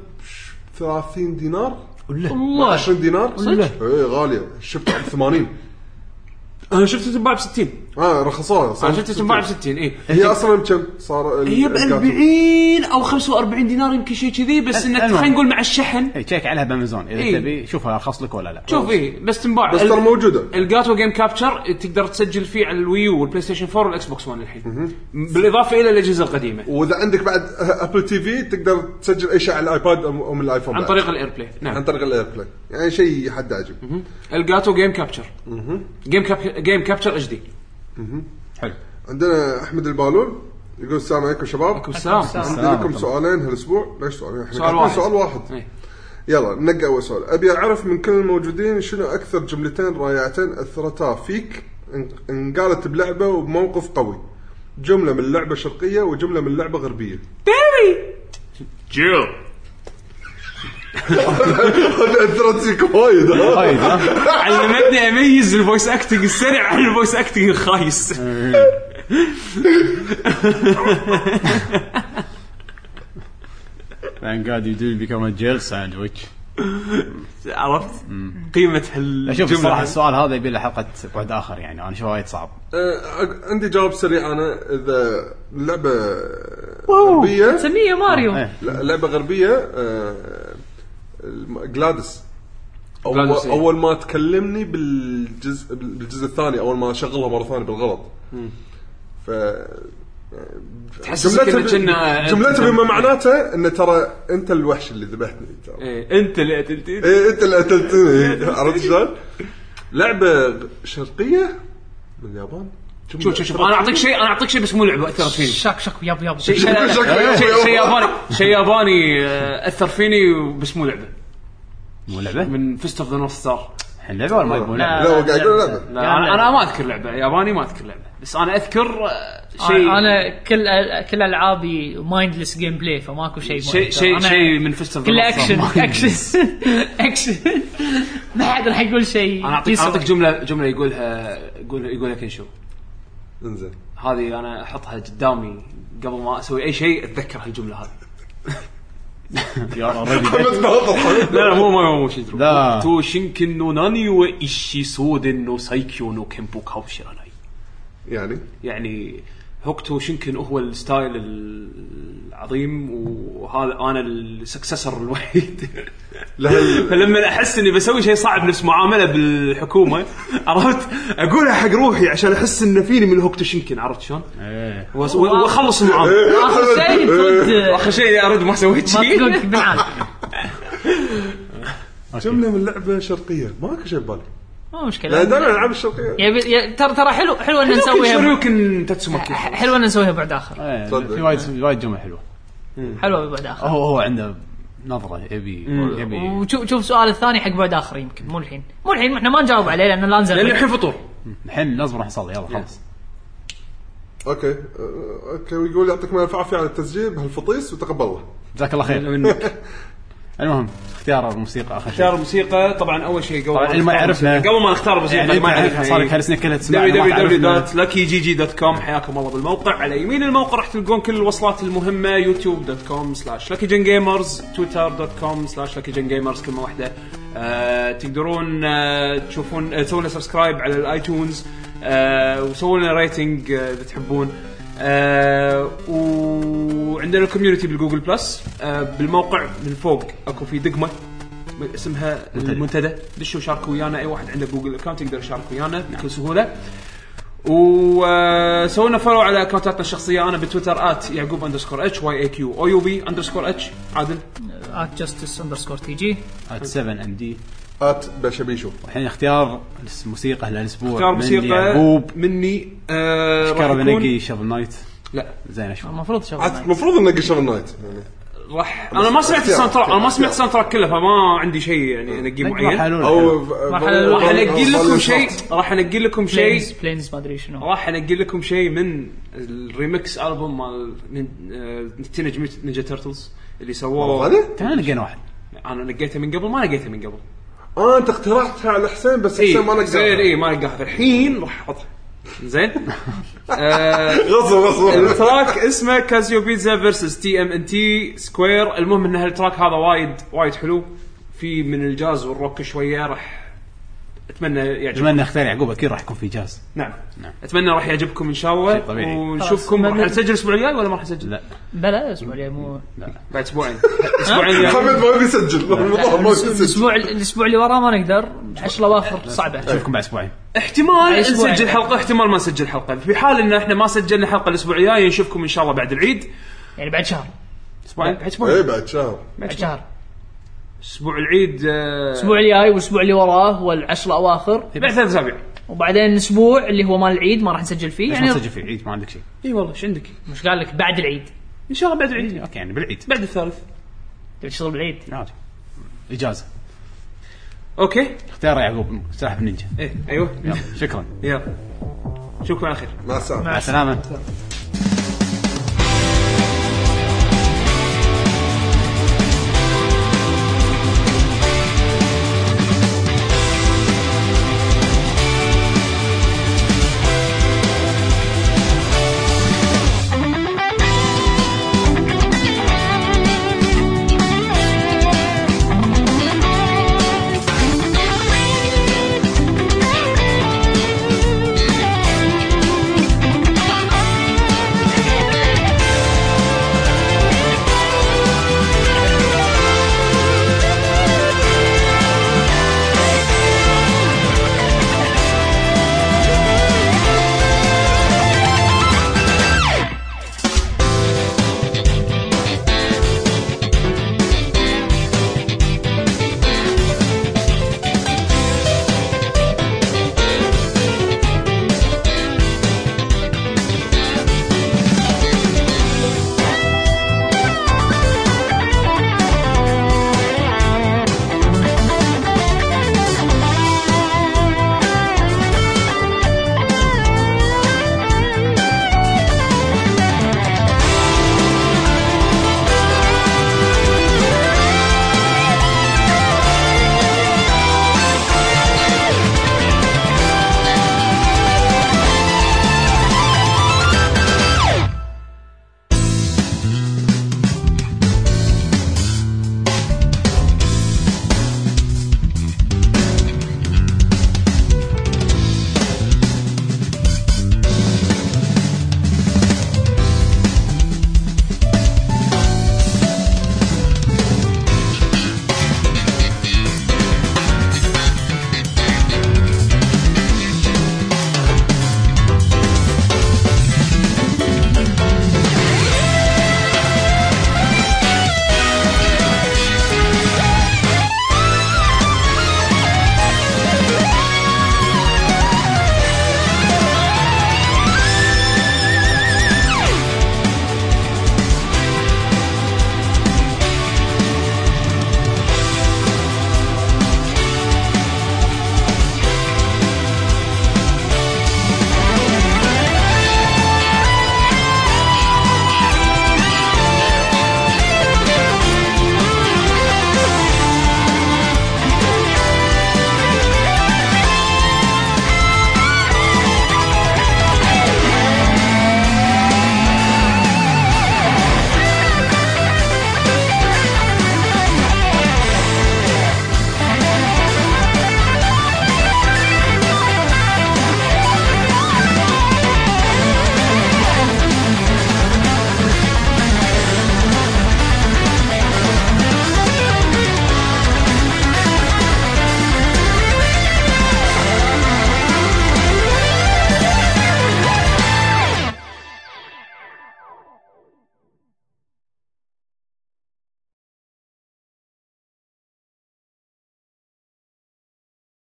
30 دينار الله 20 دينار صدق؟ ايه غاليه شفت 80 انا شفت تنباع ب 60 اه رخصوها انا صار شفت تنباع ب 60 اي هي اصلا بكم صار ال- هي ب الجاتو. 40 او 45 دينار يمكن شيء كذي بس انه أيوة. المهم. خلينا نقول مع الشحن اي تشيك إيه، عليها بامازون اذا إي. تبي شوفها ارخص لك ولا لا شوف اي بس تنباع بس ال- ترى موجوده الجاتو جيم كابتشر تقدر تسجل فيه على الويو والبلاي ستيشن 4 والاكس بوكس 1 الحين بالاضافه الى الاجهزه القديمه واذا عندك بعد ابل تي في تقدر تسجل اي شيء على الايباد او أو من الايفون عن بعد. طريق الاير بلاي عن نعم طريق الايربلاي يعني شيء حد عجيب الجاتو جيم كابتشر جيم كاب جيم كابتشر اتش دي حلو عندنا احمد البالول يقول السلام عليكم شباب عليكم السلام السلام. عندي لكم سؤالين هالاسبوع ليش سؤالين احنا سؤال قاعدين واحد سؤال واحد إيه. يلا نقى اول سؤال ابي اعرف من كل الموجودين شنو اكثر جملتين رائعتين اثرتا فيك إن- انقالت بلعبه وبموقف قوي جمله من لعبه شرقيه وجمله من لعبه غربيه هذه اثرت فيك وايد أه، ها؟ وايد ها؟ علمتني اميز الفويس اكتنج السريع عن الفويس اكتنج الخايس Thank God you didn't become a jail sandwich. عرفت قيمه هال شوف الجملة الصراحه هاي. السؤال هذا يبي له حلقه بعد اخر يعني انا اشوفه وايد صعب أه، أق- عندي جواب سريع انا اذا لعبه غربيه سميه ماريو إيه. لا- لعبه غربيه آه، الم- جلادس اول جلادس، إيه. اول ما تكلمني بالجزء بالجزء الثاني اول ما اشغلها مره ثانيه بالغلط ف تحسسك إنك آه، كنا- جملتها بما معناته ان ترى انت الوحش اللي ذبحتني ترى. إيه، انت اللي قتلتني ايه انت اللي قتلتني إيه، عرفت شلون؟ لعبه غ- شرقيه من اليابان شوف شوف شوف انا اعطيك شيء انا اعطيك شيء بس مو لعبه اثرت فيني شك شك ياب ياب شيء شيء- لا، لا، شيء شيء ياباني شيء ياباني آه، اثر فيني بس مو لعبه مو لعبه؟ من فيست اوف ذا نورث ستار الحين لعبه ولا ما يبون لعبه؟ لا هو قاعد يقول لعبه لا انا انا ما اذكر لعبه ياباني ما اذكر لعبه بس انا اذكر آه، شيء انا أنا كل كل العابي مايندلس جيم بلاي فماكو شيء شيء شيء شيء من فيست اوف ذا كله اكشن اكشن اكشن ما حد راح يقول شيء انا اعطيك يسوى. اعطيك جمله جمله يقولها يقول يقولها كنشو انزين هذه انا احطها قدامي قبل ما اسوي اي شيء اتذكر هالجمله هذه يا already dead. لا لا مو مو مو شيدرو لا. تو شينكن نو ناني و ايشي سودن نو سايكيو نو كيمبو كاوشيراناي يعني يعني هوكتو شينكن هو الستايل العظيم وهذا انا السكسسر الوحيد لهال فلما احس اني بسوي شيء صعب نفس معامله بالحكومه عرفت اقولها حق روحي عشان احس ان فيني من هوكتو شينكن عرفت شلون؟ إيه. وأس- واخلص المعامله اخر شيء إيه. ترد واخر شيء ارد ما سويت ما شيء تقول بالعالم جمله من لعبه شرقيه ماكو شيء ببالي ما لا مشكله دائما الالعاب الشرقيه يبي- ي- ترى ترى حلو حلو ان نسويها شريوكن تاتسوماكي ح- حلو ان نسويها بعد اخر إيه، تصدق. في وايد وايد جمل حلوه حلوه بعد اخر هو هو عنده نظره يبي يبي وشوف شوف السؤال الثاني حق بعد اخر يمكن مو الحين مو الحين احنا ما نجاوب عليه لان لا لان نزل الحين فطور الحين لازم راح نصلي يلا خلص اوكي أه، اوكي ويقول يعطيكم الف عافيه على التسجيل بهالفطيس وتقبل الله جزاك الله خير منك المهم اختيار الموسيقى اخر شيء اختار الموسيقى طبعا اول شيء قبل طبعاً اللي ما نختار يعرفنا. الموسيقى. قبل ما نختار الموسيقى يعني اللي انت ما يعرفها عارف صار لك إيه. هالسنه كلها تسمع ما تعرفنا. www.luckygg.com حياكم الله بالموقع على يمين الموقع راح تلقون كل الوصلات المهمه youtube.com slash luckygengamers twitter.com slash luckygengamers كلمه واحده آه، تقدرون آه، تشوفون آه، تسوون لنا سبسكرايب على الايتونز آه، وسووا لنا ريتنج آه، اذا تحبون آه، وعندنا كوميونتي بالجوجل بلس آه، بالموقع من فوق اكو في دقمه اسمها المنتدى دشوا شاركوا ويانا اي واحد عنده جوجل اكونت يقدر يشارك ويانا بكل سهوله وسوينا فولو على اكونتاتنا الشخصيه انا بتويتر ات يعقوب اندرسكور اتش واي اي كيو او يو بي اندرسكور اتش عادل ات جاستس اندرسكور تي جي ات 7 ام دي ات بشبيشو والحين اختيار الموسيقى للاسبوع اختيار من موسيقى يعقوب مني آه راح شكرا يكون- بنقي شافل نايت لا زين اشوف المفروض شغل عاد معي. المفروض انه شغل نايت يعني راح انا ما سمعت اختيار، الساوند تراك انا ما اختيار. سمعت الساوند تراك كله فما عندي شيء يعني انقي معين او او حلو. راح بل- انقي لكم شيء راح انقي لكم شيء بلينز بلينز ما ادري شنو راح انقي لكم شيء من الريمكس البوم مال نين- آه، تينيج نينجا تيرتلز اللي سووه هذا؟ تعال لقينا واحد انا لقيته من قبل ما لقيته من قبل اه انت اقترحتها على حسين بس اي حسين ما نقدر زين اي إيه، ما نقدر الحين راح احطها زين آه، غصب غصب التراك اسمه كازيو بيتزا فيرسز تي ام ان تي سكوير المهم ان هالتراك هذا وايد وايد حلو في من الجاز والروك شويه راح اتمنى يعجبكم اتمنى اختيار يعقوب اكيد راح يكون في جاز نعم. نعم. اتمنى راح يعجبكم ان شاء شيء الله طبيعي. ونشوفكم خلاص. راح نسجل الاسبوع الجاي ولا ما راح نسجل؟ لا بلا اسبوع الجاي مو بعد اسبوعين اسبوعين محمد يعني. ما بيسجل الموضوع ما بيسجل الاسبوع الاسبوع اللي وراه ما نقدر 10 اواخر صعبه اشوفكم بعد اسبوعين يعني احتمال أسبوعين. نسجل حلقه احتمال ما نسجل حلقه في حال ان احنا ما سجلنا حلقه الاسبوع الجاي نشوفكم ان شاء الله بعد العيد يعني بعد شهر اسبوعين بعد اي اسبوعين إيه، بعد شهر بعد شهر اسبوع العيد آه، الاسبوع الجاي والاسبوع اللي وراه هو العشر اواخر بعد ثلاث اسابيع وبعدين الاسبوع اللي هو مال العيد ما راح نسجل فيه ليش ما يعني تسجل في العيد ما عندك شيء اي والله ايش عندك؟ مش قال لك بعد العيد ان شاء الله بعد العيد اوكي يعني بالعيد بعد الثالث تبي تشتغل بالعيد عادي اجازه اوكي اختيار يعقوب سلاحف النينجا ايه ايوه يلا شكرا يلا نشوفكم على خير 啊 مع السلامه مع السلامه